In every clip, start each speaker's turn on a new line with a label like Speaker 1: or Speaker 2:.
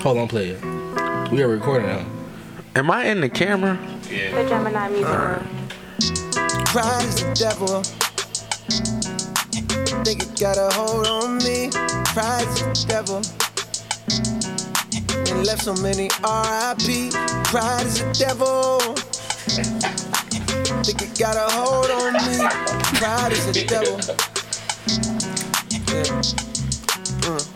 Speaker 1: Hold on, play it. We are recording now.
Speaker 2: Am I in the camera?
Speaker 3: The Gemini music room.
Speaker 4: Pride is the devil. Think it got a hold on me. Pride is the devil. And left so many RIP. Pride is the devil. Think it got a hold on me. Pride is the devil. Yeah. Mm.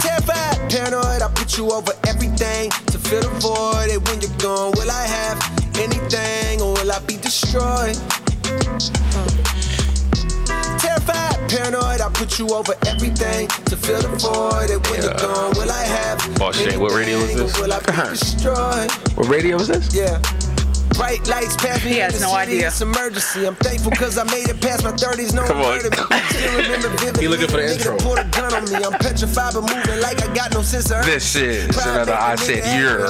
Speaker 4: Terrified, paranoid, I put you over everything to fill the void. And when you're gone, will I have anything or will I be destroyed? Terrified, paranoid, I put you over everything to fill the void. And when you're
Speaker 2: Yeah.
Speaker 4: gone, will I have
Speaker 3: Oh, shit, what radio is
Speaker 4: anything, or
Speaker 3: this?
Speaker 4: Will I be destroyed?
Speaker 2: What radio is this?
Speaker 4: Yeah. Bright lights past me.
Speaker 5: He has
Speaker 4: in the
Speaker 5: no
Speaker 4: city,
Speaker 5: idea.
Speaker 4: It's emergency. I'm thankful because I made it past my 30s. No
Speaker 2: Come
Speaker 4: one
Speaker 2: on.
Speaker 4: heard of me. Still remember vividly.
Speaker 1: He looking for the
Speaker 4: Nigga
Speaker 1: intro.
Speaker 4: pulled a gun on me. I'm petrified but moving like I got no sense of
Speaker 2: This is another I Said Your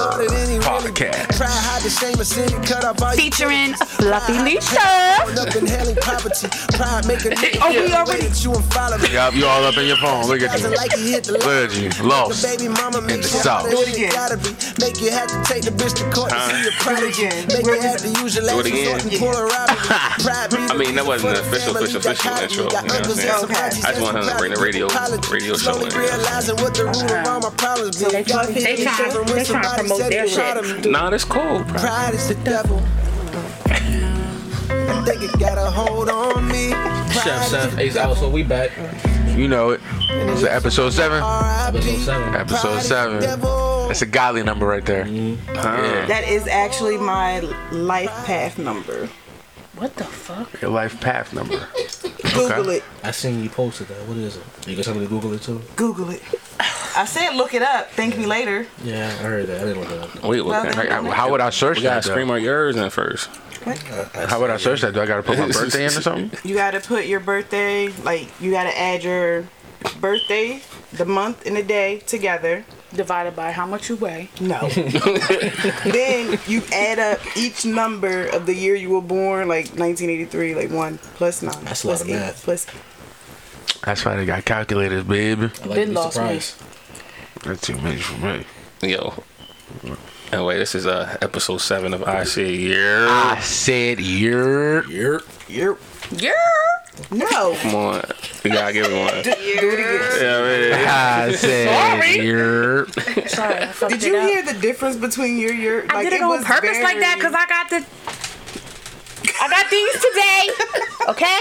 Speaker 2: podcast.
Speaker 4: Try hide the shame of city cut off all your
Speaker 5: Featuring
Speaker 4: critics.
Speaker 5: Fluffy
Speaker 4: Pride,
Speaker 5: Leisha.
Speaker 4: hold up inhaling poverty. Pride make a nigga
Speaker 5: Oh, we
Speaker 4: feel the way
Speaker 5: already-
Speaker 4: that you and follow me.
Speaker 2: Yup, you all up in your phone. Look at
Speaker 4: Doesn't
Speaker 2: you.
Speaker 4: like he hit the
Speaker 2: Look at you. Lost.
Speaker 4: The baby mama
Speaker 2: In the
Speaker 4: makes you
Speaker 2: sauce.
Speaker 4: hotter
Speaker 2: Do
Speaker 4: than
Speaker 2: it
Speaker 4: you
Speaker 5: again.
Speaker 4: Gotta be. Make you have to take the bitch to court
Speaker 2: Huh?
Speaker 4: to see your prodigy.
Speaker 5: again.
Speaker 4: Make you have to use your last
Speaker 2: again.
Speaker 4: resort and pull a robbery. Pride be the
Speaker 3: I mean, that wasn't an
Speaker 4: reason for the
Speaker 3: official, official,
Speaker 4: family
Speaker 3: official intro,
Speaker 4: dichotomy. Got
Speaker 3: you know what I'm
Speaker 4: uncles
Speaker 3: saying?
Speaker 4: and some
Speaker 5: Okay.
Speaker 4: aunties
Speaker 3: I just wanted her to bring the radio-
Speaker 4: apologies.
Speaker 3: radio show
Speaker 4: Slowly
Speaker 3: in, you know what I'm
Speaker 4: realizing what the root of all my problems be.
Speaker 5: They
Speaker 4: Gotta
Speaker 5: trying-
Speaker 4: be
Speaker 5: they
Speaker 4: the
Speaker 5: trying-
Speaker 4: reason
Speaker 5: they
Speaker 4: when
Speaker 5: trying to
Speaker 4: somebody
Speaker 5: promote
Speaker 4: said
Speaker 5: their
Speaker 4: they proud
Speaker 5: shit.
Speaker 4: of me.
Speaker 2: Nah, that's cool. bro.
Speaker 4: Pride is the devil. I think it got a hold on me. Pride
Speaker 1: Chef,
Speaker 4: is
Speaker 1: Chef,
Speaker 4: the
Speaker 1: Ace Alpha, we back.
Speaker 2: You know it. It's episode seven.
Speaker 1: Episode
Speaker 4: R.I.P.
Speaker 1: seven.
Speaker 4: Pride is
Speaker 2: Episode
Speaker 4: the
Speaker 2: seven.
Speaker 4: devil.
Speaker 2: That's a godly number right there. Yeah.
Speaker 5: That is actually my life path number. What the fuck?
Speaker 2: Your life path number.
Speaker 5: Google it.
Speaker 1: I seen you posted that. What is it? You got something to Google it too?
Speaker 5: Google it. I said look it up. Thank me later.
Speaker 1: Yeah, I heard that. I didn't look it up.
Speaker 3: Wait, what?
Speaker 5: Well,
Speaker 2: Like,
Speaker 3: Well,
Speaker 2: I- How would I search
Speaker 3: we gotta
Speaker 2: that?
Speaker 3: scream
Speaker 2: though?
Speaker 3: out yours in first.
Speaker 2: How would I search that? Do I gotta put my birthday in or something?
Speaker 5: You gotta put your birthday, like you gotta add your birthday, the month and the day together.
Speaker 6: divided by how much you weigh.
Speaker 5: No. then you add up each number of the year you were born, like 1983, like one plus nine
Speaker 1: That's a lot
Speaker 5: plus
Speaker 1: of
Speaker 5: eight
Speaker 1: math.
Speaker 5: plus.
Speaker 2: That's why they got calculators, babe.
Speaker 1: I like
Speaker 6: Been
Speaker 1: to be
Speaker 6: lost me.
Speaker 1: surprised.
Speaker 2: That's too much for me.
Speaker 3: Yo. Anyway, this is uh episode seven of I Say Year.
Speaker 2: I said you're.
Speaker 1: Yerp.
Speaker 5: You're
Speaker 6: Yeah.
Speaker 5: no.
Speaker 3: Come on, we gotta give it one. Do it again. Yeah, man.
Speaker 2: I said
Speaker 6: Sorry.
Speaker 2: you're.
Speaker 6: Sorry. I fucked
Speaker 5: Did
Speaker 6: it
Speaker 5: you
Speaker 6: up.
Speaker 5: hear the difference between your your?
Speaker 6: I did it on purpose like that because I got the. I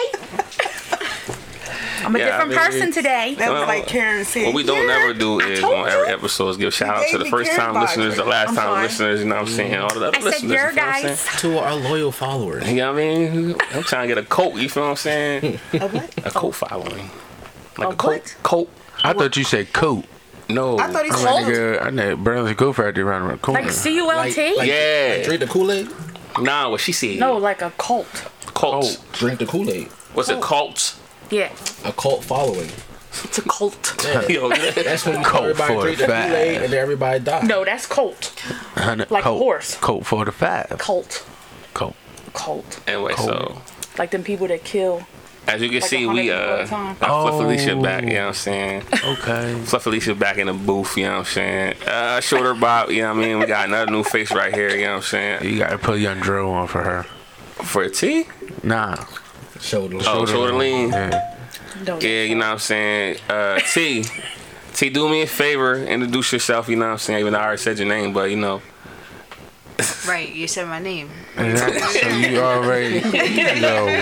Speaker 6: got these today. Okay. I'm a
Speaker 3: Yeah, I
Speaker 6: different
Speaker 3: mean-
Speaker 6: person today.
Speaker 5: That was
Speaker 3: Well,
Speaker 5: like Karen said.
Speaker 3: What we don't
Speaker 6: Yeah,
Speaker 3: never do
Speaker 6: I
Speaker 3: is
Speaker 6: told
Speaker 3: on every
Speaker 6: you.
Speaker 3: episode is give shout out
Speaker 5: gave
Speaker 3: to the
Speaker 5: me
Speaker 3: first
Speaker 5: care
Speaker 3: time
Speaker 5: box.
Speaker 3: listeners, the last
Speaker 6: I'm
Speaker 3: time
Speaker 6: sorry.
Speaker 3: listeners. You know what I'm saying? All the other
Speaker 6: I said,
Speaker 3: listeners.
Speaker 6: "Your
Speaker 3: you know what I'm saying?
Speaker 6: guys."
Speaker 1: To our loyal followers.
Speaker 3: You know what I mean? I'm trying to get a cult. You feel what I'm saying? A cult following. Like a,
Speaker 6: A
Speaker 3: cult.
Speaker 6: what?
Speaker 3: Cult.
Speaker 2: I thought you said coat.
Speaker 3: No.
Speaker 5: I thought he
Speaker 2: I'm
Speaker 5: said
Speaker 2: a nigga. I know Berlin's coat factory around the corner.
Speaker 6: Like C U L
Speaker 1: Like-
Speaker 6: T.
Speaker 1: like-
Speaker 3: yeah.
Speaker 1: Drink the Kool Aid.
Speaker 3: nah, what she said.
Speaker 6: No, like a cult.
Speaker 3: Cult.
Speaker 2: Cult.
Speaker 1: Drink the Kool Aid.
Speaker 3: What's it? Cult.
Speaker 6: Yeah.
Speaker 1: A cult following.
Speaker 6: It's a cult.
Speaker 1: Yeah.
Speaker 3: Yo,
Speaker 1: That's when you
Speaker 2: Cult
Speaker 1: call everybody
Speaker 2: for
Speaker 1: drink the Kool
Speaker 2: five.
Speaker 1: Aid and then everybody dies.
Speaker 6: No, that's cult.
Speaker 2: Hundred-
Speaker 6: Like a
Speaker 2: coat,
Speaker 6: horse.
Speaker 2: Coat for the five.
Speaker 6: Cult.
Speaker 2: Coat.
Speaker 6: Cult.
Speaker 3: anyway, so
Speaker 6: Like them people that kill.
Speaker 3: as you can
Speaker 6: Like
Speaker 3: see,
Speaker 6: a
Speaker 3: we
Speaker 6: hundred
Speaker 3: uh,
Speaker 6: at a time.
Speaker 3: got Fluff
Speaker 2: Oh.
Speaker 3: Alicia back. You know what I'm saying?
Speaker 2: Okay.
Speaker 3: Fluff Alicia back in the booth. You know what I'm saying? Uh, shoulder bob. You know what I mean? We got another new face right here. You know what I'm saying?
Speaker 2: You gotta put young Drew on for her.
Speaker 3: For a T.
Speaker 2: Nah.
Speaker 1: Shoulders.
Speaker 3: Oh, shoulder lean.
Speaker 2: Yeah.
Speaker 6: Don't
Speaker 3: Yeah, you know what I'm saying? Uh, T, T, do me a favor, introduce yourself, you know what I'm saying? Even though I already said your name, but you know.
Speaker 7: Right, you said my name.
Speaker 2: And that- so you already the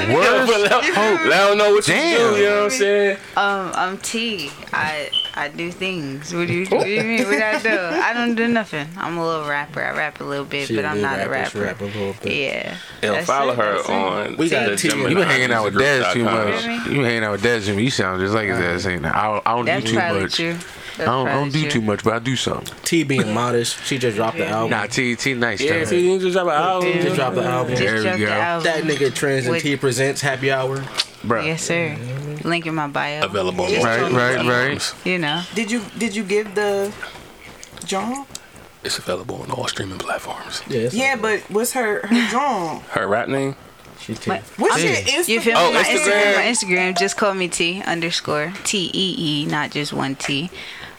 Speaker 3: But
Speaker 2: worst.
Speaker 3: let, let them know what you
Speaker 2: Damn.
Speaker 3: do, you know what I'm saying?
Speaker 7: Um, I'm T. I I do things. What do you, what do you mean? What do I do? I don't do nothing. I'm a little rapper. I rap a little bit,
Speaker 1: She
Speaker 7: but I'm
Speaker 1: little
Speaker 7: not
Speaker 1: rapper, she
Speaker 7: a
Speaker 1: rap a
Speaker 7: rapper.
Speaker 1: little bit.
Speaker 7: Yeah.
Speaker 3: Yo,
Speaker 7: That's
Speaker 3: follow
Speaker 7: it,
Speaker 3: her
Speaker 7: that's it.
Speaker 3: on
Speaker 1: We got
Speaker 3: the
Speaker 1: T. You
Speaker 3: Gemini
Speaker 2: You been hanging out with Dez too
Speaker 3: com.
Speaker 2: much.
Speaker 7: Really?
Speaker 2: You been hanging out with Dez too much. You sound just like his ass ain't it? I don't, I don't
Speaker 7: That's
Speaker 2: do too
Speaker 7: probably
Speaker 2: much.
Speaker 7: true.
Speaker 2: I
Speaker 7: That's
Speaker 2: don't, I
Speaker 7: probably
Speaker 2: don't do
Speaker 7: true.
Speaker 2: too much, but I do something.
Speaker 1: T being modest, she just dropped the album.
Speaker 2: Nah, T T nice.
Speaker 3: Yeah,
Speaker 2: though.
Speaker 3: T, you just drop an
Speaker 1: She
Speaker 3: album.
Speaker 1: just dropped the album.
Speaker 7: Just
Speaker 2: There we
Speaker 7: dropped the
Speaker 2: go.
Speaker 7: album.
Speaker 1: That nigga Trends and
Speaker 7: With-
Speaker 1: T presents Happy Hour.
Speaker 2: Bruh.
Speaker 7: Yes, sir. Link in my bio.
Speaker 3: Available on
Speaker 7: Just
Speaker 2: Right,
Speaker 7: on the
Speaker 2: right,
Speaker 7: team.
Speaker 2: right.
Speaker 7: You know.
Speaker 5: Did you did you give the John?
Speaker 3: It's available on all streaming platforms.
Speaker 1: Yeah, it's
Speaker 5: Yeah,
Speaker 1: like-
Speaker 5: but what's her her John?
Speaker 3: Her rap name?
Speaker 1: she T.
Speaker 7: But-
Speaker 5: What's
Speaker 2: Yeah.
Speaker 5: your Instagram?
Speaker 7: You feel me?
Speaker 3: Oh,
Speaker 7: my
Speaker 3: Instagram.
Speaker 7: Instagram. My Instagram. Just call me T underscore T E E, not just one T.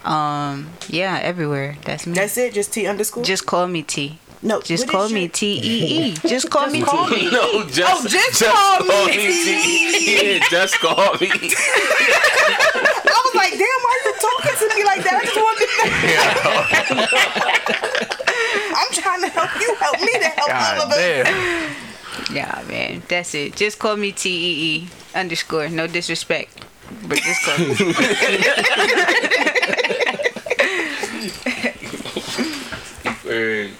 Speaker 7: Um, yeah, everywhere. That's me.
Speaker 5: That's it. Just T underscore.
Speaker 7: Just call me T.
Speaker 5: no.
Speaker 7: Just
Speaker 5: what is
Speaker 7: call
Speaker 5: your-
Speaker 7: me T E E. Just call me
Speaker 5: call
Speaker 7: T.
Speaker 3: No, just,
Speaker 7: Oh, just call me
Speaker 3: T. Yeah, just call me.
Speaker 5: I was like, damn, why are you talking to me like that? I just want to. I'm trying to help you. Help me to help all
Speaker 2: God
Speaker 5: of us.
Speaker 2: damn.
Speaker 7: Yeah, man. That's it. Just call me T E E underscore. No disrespect. But just call me.
Speaker 3: Hey,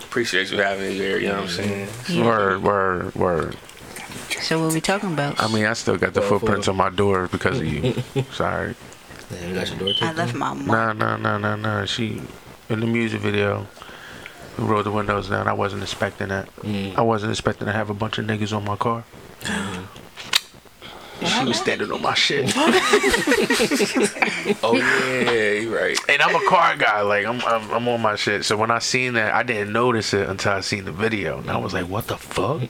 Speaker 3: Appreciate you having me here. You know what I'm saying?
Speaker 2: Word, word, word.
Speaker 7: so what we talking about?
Speaker 2: I mean, I still got the
Speaker 1: Well, for-
Speaker 2: footprints on my door because of you. Sorry.
Speaker 1: Damn, you got your door
Speaker 7: I
Speaker 1: taken?
Speaker 7: left my mom.
Speaker 2: Nah, nah, nah, nah, nah. She in the music video. We rolled the windows down. I wasn't expecting that. I wasn't expecting to have a bunch of niggas on my car. She was standing on my shit,
Speaker 3: Oh yeah, you right.
Speaker 2: and I'm a car guy. Like I'm, I'm, I'm on my shit. So when I seen that, I didn't notice it until I seen the video, and I was like, "What the fuck?"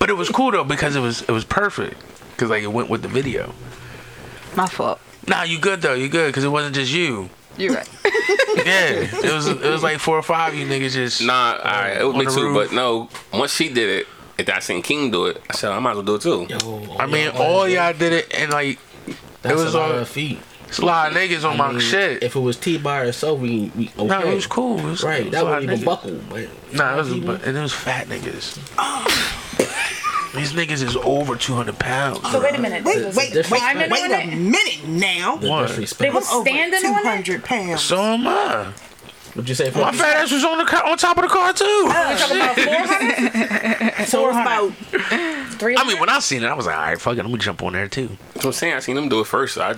Speaker 2: but it was cool though because it was, it was perfect. Cause like it went with the video.
Speaker 7: My fault.
Speaker 2: Nah, you good though. You good because it wasn't just you.
Speaker 7: You're right.
Speaker 2: Yeah, it was, it was like four or five of you niggas just.
Speaker 3: Nah, all right, it was
Speaker 2: Uh, On
Speaker 3: me
Speaker 2: the
Speaker 3: too.
Speaker 2: roof.
Speaker 3: But no, once she did it, if I seen King do it, I said I might as well do it too.
Speaker 1: Yo,
Speaker 2: I mean,
Speaker 1: oh,
Speaker 2: all y'all did it, and like
Speaker 1: That's
Speaker 2: was
Speaker 1: a lot
Speaker 2: all-
Speaker 1: of feet.
Speaker 2: it's a lot of niggas on
Speaker 1: I
Speaker 2: my
Speaker 1: mean,
Speaker 2: shit.
Speaker 1: If it was T by herself, we we okay.
Speaker 2: No, it was cool. It was, it
Speaker 1: Right,
Speaker 2: was
Speaker 1: that
Speaker 2: a lot
Speaker 1: wouldn't
Speaker 2: of
Speaker 1: even
Speaker 2: niggas.
Speaker 1: buckle. But
Speaker 2: Nah, it was, bu- and it was fat niggas. These niggas is over 200 pounds.
Speaker 6: So wait a minute.
Speaker 5: Wait, wait, wait,
Speaker 1: different-
Speaker 5: wait,
Speaker 6: Climbing on
Speaker 5: a
Speaker 6: it?
Speaker 5: minute now.
Speaker 1: the
Speaker 2: What?
Speaker 6: They
Speaker 1: disrespect.
Speaker 6: was
Speaker 5: Over
Speaker 6: standing on it.
Speaker 5: 200 pounds.
Speaker 2: So am I.
Speaker 1: What'd you say?
Speaker 2: My
Speaker 1: Frankie?
Speaker 2: fat ass was on the car, on top of the car too.
Speaker 6: We're talking about 400?
Speaker 5: so it's about
Speaker 6: 300?
Speaker 2: I mean, when I seen it, I was like, all right, fuck it, let me jump on there too.
Speaker 3: That's what I'm saying. I seen them do it first. So I,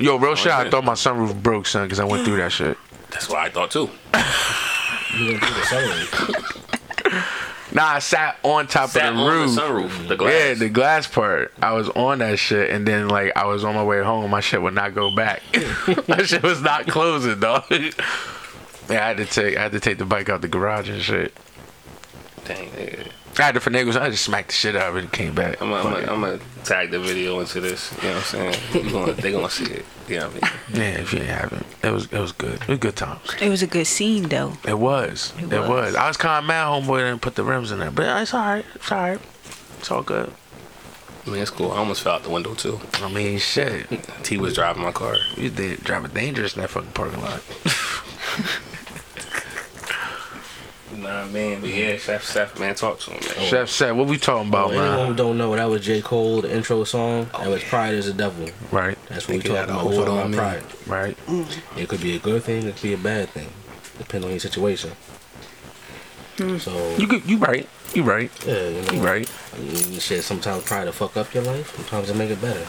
Speaker 2: Yo,
Speaker 1: Oh,
Speaker 2: real shit, I
Speaker 3: yeah.
Speaker 2: thought my sunroof broke, son, because I went through that shit.
Speaker 3: that's what I thought too.
Speaker 1: You gonna do the sunroof.
Speaker 2: Nah, I sat on top
Speaker 3: Sat
Speaker 2: of the
Speaker 3: on
Speaker 2: roof.
Speaker 3: the sunroof, the glass.
Speaker 2: Yeah, the glass part. I was on that shit, and then like I was on my way home. My shit would not go back. that shit was not closing, dog. yeah, I had to take I had to take the bike out the garage and shit.
Speaker 3: Dang, nigga.
Speaker 2: I had to finagle. so I just smacked the shit out of it and came back.
Speaker 3: I'm gonna
Speaker 2: Fuck
Speaker 3: I'm gonna tag the video into this. You know what I'm saying? You gonna, they gonna see it. You know what I mean?
Speaker 2: it. yeah, if you haven't, it was it was good. It was good times.
Speaker 7: It was a good scene though.
Speaker 2: It was. It
Speaker 7: It
Speaker 2: was.
Speaker 7: was.
Speaker 2: I was kind of mad, homeboy didn't put the rims in there, but it's all right. It's all right. It's all good.
Speaker 3: I mean, it's cool. I almost fell out the window too.
Speaker 2: I mean, shit.
Speaker 3: T was driving my car.
Speaker 2: You did driving dangerous in that fucking parking lot.
Speaker 3: You know what I mean? But yeah, Chef, Chef, man, talk to him, man.
Speaker 2: Chef said, "What we talking about,
Speaker 1: For anyone
Speaker 2: man?
Speaker 1: who don't know, that was J. Cole, the intro song.
Speaker 2: Oh,
Speaker 1: that was Pride is a Devil.
Speaker 2: Right,
Speaker 1: That's what we
Speaker 3: Think you
Speaker 1: talking about.
Speaker 3: gotta
Speaker 1: We're
Speaker 3: hold
Speaker 1: talking
Speaker 3: on
Speaker 1: about pride.
Speaker 2: right.
Speaker 1: It could be a good thing, it could be a bad thing. Depending on your situation.
Speaker 6: Hmm.
Speaker 1: So
Speaker 2: You could, you right, you right,
Speaker 1: yeah, you
Speaker 2: you
Speaker 1: know
Speaker 2: right.
Speaker 1: I mean, shit sometimes pride to fuck up your life, sometimes it make it better.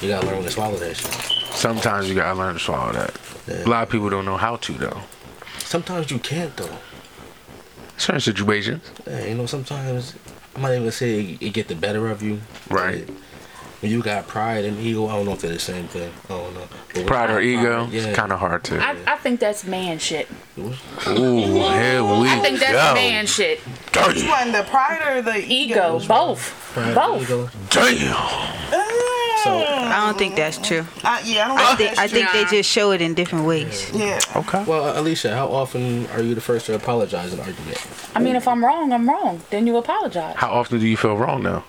Speaker 1: You gotta learn to swallow that shit.
Speaker 2: Sometimes you gotta learn to swallow that.
Speaker 1: Yeah.
Speaker 2: A lot of people don't know how to though.
Speaker 1: Sometimes you can't though.
Speaker 2: Certain situations,
Speaker 1: Yeah, you know, sometimes I'm not even gonna say it, it get the better of you.
Speaker 2: Right.
Speaker 1: but When you got pride and ego, I don't know if they're the same thing. I don't know. But when-
Speaker 2: pride or ego,
Speaker 1: yeah.
Speaker 2: it's kind of hard to.
Speaker 6: I, I think that's man shit.
Speaker 2: Ooh, here we
Speaker 6: I think that's
Speaker 2: go.
Speaker 6: man shit.
Speaker 5: which one? The pride or the
Speaker 6: Ego,
Speaker 5: ego?
Speaker 6: both.
Speaker 1: pride or
Speaker 6: both.
Speaker 1: ego.
Speaker 2: Damn.
Speaker 5: So,
Speaker 7: I don't think that's true.
Speaker 5: uh, yeah, I don't
Speaker 7: I
Speaker 5: like
Speaker 7: think
Speaker 5: that
Speaker 7: I think they
Speaker 6: Nah.
Speaker 7: just show it in different ways.
Speaker 5: Yeah.
Speaker 2: Okay.
Speaker 1: Well, uh, Alicia, how often are you the first to apologize in argument?
Speaker 6: I mean, if I'm wrong, I'm wrong. Then you apologize.
Speaker 2: How often do you feel wrong now?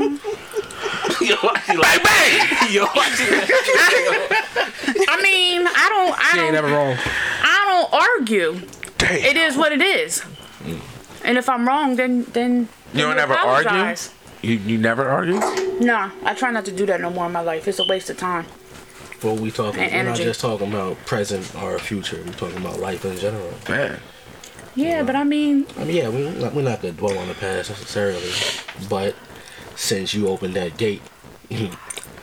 Speaker 3: Yo, why she like, bang! Yo, why she like,
Speaker 6: I mean, I don't, I
Speaker 1: She ain't
Speaker 6: don't,
Speaker 1: never wrong.
Speaker 6: I don't argue.
Speaker 2: Damn.
Speaker 6: It is what it is. And if I'm wrong, then then
Speaker 2: You don't
Speaker 6: then
Speaker 2: ever
Speaker 6: apologize.
Speaker 2: You you never argue.
Speaker 6: Nah, I try not to do that no more in my life. It's a waste of time.
Speaker 1: What we talking?
Speaker 6: And
Speaker 1: We're not
Speaker 6: energy.
Speaker 1: just talking about present or future. We're talking about life in general.
Speaker 2: Yeah.
Speaker 6: Yeah, but I mean,
Speaker 1: I mean, yeah, we, we're not gonna dwell on the past necessarily, but since you opened that gate,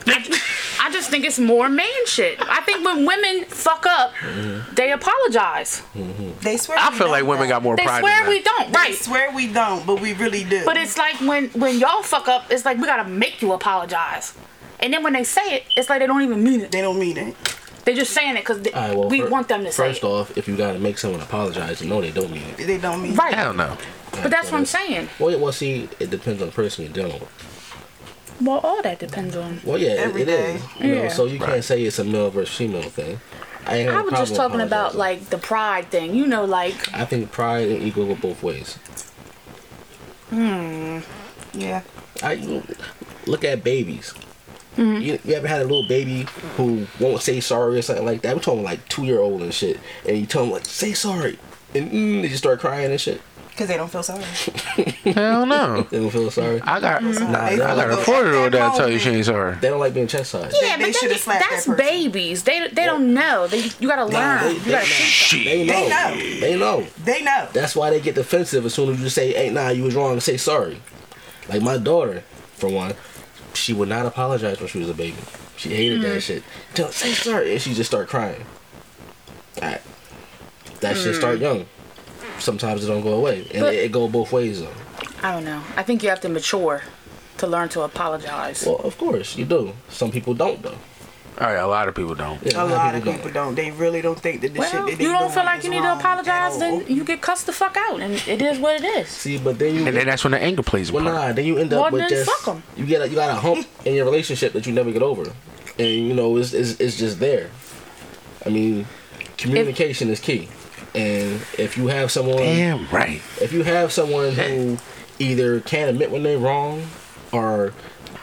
Speaker 6: I just think it's more man shit. I think when women fuck up, they apologize.
Speaker 5: They swear.
Speaker 2: I
Speaker 5: we
Speaker 2: feel
Speaker 5: don't,
Speaker 2: like women
Speaker 5: though.
Speaker 2: got more
Speaker 6: They
Speaker 2: pride.
Speaker 6: swear
Speaker 2: Than
Speaker 6: we
Speaker 2: that.
Speaker 6: don't,
Speaker 5: They
Speaker 6: right?
Speaker 5: swear we don't, but we really do.
Speaker 6: But it's like when when y'all fuck up, it's like we gotta make you apologize. And then when they say it, it's like they don't even mean it.
Speaker 5: they don't mean it.
Speaker 6: They're just saying it because
Speaker 1: all right, well,
Speaker 6: we
Speaker 1: fir-
Speaker 6: want them to say
Speaker 1: First
Speaker 6: it.
Speaker 1: off, if you gotta make someone apologize, no, they don't mean it.
Speaker 5: They don't mean
Speaker 6: right.
Speaker 2: Hell no.
Speaker 6: But that's what I'm saying.
Speaker 1: Well, yeah, well, see, it depends on the person you're dealing with.
Speaker 6: Well, all that depends on.
Speaker 1: Well, yeah, it-
Speaker 5: Every
Speaker 1: it
Speaker 5: day.
Speaker 1: is. You know,
Speaker 6: Yeah.
Speaker 1: so you can't say it's a male versus female thing. I, ain't have
Speaker 6: I
Speaker 1: a
Speaker 6: was just
Speaker 1: problem
Speaker 6: talking about
Speaker 1: apologizing.
Speaker 6: like the pride thing. You know, like
Speaker 1: I think pride and ego go both ways.
Speaker 5: Hmm, Yeah.
Speaker 1: I you look at babies.
Speaker 5: Mm-hmm.
Speaker 1: You, you ever had a little baby who won't say sorry or something like that? We're talking like two year old and shit, and you tell them like say sorry, and mm, they just start crying and shit.
Speaker 5: Because they don't feel sorry.
Speaker 2: Hell no.
Speaker 1: They don't feel sorry.
Speaker 2: I got I
Speaker 5: They
Speaker 2: got
Speaker 5: feel-
Speaker 2: reported
Speaker 5: at
Speaker 2: over that. Tell you
Speaker 5: moment,
Speaker 2: she ain't sorry.
Speaker 1: They don't like being chastised.
Speaker 5: They-
Speaker 6: yeah,
Speaker 5: they
Speaker 6: but
Speaker 5: shoulda
Speaker 6: that's,
Speaker 5: slapped that
Speaker 6: that's
Speaker 5: person.
Speaker 6: babies. They they don't know. They you gotta learn.
Speaker 1: they-
Speaker 6: you
Speaker 1: they
Speaker 6: gotta
Speaker 1: know.
Speaker 6: teach.
Speaker 1: They know.
Speaker 5: They know.
Speaker 1: They know.
Speaker 5: They know.
Speaker 1: That's why they get defensive as soon as you say, "Hey, nah, you was wrong," and say sorry. Like my daughter, for one, she would not apologize when she was a baby. She hated
Speaker 5: Mm-hmm.
Speaker 1: that shit. Tell say sorry, and she just start crying. Alright. That shit
Speaker 5: Mm-hmm.
Speaker 1: start young. Sometimes it don't go away, and
Speaker 6: But-
Speaker 1: it, it go both ways though.
Speaker 6: I don't know. I think you have to mature to learn to apologize.
Speaker 1: Well, of course you do. Some people don't though.
Speaker 2: All right, Oh, a lot of people don't.
Speaker 1: Yeah,
Speaker 5: A lot of people don't. They really don't think that the shit
Speaker 6: Well,
Speaker 5: that they
Speaker 6: you don't
Speaker 5: doing
Speaker 6: feel like
Speaker 5: is
Speaker 6: you need to
Speaker 5: wrong at
Speaker 6: apologize,
Speaker 5: all.
Speaker 6: then you get cussed the fuck out, and it is what it is.
Speaker 1: See, but then you
Speaker 2: And then that's when the anger plays a
Speaker 1: Well,
Speaker 2: part.
Speaker 1: nah. Then you end up
Speaker 6: Well,
Speaker 1: with
Speaker 6: then
Speaker 1: just
Speaker 6: fuck 'em.
Speaker 1: you get a, you got a hump in your relationship that you never get over, and you know it's it's, it's just there. I mean, communication is key, and if you have someone
Speaker 2: Damn right.
Speaker 1: if you have someone who either can't admit when they're wrong or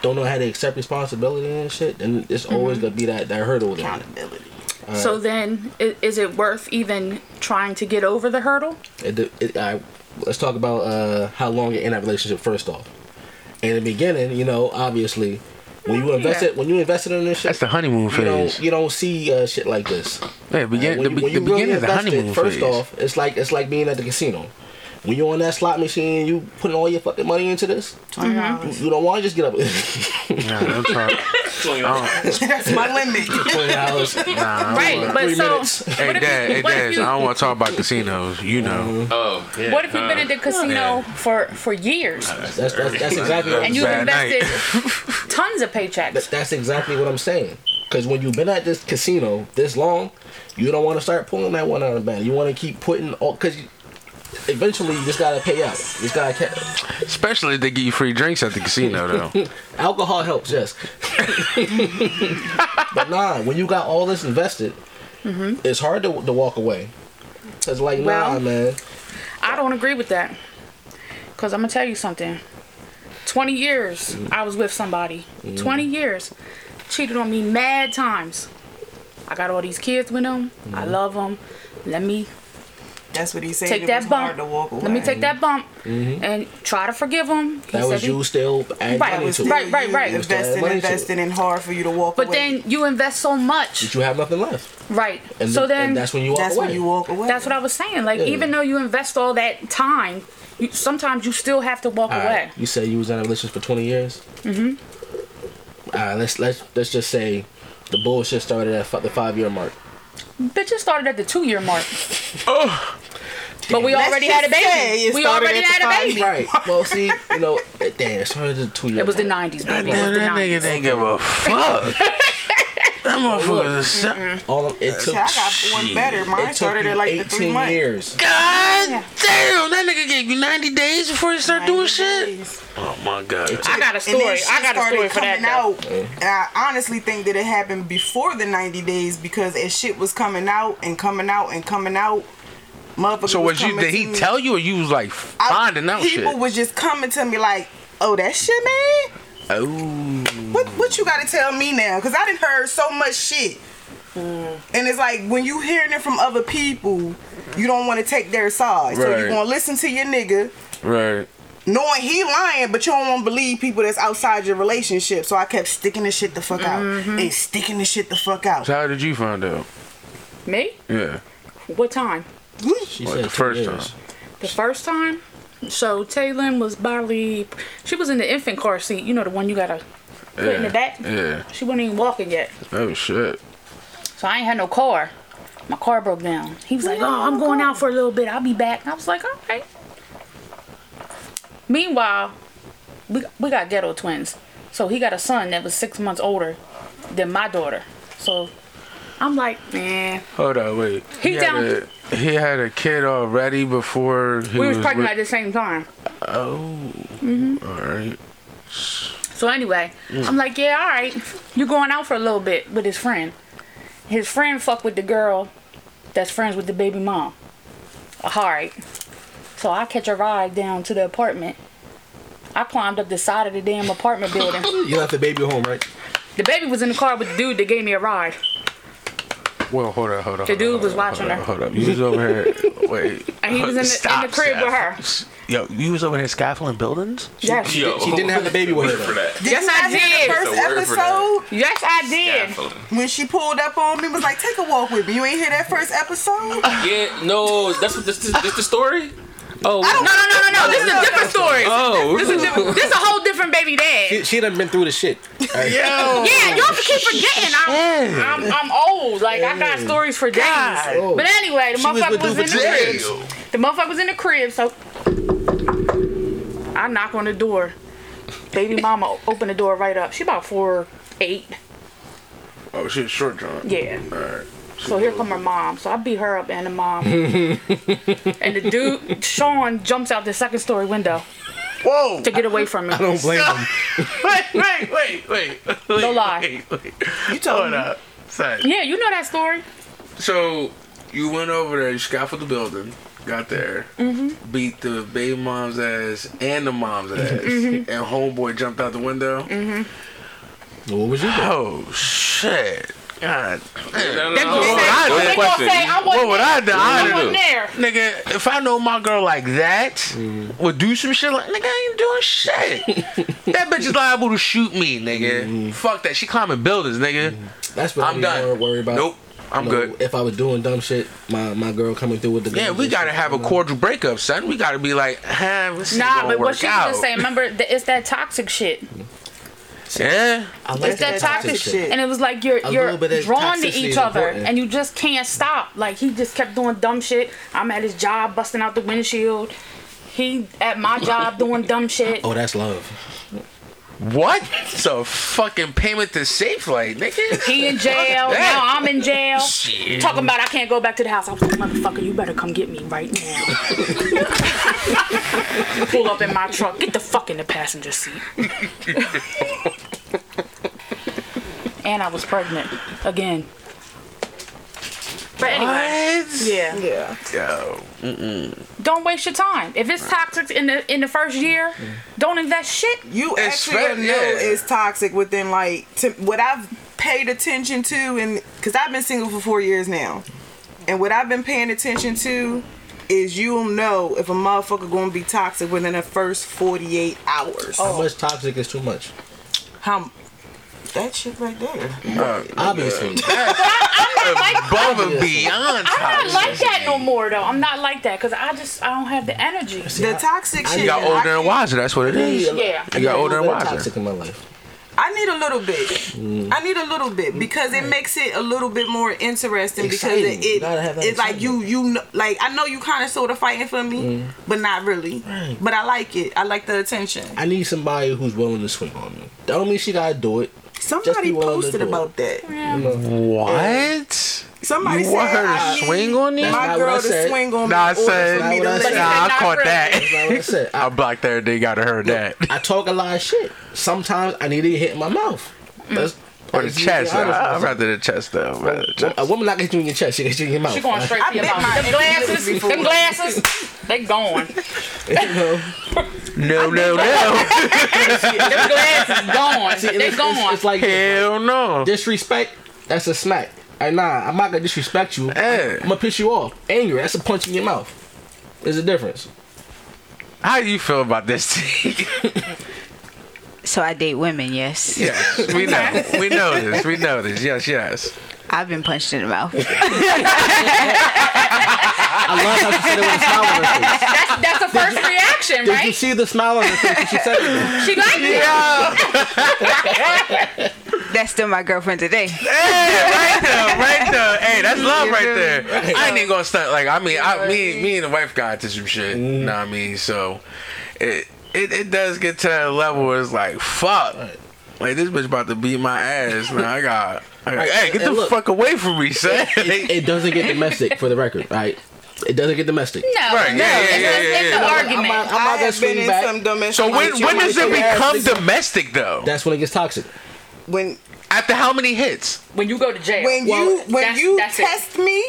Speaker 1: don't know how to accept responsibility and shit, then it's always gonna be that that hurdle there.
Speaker 5: Accountability.
Speaker 6: so then, i- is it worth even trying to get over the hurdle?
Speaker 1: It, it, I, let's talk about uh, how long you're in that relationship first off. In the beginning, you know, obviously, when you invested when you invested in this shit,
Speaker 2: That's the honeymoon
Speaker 1: you
Speaker 2: phase.
Speaker 1: don't you don't see uh, shit like this.
Speaker 2: Yeah, begin, the,
Speaker 1: When you- when
Speaker 2: the
Speaker 1: you really
Speaker 2: beginning of the
Speaker 1: invested,
Speaker 2: honeymoon
Speaker 1: First
Speaker 2: phase.
Speaker 1: off, it's like it's like being at the casino. When you're on that slot machine, you putting all your fucking money into this.
Speaker 5: Twenty
Speaker 1: You,
Speaker 6: Mm-hmm.
Speaker 5: dollars.
Speaker 1: you don't want to just get up
Speaker 2: Nah, Oh, I'm trying.
Speaker 5: That's my limit.
Speaker 1: twenty dollars.
Speaker 2: Nah, I don't
Speaker 6: Right,
Speaker 2: wanna-
Speaker 6: but
Speaker 1: Three
Speaker 6: so
Speaker 1: minutes.
Speaker 2: Hey,
Speaker 6: what if
Speaker 2: Dad,
Speaker 6: you-
Speaker 2: hey,
Speaker 6: what if
Speaker 2: Dad,
Speaker 6: you-
Speaker 2: I don't want to talk about casinos. You know.
Speaker 3: Oh, yeah.
Speaker 6: What if you've
Speaker 3: huh.
Speaker 6: been at the casino for for years
Speaker 1: That's that's, that's exactly what I'm
Speaker 6: and you've
Speaker 2: bad
Speaker 6: invested
Speaker 2: night.
Speaker 6: tons of paychecks?
Speaker 1: That, that's exactly what I'm saying. Because when you've been at this casino this long, you don't want to start pulling that one out of the bag. You want to keep putting all because eventually you just gotta pay out. You just gotta ca-
Speaker 2: Especially if they give you free drinks at the casino, though.
Speaker 1: alcohol helps, yes. but nah, when you got all this invested, it's hard to, to walk away. It's like nah,
Speaker 6: Mm-hmm. Well-
Speaker 1: man.
Speaker 6: I don't agree with that. Cause I'm gonna tell you something. 20 years I was with somebody.
Speaker 1: Mm.
Speaker 6: 20 years cheated on me mad times. I got all these kids with them.
Speaker 1: Mm-hmm.
Speaker 6: I love them. Let me
Speaker 5: That's what he said.
Speaker 6: take
Speaker 5: it
Speaker 6: that
Speaker 5: was
Speaker 6: bump.
Speaker 5: hard to walk away.
Speaker 6: Let me take that bump and try to forgive them.
Speaker 1: Mm-hmm. That was you still adding
Speaker 6: Right,
Speaker 1: money
Speaker 5: was
Speaker 1: to
Speaker 5: still
Speaker 1: it.
Speaker 6: Right, right,
Speaker 5: you
Speaker 6: right.
Speaker 1: Understand
Speaker 5: Investing,
Speaker 1: what it is.
Speaker 5: investing, and hard for you to walk
Speaker 6: But
Speaker 5: away.
Speaker 6: then you invest so much,
Speaker 1: But you have nothing left,
Speaker 6: right?
Speaker 1: and
Speaker 6: so
Speaker 1: th-
Speaker 6: then
Speaker 1: and that's when you walk
Speaker 5: that's
Speaker 1: away.
Speaker 5: when you walk away.
Speaker 6: That's what I was saying. Like,
Speaker 1: Yeah.
Speaker 6: even though you invest all that time, you, sometimes you still have to walk
Speaker 1: All
Speaker 6: away.
Speaker 1: right, You said you was in a relationship for twenty years. Mm-hmm.
Speaker 5: Mm-hmm.
Speaker 1: All right, let's let's let's just say the bullshit started at fi- the five year mark.
Speaker 6: Bitch, it started at the two year mark. But we already had a
Speaker 5: just say
Speaker 6: baby.
Speaker 5: it
Speaker 6: We
Speaker 5: started
Speaker 6: already
Speaker 5: at the
Speaker 6: had a
Speaker 5: five
Speaker 6: baby.
Speaker 1: Right. Well, see, you know, eh, damn, it started at the two year.
Speaker 6: It was the 90s, baby. It
Speaker 2: Damn,
Speaker 6: was the
Speaker 2: that
Speaker 6: 90s.
Speaker 2: nigga didn't give a fuck. That motherfucker is a
Speaker 1: All of, it took.
Speaker 5: I got one better. Mine
Speaker 1: It took
Speaker 5: started
Speaker 1: you
Speaker 5: at like the three
Speaker 1: 18
Speaker 5: months.
Speaker 1: years.
Speaker 2: God damn, that nigga gave you 90 days before you start doing shit?
Speaker 5: Days.
Speaker 2: Oh my god.
Speaker 6: I got a
Speaker 5: And then
Speaker 6: story.
Speaker 5: shit
Speaker 6: I got a
Speaker 5: started
Speaker 6: story for that.
Speaker 5: coming
Speaker 6: Though.
Speaker 5: out. And I honestly think that it happened before the 90 days because as shit was coming out and coming out and coming out, motherfucker.
Speaker 2: So was you?
Speaker 5: coming
Speaker 2: Did
Speaker 5: to
Speaker 2: he
Speaker 5: me.
Speaker 2: tell you, or you was like
Speaker 5: I-
Speaker 2: finding out shit?
Speaker 5: People was just coming to me like, "Oh, that shit, man.
Speaker 2: oh,
Speaker 5: What
Speaker 3: Mm.
Speaker 5: what you got to tell me now? Because I didn't heard so much shit." And it's like when you hearing it from other people, you don't want to take their side. So you
Speaker 2: Right.
Speaker 5: gonna listen to your nigga,
Speaker 2: right.
Speaker 5: knowing he lying, but you don't want to believe people that's outside your relationship. So I kept sticking the shit the fuck out and sticking the shit the fuck out.
Speaker 2: So how did you find out?
Speaker 6: Me?
Speaker 2: Yeah.
Speaker 6: What time?
Speaker 1: She
Speaker 2: Like
Speaker 1: said two
Speaker 2: the first
Speaker 1: years.
Speaker 2: time.
Speaker 6: The first time? So Taylin was barely. She was in the infant car seat. You know, the one you gotta put in
Speaker 2: Yeah.
Speaker 6: the back?
Speaker 2: Yeah.
Speaker 6: She wasn't even walking yet.
Speaker 2: Oh shit.
Speaker 6: So I ain't had no car. My car broke down. He was like, "Oh, I'm going out for a little bit. I'll be back." And I was like, "All right." Meanwhile, we we got ghetto twins. So he got a son that was six months older than my daughter. So I'm like, "Nah."
Speaker 2: Hold on, wait.
Speaker 6: He
Speaker 2: had
Speaker 6: down-
Speaker 2: A, he had a kid already before he
Speaker 6: We
Speaker 2: was
Speaker 6: was Mm-hmm. pregnant
Speaker 2: with-
Speaker 6: at the same time.
Speaker 2: Oh. All right.
Speaker 6: So anyway, I'm like, yeah, all right. You're going out for a little bit with his friend. His friend fuck with the girl that's friends with the baby mom. All right. So I catch a ride down to the apartment. I climbed up the side of the damn apartment building.
Speaker 1: You left the baby home, right?
Speaker 6: the baby was in the car with the dude that gave me a ride.
Speaker 2: Well, hold up, hold up.
Speaker 6: The dude was watching her.
Speaker 2: Hold up, you was over here. Wait,
Speaker 6: And he was in the- in the crib with her.
Speaker 2: with her. Yo, you was over here scaffolding buildings.
Speaker 6: Yes.
Speaker 3: Yo.
Speaker 1: She didn't have the baby with her.
Speaker 3: for
Speaker 1: though.
Speaker 3: that.
Speaker 5: Did
Speaker 6: Yes,
Speaker 5: you
Speaker 6: I
Speaker 5: not
Speaker 6: did.
Speaker 5: hear the
Speaker 3: It's a word
Speaker 5: first
Speaker 3: for that.
Speaker 5: episode
Speaker 6: Yes, I did.
Speaker 3: Scaffolding.
Speaker 5: when she pulled up on me was like, "Take a walk with me." You ain't hear that first episode?
Speaker 3: Yeah, no, that's what this this, this the story. Oh,
Speaker 6: No, no, no, no, no. This is a different story.
Speaker 3: oh,
Speaker 6: This is a, different- this is a whole different baby dad.
Speaker 1: She, she done been through the shit.
Speaker 2: Yo,
Speaker 6: Yeah, y'all keep forgetting. I'm, I'm, I'm old. Like, I got stories for days.
Speaker 1: Oh.
Speaker 6: But anyway, the
Speaker 1: She was
Speaker 6: motherfucker
Speaker 1: with
Speaker 6: was,
Speaker 1: Duper
Speaker 6: in the crib. The motherfucker was in the crib, so I knock on the door. Baby mama o- opened the door right up. She about four eight.
Speaker 2: Oh, shit, short John.
Speaker 6: Yeah.
Speaker 2: All right.
Speaker 6: So here come her mom. So I beat her up and the mom. and the dude Sean jumps out the second story window
Speaker 2: Whoa.
Speaker 6: to get away from me.
Speaker 1: Don't blame him.
Speaker 2: wait, wait, wait, wait. No
Speaker 6: lie.
Speaker 2: Wait, wait. You told up. Sorry.
Speaker 6: Yeah, you know that story.
Speaker 2: So you went over there, you scaffolded the building, got there,
Speaker 6: Mm-hmm.
Speaker 2: beat the baby mom's ass and the mom's ass,
Speaker 6: Mm-hmm.
Speaker 2: and homeboy jumped out the window.
Speaker 1: What was you doing?
Speaker 2: Oh shit! God, damn.
Speaker 3: no, no,
Speaker 6: They
Speaker 2: what would
Speaker 6: say-
Speaker 2: I
Speaker 3: no
Speaker 6: they
Speaker 2: do?
Speaker 6: gonna
Speaker 3: question.
Speaker 6: say, I
Speaker 2: What
Speaker 6: wasn't
Speaker 2: would I do?
Speaker 6: there. I
Speaker 2: I
Speaker 6: wasn't
Speaker 2: do.
Speaker 6: there.
Speaker 2: Nigga, if I know my girl like that,
Speaker 1: Mm-hmm.
Speaker 2: would do some shit like nigga, I ain't doing shit. that bitch is liable to shoot me, nigga.
Speaker 1: Mm-hmm.
Speaker 2: Fuck that. She climbing buildings, nigga.
Speaker 1: That's what
Speaker 2: I'm
Speaker 1: I'm
Speaker 2: done.
Speaker 1: done. Worry about.
Speaker 2: Nope, I'm
Speaker 1: You know,
Speaker 2: good.
Speaker 1: If I was doing dumb shit, my, my girl coming through with the
Speaker 2: Yeah,
Speaker 1: guns
Speaker 2: we
Speaker 1: and
Speaker 2: gotta
Speaker 1: shit,
Speaker 2: have a
Speaker 1: you know?
Speaker 2: cordial breakup, son. We gotta be like, huh, this ain't
Speaker 6: Nah,
Speaker 2: gonna
Speaker 6: but what
Speaker 2: work
Speaker 6: she was
Speaker 2: out.
Speaker 6: just saying, remember, th- it's that toxic shit.
Speaker 2: Yeah.
Speaker 1: I like
Speaker 6: It's that toxic shit.
Speaker 5: shit.
Speaker 6: And it was like you're
Speaker 1: A
Speaker 6: you're
Speaker 1: little bit of
Speaker 6: drawn to
Speaker 1: toxicity
Speaker 6: each
Speaker 1: is
Speaker 6: other
Speaker 1: important.
Speaker 6: and you just can't stop. Like he just kept doing dumb shit. I'm at his job busting out the windshield. He at my job doing dumb shit.
Speaker 1: Oh, that's love.
Speaker 2: What? It's a fucking payment to safe light, nigga.
Speaker 6: He in jail.
Speaker 2: Fuck that.
Speaker 6: Now I'm in jail.
Speaker 2: Shit.
Speaker 6: Talking about I can't go back to the house. I was like, motherfucker, you better come get me right now. Pull up in my truck. Get the fuck in the passenger seat. and I was pregnant again. But anyway,
Speaker 2: What?
Speaker 6: yeah.
Speaker 5: yeah.
Speaker 2: Yo.
Speaker 6: Don't waste your time. If it's toxic in the in the first year, don't invest shit.
Speaker 5: You
Speaker 2: It's
Speaker 5: actually
Speaker 2: fair-
Speaker 5: don't know
Speaker 2: yeah.
Speaker 5: it's toxic within like to, what I've paid attention to, and because I've been single for four years now, and what I've been paying attention to is you'll know if a motherfucker gonna be toxic within the first forty eight hours.
Speaker 2: Oh.
Speaker 1: How much toxic is too much?
Speaker 5: How that shit right there.
Speaker 1: Obviously.
Speaker 2: Above and beyond
Speaker 6: I'm not
Speaker 2: toxic.
Speaker 6: like that no more though. I'm not like that because I just I don't have the energy.
Speaker 5: The toxic shit.
Speaker 2: You got
Speaker 5: I
Speaker 2: older and
Speaker 5: can-
Speaker 2: wiser, that's what it is.
Speaker 6: Yeah.
Speaker 2: You got older and
Speaker 1: Been
Speaker 2: wiser.
Speaker 1: Toxic in my life.
Speaker 5: I need a little bit.
Speaker 1: Mm.
Speaker 5: I need a little bit because it makes it a little bit more interesting
Speaker 1: Exciting. You gotta
Speaker 5: because
Speaker 1: have
Speaker 5: it,
Speaker 1: that
Speaker 5: it's like you
Speaker 1: excitement. Mm.
Speaker 5: you kn- like I know you kind of sort of fighting for me, but not really. But I like it. I like the attention.
Speaker 1: I need somebody who's willing to swing on me. That don't mean she gotta do it.
Speaker 5: Somebody
Speaker 1: be willing to
Speaker 5: posted
Speaker 1: do it.
Speaker 5: about that.
Speaker 2: What?
Speaker 5: Somebody
Speaker 2: you
Speaker 5: said
Speaker 2: want her
Speaker 5: I
Speaker 2: to
Speaker 5: need
Speaker 2: swing on you?
Speaker 1: That's
Speaker 5: my
Speaker 1: not
Speaker 5: girl
Speaker 1: what I
Speaker 5: to
Speaker 1: said.
Speaker 5: swing on
Speaker 2: Nah, I
Speaker 5: me. in order
Speaker 2: said,
Speaker 5: for me
Speaker 6: But
Speaker 5: to
Speaker 6: I
Speaker 5: let
Speaker 6: said
Speaker 5: it.
Speaker 2: nah, I
Speaker 6: not
Speaker 2: caught
Speaker 6: really.
Speaker 1: That's
Speaker 2: that.
Speaker 1: not what I said.
Speaker 2: I
Speaker 1: I,
Speaker 2: blocked that. They got her heard that.
Speaker 1: I talk a lot of shit. Sometimes I need to hit in my mouth.
Speaker 6: Mm.
Speaker 1: That's,
Speaker 2: Or the
Speaker 1: that's me
Speaker 2: chest. Ah,
Speaker 1: being honest
Speaker 2: I- I'd
Speaker 1: with
Speaker 2: rather the chest though. I'd rather the
Speaker 1: myself.
Speaker 2: chest.
Speaker 1: A woman not gets you in your chest. She gets you in your mouth.
Speaker 6: She going straight
Speaker 5: I
Speaker 6: to your
Speaker 5: bent my
Speaker 6: mouth. Them
Speaker 5: ankles
Speaker 6: glasses,
Speaker 5: before.
Speaker 6: them glasses, they gone. Them
Speaker 1: you know?
Speaker 2: No, no, no.
Speaker 6: glasses gone.
Speaker 1: And
Speaker 6: They
Speaker 1: it's, it's,
Speaker 6: gone.
Speaker 1: it's like
Speaker 2: Hell no.
Speaker 1: disrespect. That's a smack. And nah, I'm not gonna disrespect you.
Speaker 2: Hey.
Speaker 1: I'm gonna piss you off. Angry. That's a punch in your mouth. There's a difference.
Speaker 2: How do you feel about this?
Speaker 7: So I date women, yes.
Speaker 2: yes, we know. We know this. We know this. Yes, yes.
Speaker 7: I've been punched in the mouth.
Speaker 1: I love how she said it with a smile on her face.
Speaker 6: That's, that's the first
Speaker 1: Did
Speaker 6: reaction,
Speaker 1: you
Speaker 6: right?
Speaker 1: see the smile on her face when she said it?
Speaker 6: She like me.
Speaker 7: That's still my girlfriend today.
Speaker 2: Hey, right there, right there. Hey, that's love right there. I ain't even gonna stunt. Like, I mean, I, me, me and the wife got into some shit. You know what I mean? So, it, it, it does get to a level where it's like, fuck. Like, this bitch about to beat my ass. Now I got, I got hey, get
Speaker 1: And
Speaker 2: the
Speaker 1: look-
Speaker 2: fuck away from me, son.
Speaker 1: It doesn't get domestic for the record, right? It doesn't get domestic.
Speaker 6: No,
Speaker 2: Right, yeah,
Speaker 6: no,
Speaker 2: yeah,
Speaker 6: it's,
Speaker 2: yeah,
Speaker 6: it's,
Speaker 2: yeah,
Speaker 6: it's
Speaker 2: yeah.
Speaker 6: an
Speaker 1: I'm
Speaker 6: argument.
Speaker 1: not, I'm
Speaker 5: I
Speaker 1: not gonna
Speaker 5: have been
Speaker 1: swing
Speaker 5: in
Speaker 1: back.
Speaker 5: some domestic.
Speaker 2: So when when does it become domestic though?
Speaker 1: That's when it gets toxic.
Speaker 5: when
Speaker 2: After how many hits?
Speaker 6: when you go to jail,
Speaker 5: when
Speaker 6: well,
Speaker 5: you when
Speaker 6: that's-
Speaker 5: you
Speaker 6: that's it.
Speaker 5: test me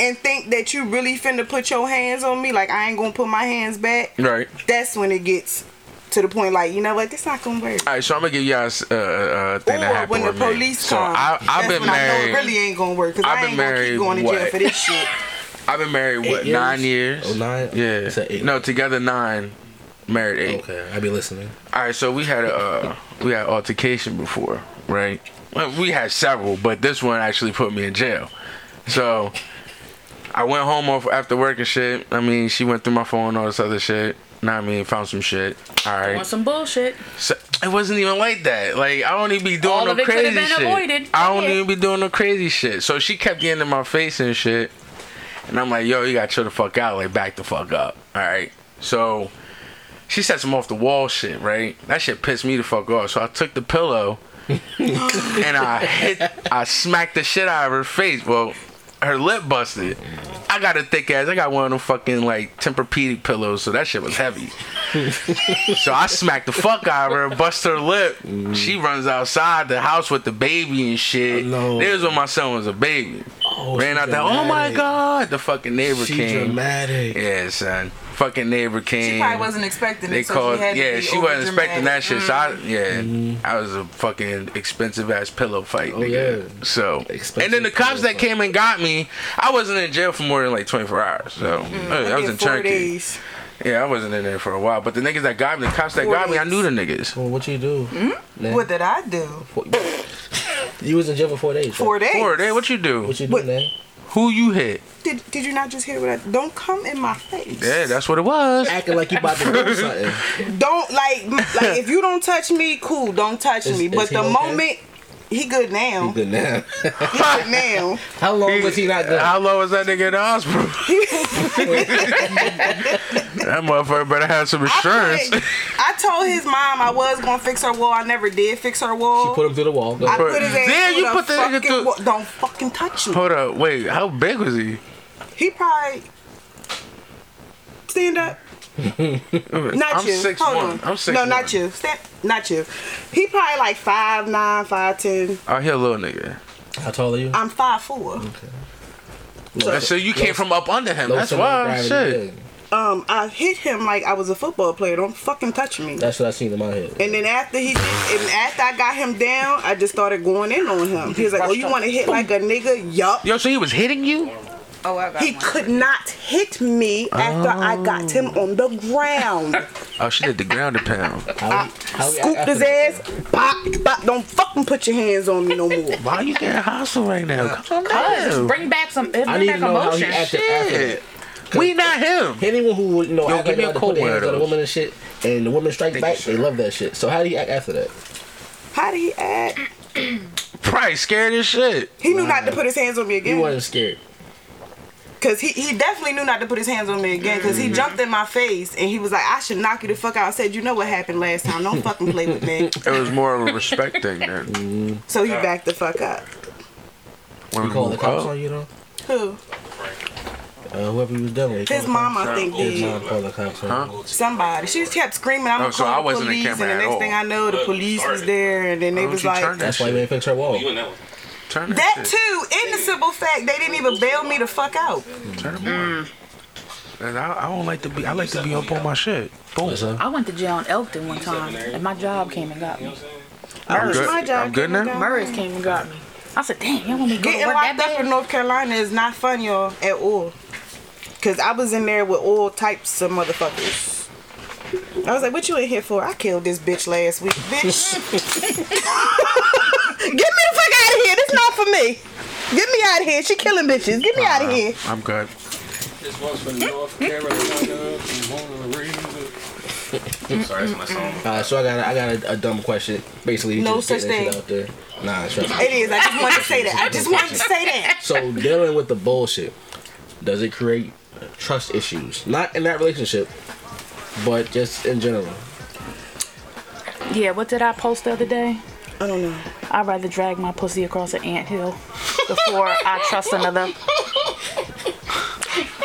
Speaker 5: and think that you really finna put your hands on me, like I ain't gonna put my hands back.
Speaker 2: Right.
Speaker 5: That's when it gets to the point, like you know what, this not gonna work.
Speaker 2: All right, so I'm gonna give y'all a uh, uh, thing that
Speaker 5: Or
Speaker 2: happened
Speaker 5: when the
Speaker 2: with me.
Speaker 5: police
Speaker 2: So
Speaker 5: come,
Speaker 2: I, I've
Speaker 5: that's
Speaker 2: been
Speaker 5: when I know
Speaker 2: married.
Speaker 5: it really ain't gonna work because
Speaker 2: I've
Speaker 5: I
Speaker 2: been
Speaker 5: ain't gonna
Speaker 2: married,
Speaker 5: keep going to jail
Speaker 2: what?
Speaker 5: for this shit.
Speaker 2: I've been married what
Speaker 1: Eight years?
Speaker 2: nine years?
Speaker 1: Oh, nine?
Speaker 2: Yeah.
Speaker 1: You said eight.
Speaker 2: No, together nine. Married eight.
Speaker 1: Okay, I be listening.
Speaker 2: All right, so we had a uh, we had altercation before, right? Well, we had several, but this one actually put me in jail. So I went home off after work and shit. I mean, she went through my phone and all this other shit. Know what I mean, found some shit. All
Speaker 6: on
Speaker 2: right,
Speaker 6: some bullshit.
Speaker 2: so it wasn't even like that. Like I don't even be doing
Speaker 6: All
Speaker 2: no
Speaker 6: of it coulda
Speaker 2: crazy
Speaker 6: been
Speaker 2: shit.
Speaker 6: avoided.
Speaker 2: I don't
Speaker 6: Yeah.
Speaker 2: even be doing no crazy shit. So she kept getting in my face and shit, and I'm like, yo, you gotta chill the fuck out, like back the fuck up. All right, so she said some off the wall shit, right? That shit pissed me the fuck off. So I took the pillow and I hit, I smacked the shit out of her face. Well, her lip busted. I got a thick ass. I got one of them fucking like Tempur-Pedic pillows, so that shit was heavy. so I smacked the fuck out of her, bust her lip.
Speaker 1: Mm.
Speaker 2: She runs outside the house with the baby and shit.
Speaker 1: Oh, no.
Speaker 2: There's when my son was a baby.
Speaker 1: Oh,
Speaker 2: Ran
Speaker 1: she
Speaker 2: out there. Oh my
Speaker 1: dramatic.
Speaker 2: god! The fucking neighbor
Speaker 1: She
Speaker 2: came.
Speaker 1: dramatic.
Speaker 2: Yeah, son. Fucking neighbor came.
Speaker 5: She probably wasn't expecting
Speaker 2: They
Speaker 5: it. so
Speaker 2: called,
Speaker 5: she had to
Speaker 2: yeah,
Speaker 5: be
Speaker 2: she wasn't expecting
Speaker 5: overdramatic.
Speaker 2: that shit. So I, yeah, I was a fucking expensive ass pillow fight,
Speaker 1: Mm-hmm. Oh,
Speaker 2: nigga.
Speaker 1: yeah.
Speaker 2: So, and then the
Speaker 1: Expensive
Speaker 2: cops
Speaker 1: pillow
Speaker 2: that came and got me, I wasn't in jail for more than like 24 hours. So Mm-hmm. I, I was
Speaker 5: did
Speaker 2: in
Speaker 5: four
Speaker 2: Turkey.
Speaker 5: days.
Speaker 2: Yeah, I wasn't in there for a while. But the niggas that got me, the cops that
Speaker 5: Four
Speaker 2: got me, I
Speaker 5: days.
Speaker 2: knew the niggas.
Speaker 1: Well, what you do? Nan?
Speaker 5: Hmm? What did I do?
Speaker 1: You was in jail for four days.
Speaker 5: Four days.
Speaker 2: Four day, what you do?
Speaker 1: What you do,
Speaker 5: What-
Speaker 1: man?
Speaker 2: Who you hit?
Speaker 5: Did, did you not just hear what I? Don't come in my face.
Speaker 2: Yeah, that's what it was.
Speaker 1: Acting like you about to do something.
Speaker 5: don't like like if you don't touch me, cool. Don't touch
Speaker 1: Is-
Speaker 5: me.
Speaker 1: is
Speaker 5: But
Speaker 1: he
Speaker 5: the
Speaker 1: okay?
Speaker 5: moment he good now,
Speaker 1: You good now?
Speaker 5: he good now.
Speaker 1: How long was he not good?
Speaker 2: How low was that nigga in the hospital? that motherfucker better have some
Speaker 5: I,
Speaker 2: insurance.
Speaker 5: put- I told his mom I was gonna fix her wall. I never did fix her wall.
Speaker 1: She put him through the wall. Go.
Speaker 5: I
Speaker 2: Put-
Speaker 5: put his ass
Speaker 2: Damn,
Speaker 5: through
Speaker 2: you
Speaker 5: the
Speaker 2: put that nigga
Speaker 5: fucking
Speaker 2: through-
Speaker 5: wall. Don't fucking touch me.
Speaker 2: Hold up, wait, how big was he?
Speaker 5: He probably stand up. Not
Speaker 2: I'm
Speaker 5: you.
Speaker 2: Six
Speaker 5: Hold
Speaker 2: one.
Speaker 5: on.
Speaker 2: I'm six
Speaker 5: no,
Speaker 2: one.
Speaker 5: not you. Stand, not you. He probably like five nine, five ten.
Speaker 2: Out here, little nigga.
Speaker 1: How tall are you?
Speaker 5: I'm five four.
Speaker 2: So, you came from up under him.
Speaker 1: Low
Speaker 2: That's
Speaker 1: center of
Speaker 2: wild
Speaker 1: gravity, yeah.
Speaker 2: shit.
Speaker 5: Um, I hit him like I was a football player. Don't fucking touch me.
Speaker 1: That's what I seen in my head.
Speaker 5: And then after he, and after I got him down, I just started going in on him. He was like, "Oh, you want to hit like a nigga? Yup."
Speaker 2: Yo, so he was hitting you?
Speaker 7: Oh, I got
Speaker 5: He
Speaker 7: one.
Speaker 5: could not hit me after I got him on the ground.
Speaker 2: Oh, she did the ground and pound.
Speaker 1: How, how
Speaker 5: Scooped his ass. Pop, pop. Don't fucking put your hands on me no more.
Speaker 2: Why you getting hostile right now? Come
Speaker 6: Cause
Speaker 2: on,
Speaker 6: bring back some, bring
Speaker 1: I need
Speaker 6: back
Speaker 1: to know how he
Speaker 6: emotion.
Speaker 1: acted after that.
Speaker 2: Shit. We not him.
Speaker 1: Anyone who would, you know,
Speaker 2: Yo,
Speaker 1: act like
Speaker 2: give me
Speaker 1: they
Speaker 2: a
Speaker 1: about to
Speaker 2: cold
Speaker 1: put their
Speaker 2: one of
Speaker 1: hands on a
Speaker 2: those.
Speaker 1: woman and shit, and the women strike
Speaker 2: Thank you,
Speaker 1: back,
Speaker 2: sir.
Speaker 1: they love that shit. So how do you act after that?
Speaker 5: How did he act?
Speaker 2: Probably scared as shit.
Speaker 5: He knew not to put his hands on me
Speaker 1: You
Speaker 5: again.
Speaker 1: wasn't scared.
Speaker 5: Cause he, he definitely knew not to put his hands on me again. Cause he jumped in my face and he was like, "I should knock you the fuck out." I said, "You know what happened last time? Don't fucking play with me."
Speaker 2: It was more of a respect thing then.
Speaker 5: So he backed the fuck up.
Speaker 2: When
Speaker 1: You
Speaker 2: we
Speaker 1: call the
Speaker 2: woke
Speaker 1: cops
Speaker 2: up.
Speaker 1: on you though.
Speaker 5: Who?
Speaker 1: Uh, whoever you was done with. you
Speaker 5: His
Speaker 1: call the cops?
Speaker 5: mom, I think,
Speaker 1: His
Speaker 5: did.
Speaker 1: mom called the cops on
Speaker 2: Huh?
Speaker 1: you.
Speaker 5: somebody. She kept screaming, "I'm
Speaker 2: Oh,
Speaker 5: gonna
Speaker 2: so I
Speaker 5: call the
Speaker 2: wasn't in
Speaker 5: police!" And the
Speaker 2: camera at
Speaker 5: next
Speaker 2: all.
Speaker 5: thing I know, the police was there, and then they
Speaker 2: Why
Speaker 5: was
Speaker 2: don't you
Speaker 5: like,
Speaker 2: turn that
Speaker 5: "That
Speaker 1: That's why you
Speaker 2: shit?
Speaker 1: ain't fix her wall.
Speaker 3: You in that one?
Speaker 2: Turn that, shit.
Speaker 5: too, in the simple fact, they didn't even bail me the fuck out."
Speaker 2: Turn him on.
Speaker 5: Mm.
Speaker 2: And I, I don't like to be. I like to be up on my shit. Boom.
Speaker 1: What's up?
Speaker 6: I went to jail in Elkton one time, and my job came and got me.
Speaker 2: I'm
Speaker 5: It's my
Speaker 2: good.
Speaker 5: job,
Speaker 2: I'm good
Speaker 5: Kevin,
Speaker 2: now.
Speaker 5: God.
Speaker 6: Murray's came and got me. I said, damn, y'all want me to go to
Speaker 5: Getting
Speaker 6: work that
Speaker 5: locked up
Speaker 6: bad?
Speaker 5: in North Carolina is not fun, y'all, at all. Cause I was in there with all types of motherfuckers. I was like, "What you in here for?" I killed this bitch last week, bitch. Get me the fuck out of here. This not for me. Get me out of here. She killing bitches. Get me out
Speaker 6: Uh-huh.
Speaker 5: of here.
Speaker 2: I'm good.
Speaker 8: This one's from North Carolina, from Honolulu.
Speaker 3: Sorry, that's my song.
Speaker 1: Uh, so I got a, I got a, a dumb question. Basically,
Speaker 5: No
Speaker 1: just getting that
Speaker 5: such thing.
Speaker 1: shit out there. Nah, trust me.
Speaker 5: It is. I just wanted to say that. I just wanted to say that.
Speaker 1: So dealing with the bullshit, does it create trust issues? Not in that relationship, but just in general.
Speaker 6: Yeah, what did I post the other day?
Speaker 5: I don't know.
Speaker 6: I'd rather drag my pussy across an anthill before I trust another.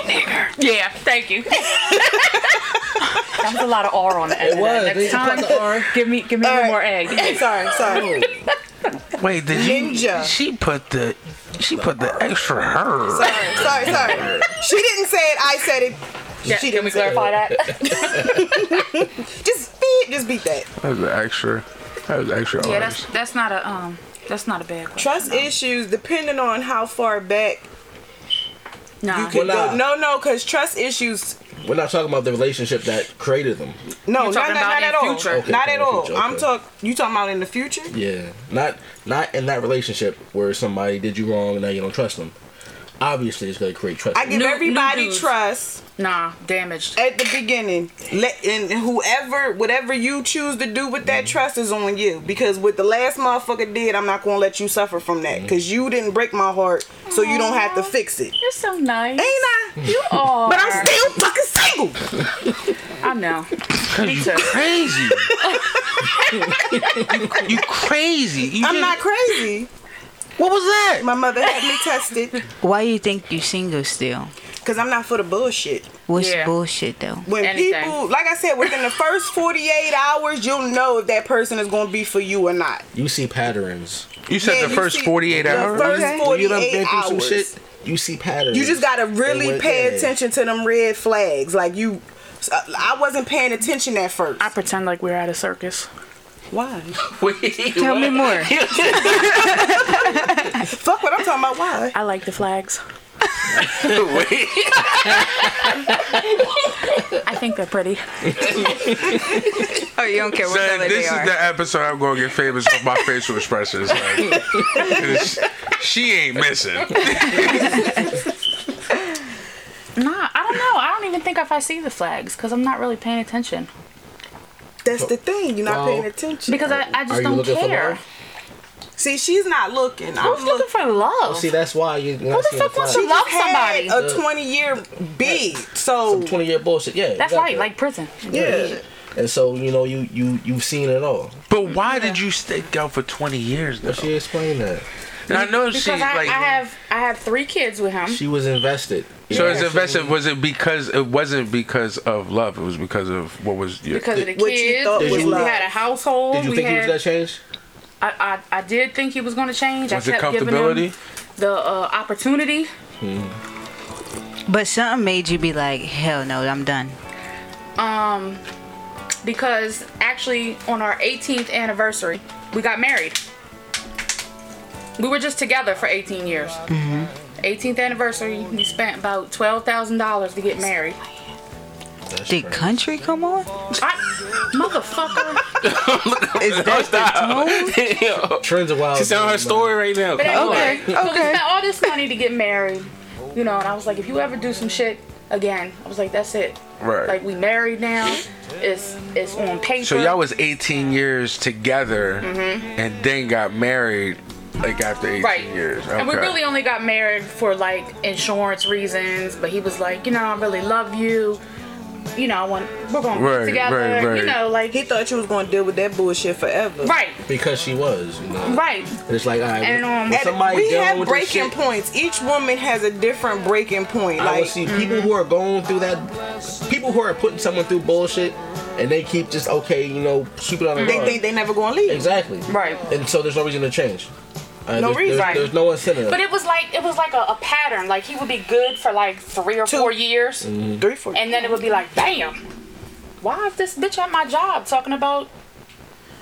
Speaker 6: nigger. Yeah, thank you. that was a lot of R on the
Speaker 1: It
Speaker 6: end. of that.
Speaker 1: was. They
Speaker 6: Next
Speaker 1: caught
Speaker 6: time,
Speaker 1: the R.
Speaker 6: give me give me one
Speaker 5: right.
Speaker 6: more egg.
Speaker 5: Sorry, sorry.
Speaker 2: Wait, did you?
Speaker 5: Ninja.
Speaker 2: She put the she put the extra her.
Speaker 5: sorry, sorry, sorry. She didn't say it. I said it.
Speaker 6: Yeah,
Speaker 5: she
Speaker 6: can
Speaker 5: didn't
Speaker 6: we
Speaker 5: say
Speaker 6: clarify that?
Speaker 5: it. Just beat, just beat that.
Speaker 2: That was the extra. That was extra.
Speaker 6: yeah,
Speaker 2: R's.
Speaker 6: that's that's not a um that's not a bad question.
Speaker 5: Trust issues, depending on how far back
Speaker 6: Nah.
Speaker 5: you can
Speaker 1: Well,
Speaker 5: go.
Speaker 1: nah.
Speaker 5: No, no, because trust issues.
Speaker 1: We're not talking about the relationship that created them.
Speaker 5: No,
Speaker 6: You're
Speaker 5: not,
Speaker 6: talking
Speaker 5: not,
Speaker 6: about
Speaker 5: not
Speaker 6: in
Speaker 5: at all.
Speaker 6: future.
Speaker 1: Okay,
Speaker 5: not
Speaker 1: okay,
Speaker 5: at all.
Speaker 1: future,
Speaker 5: I'm
Speaker 1: okay.
Speaker 5: talk. You talking about in the future?
Speaker 1: Yeah, not not in that relationship where somebody did you wrong and now you don't trust them. Obviously, it's gonna create trust.
Speaker 5: I give
Speaker 6: New- new
Speaker 5: everybody
Speaker 6: dudes.
Speaker 5: trust
Speaker 6: nah, damaged.
Speaker 5: at the beginning. Let and whoever, whatever you choose to do with that trust is on you. Because what the last motherfucker did, I'm not gonna let you suffer from that. Because you didn't break my heart, so you don't have to fix it. Ain't
Speaker 6: You're so nice.
Speaker 5: I?
Speaker 6: You are.
Speaker 5: But I'm still fucking single.
Speaker 6: I know. Me
Speaker 2: you
Speaker 6: too.
Speaker 2: crazy. you crazy. You
Speaker 5: I'm
Speaker 2: just-
Speaker 5: not crazy.
Speaker 2: What was that?
Speaker 5: My mother had me tested
Speaker 7: Why you think you single still?
Speaker 5: because I'm not for the bullshit.
Speaker 7: What's
Speaker 6: Yeah.
Speaker 7: bullshit though?
Speaker 5: When
Speaker 6: Anything.
Speaker 5: people, like I said, within the first 48 hours, you'll know if that person is going to be for you or not.
Speaker 1: you see patterns.
Speaker 2: You said
Speaker 5: Yeah,
Speaker 2: the
Speaker 5: you
Speaker 2: first
Speaker 5: see-
Speaker 2: 48
Speaker 5: the
Speaker 2: hours?
Speaker 5: first
Speaker 7: Okay.
Speaker 1: When you done
Speaker 5: 48
Speaker 1: been through some
Speaker 5: hours.
Speaker 1: shit. You see patterns.
Speaker 5: You just got to
Speaker 1: And
Speaker 5: really
Speaker 1: what-
Speaker 5: pay
Speaker 1: yeah.
Speaker 5: attention to them red flags. Like you, I wasn't paying attention at first.
Speaker 6: I pretend like we're at a circus.
Speaker 5: Why?
Speaker 7: Tell me more.
Speaker 5: Fuck what I'm talking about. Why?
Speaker 6: I like the flags.
Speaker 3: Wait.
Speaker 6: I think they're pretty.
Speaker 7: Oh, you don't care what
Speaker 2: Say,
Speaker 7: color
Speaker 2: this
Speaker 7: they
Speaker 2: is
Speaker 7: are.
Speaker 2: the episode I'm going to get famous for my facial expressions. Like, 'cause she ain't missing.
Speaker 6: Nah, I don't know. I don't even think if I see the flags because I'm not really paying attention.
Speaker 5: That's the thing. You're not
Speaker 1: Well,
Speaker 5: paying attention.
Speaker 6: Because I, I just
Speaker 1: Are you
Speaker 6: don't
Speaker 1: looking for
Speaker 6: care.
Speaker 1: love?
Speaker 5: See, she's not looking.
Speaker 6: I
Speaker 5: I'm
Speaker 6: was looking
Speaker 5: looking.
Speaker 6: for love.
Speaker 1: Oh, See, that's why you. Who
Speaker 6: the fuck wants to love somebody?
Speaker 5: Had a 20 year bid. So,
Speaker 1: Twenty year bullshit. Yeah,
Speaker 6: That's
Speaker 1: exactly.
Speaker 6: right, like prison.
Speaker 5: yeah.
Speaker 1: And so you know you you you've seen it all.
Speaker 2: But why did you stick out for 20 years, though?
Speaker 1: But she explained that
Speaker 2: And I know
Speaker 6: Because
Speaker 2: she,
Speaker 6: I,
Speaker 2: like...
Speaker 6: I have I have three kids with him.
Speaker 1: she was invested.
Speaker 2: so
Speaker 1: Yeah.
Speaker 2: it's invested. Was it because it wasn't because of love? It was because of what was your,
Speaker 6: because of the
Speaker 5: What you
Speaker 6: kids,
Speaker 5: thought
Speaker 1: was
Speaker 6: we
Speaker 1: love.
Speaker 6: had a household.
Speaker 1: Did you
Speaker 6: we
Speaker 1: think he was
Speaker 6: had,
Speaker 1: gonna change?
Speaker 6: I, I I did think he was going to change.
Speaker 2: was
Speaker 6: I
Speaker 2: it
Speaker 6: kept giving him
Speaker 2: comfortability?
Speaker 6: the uh, opportunity.
Speaker 7: But something made you be like, hell no, I'm done.
Speaker 6: Um, because actually on our 18th anniversary, we got married. We were just together for 18 years. 18th anniversary, we spent about twelve thousand dollars to get married.
Speaker 7: Did country come on?
Speaker 6: I, motherfucker.
Speaker 7: Is that the tone?
Speaker 3: Yo,
Speaker 1: Trends are wild.
Speaker 3: She's telling her story right now.
Speaker 6: But
Speaker 3: Come on.
Speaker 6: anyway, okay, so we spent all this money to get married, you know. And I was like, if you ever do some shit again, I was like, that's it.
Speaker 2: Right.
Speaker 6: Like we married now. It's it's on paper.
Speaker 2: So y'all was 18 years together, and then got married like after 18
Speaker 6: Mm-hmm. right
Speaker 2: years.
Speaker 6: and we
Speaker 2: Okay.
Speaker 6: really only got married for like insurance reasons but he was like you know i really love you you know I want we're gonna
Speaker 2: Right,
Speaker 6: be together
Speaker 2: right, right.
Speaker 6: you know like
Speaker 5: He thought you was going to deal with that bullshit forever.
Speaker 6: right
Speaker 1: because she was. You know?
Speaker 6: right
Speaker 1: And it's like all right.
Speaker 6: And, um,
Speaker 1: when
Speaker 5: And
Speaker 1: somebody
Speaker 5: we
Speaker 1: dealing
Speaker 5: have
Speaker 1: with this
Speaker 5: breaking
Speaker 1: shit,
Speaker 5: points. Each woman has a different breaking point.
Speaker 1: I
Speaker 5: Like
Speaker 1: would see people who are going through that, people who are putting someone through bullshit, and they keep just okay, you know, keep it on the
Speaker 5: they
Speaker 1: rug.
Speaker 5: think they never gonna leave.
Speaker 1: exactly
Speaker 6: Right.
Speaker 1: And so there's no reason to change. Uh,
Speaker 5: No
Speaker 1: there's,
Speaker 5: reason.
Speaker 1: There's, there's no incentive.
Speaker 6: but it was like it was like a, a pattern like he would be good for like three or
Speaker 5: Two.
Speaker 6: four years
Speaker 2: Mm-hmm.
Speaker 5: Three, four.
Speaker 6: and then it would be like damn why is this bitch at my job talking about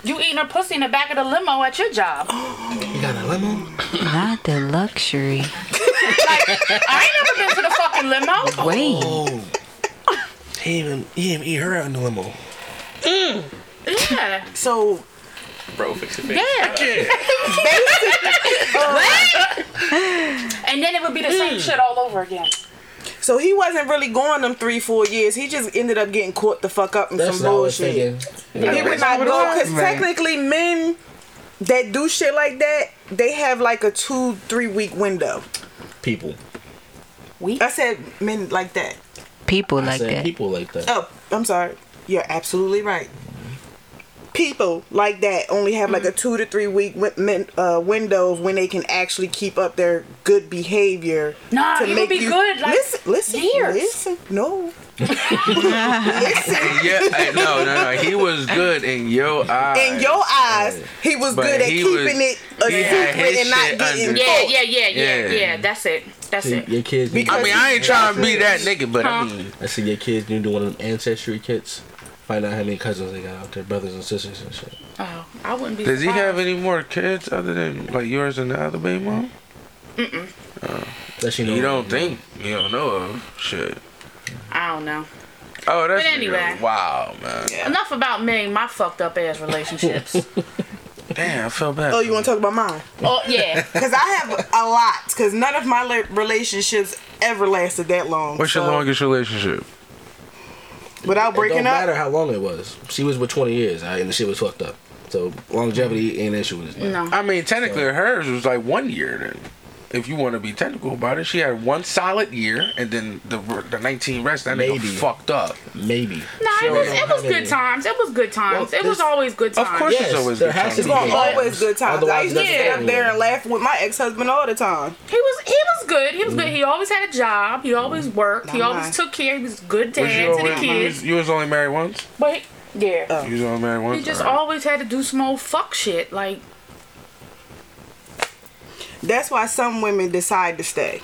Speaker 6: you eating her pussy in the back of the limo at your job
Speaker 1: you got a limo?
Speaker 7: Not the luxury.
Speaker 6: i ain't never been to the fucking limo
Speaker 7: Wait.
Speaker 1: Oh. He even he even eat her out in the limo.
Speaker 6: yeah
Speaker 5: so
Speaker 3: Bro, fix your face.
Speaker 6: yeah
Speaker 5: uh,
Speaker 6: and then it would be the same shit all over again
Speaker 5: so he wasn't really going them three, four years. He just ended up getting caught the fuck up in
Speaker 1: That's
Speaker 5: some
Speaker 1: what I was
Speaker 5: bullshit.
Speaker 1: thinking.
Speaker 5: He would not go because
Speaker 7: Right.
Speaker 5: technically men that do shit like that, they have like a two, three week window.
Speaker 1: People.
Speaker 5: I said men like that.
Speaker 7: People
Speaker 1: I
Speaker 7: like
Speaker 1: said
Speaker 7: that.
Speaker 1: people like that.
Speaker 5: Oh, I'm sorry. You're absolutely right. people like that only have like a
Speaker 6: Mm-hmm.
Speaker 5: two to three week win- min- uh, window of when they can actually keep up their good behavior.
Speaker 6: Nah, it would be good, like,
Speaker 5: listen, listen,
Speaker 6: years.
Speaker 5: listen. No,
Speaker 2: Yeah, hey, no, no, no. He was good in your eyes.
Speaker 5: in your eyes, he was
Speaker 2: But
Speaker 5: good at
Speaker 2: he
Speaker 5: keeping
Speaker 2: was-
Speaker 5: it a
Speaker 2: he had
Speaker 5: secret
Speaker 2: his
Speaker 5: and not
Speaker 2: shit
Speaker 5: getting
Speaker 2: under-
Speaker 6: Yeah,
Speaker 5: caught.
Speaker 6: yeah, yeah, yeah,
Speaker 2: Yeah.
Speaker 6: yeah, That's it. That's
Speaker 1: See,
Speaker 6: it.
Speaker 1: your kids. Need,
Speaker 2: I mean, I ain't trying to be that nigga, but I
Speaker 6: Huh?
Speaker 2: mean,
Speaker 1: I see your kids need to do one of them ancestry kits. Find out how many cousins they got out there, brothers and sisters and shit.
Speaker 6: Oh, I wouldn't be.
Speaker 2: does he have
Speaker 6: surprised.
Speaker 2: any more kids other than like yours and the other baby mom?
Speaker 6: Mm-hmm.
Speaker 1: That you know.
Speaker 2: You don't think? You don't know of shit.
Speaker 6: I don't know.
Speaker 2: Oh, that's
Speaker 6: But anyway.
Speaker 2: wow, man.
Speaker 6: Enough about me, and my fucked up ass relationships.
Speaker 2: Damn, I feel bad.
Speaker 5: Oh, you want to talk about mine?
Speaker 6: oh yeah.
Speaker 5: Because I have a lot. Because none of my la- relationships ever lasted that long.
Speaker 2: What's your
Speaker 5: so-
Speaker 2: longest relationship?
Speaker 5: Without
Speaker 1: It don't
Speaker 5: breaking up.
Speaker 1: matter how long it was. She was with 20 years, all right, and the shit was fucked up. So longevity ain't an issue with this. man.
Speaker 6: No.
Speaker 2: I mean, technically, hers was like one year. Then, if you want to be technical about it, she had one solid year, and then the the 19 rest that nigga
Speaker 1: Maybe.
Speaker 2: fucked up.
Speaker 1: Maybe.
Speaker 6: No, it
Speaker 1: Sure
Speaker 6: was
Speaker 1: don't
Speaker 6: it
Speaker 1: have
Speaker 6: was
Speaker 1: any.
Speaker 6: good times. It was good times.
Speaker 1: Well,
Speaker 6: it was
Speaker 1: this-
Speaker 6: always good
Speaker 2: Of
Speaker 6: times.
Speaker 2: course
Speaker 1: Yes,
Speaker 2: it's always
Speaker 1: there
Speaker 2: good
Speaker 1: has to
Speaker 2: times.
Speaker 1: be
Speaker 5: Well,
Speaker 1: Yeah.
Speaker 5: always good times. I
Speaker 1: Otherwise,
Speaker 5: used to
Speaker 1: that's
Speaker 5: sit
Speaker 1: the
Speaker 5: up there
Speaker 1: thing.
Speaker 5: and laugh with my ex husband all the time.
Speaker 6: He was he was good. He was good. He always had a job. He
Speaker 5: Mm.
Speaker 6: always worked. He
Speaker 5: Nah,
Speaker 6: always
Speaker 5: nah.
Speaker 6: took care. He was a good
Speaker 2: Was you,
Speaker 6: dad to the
Speaker 2: always- you was-
Speaker 6: kids.
Speaker 2: you was only married once.
Speaker 6: But he- yeah.
Speaker 5: Uh,
Speaker 2: You was only married once.
Speaker 6: He just
Speaker 2: All right.
Speaker 6: always had to do some old fuck shit. Like
Speaker 5: That's why some women decide to stay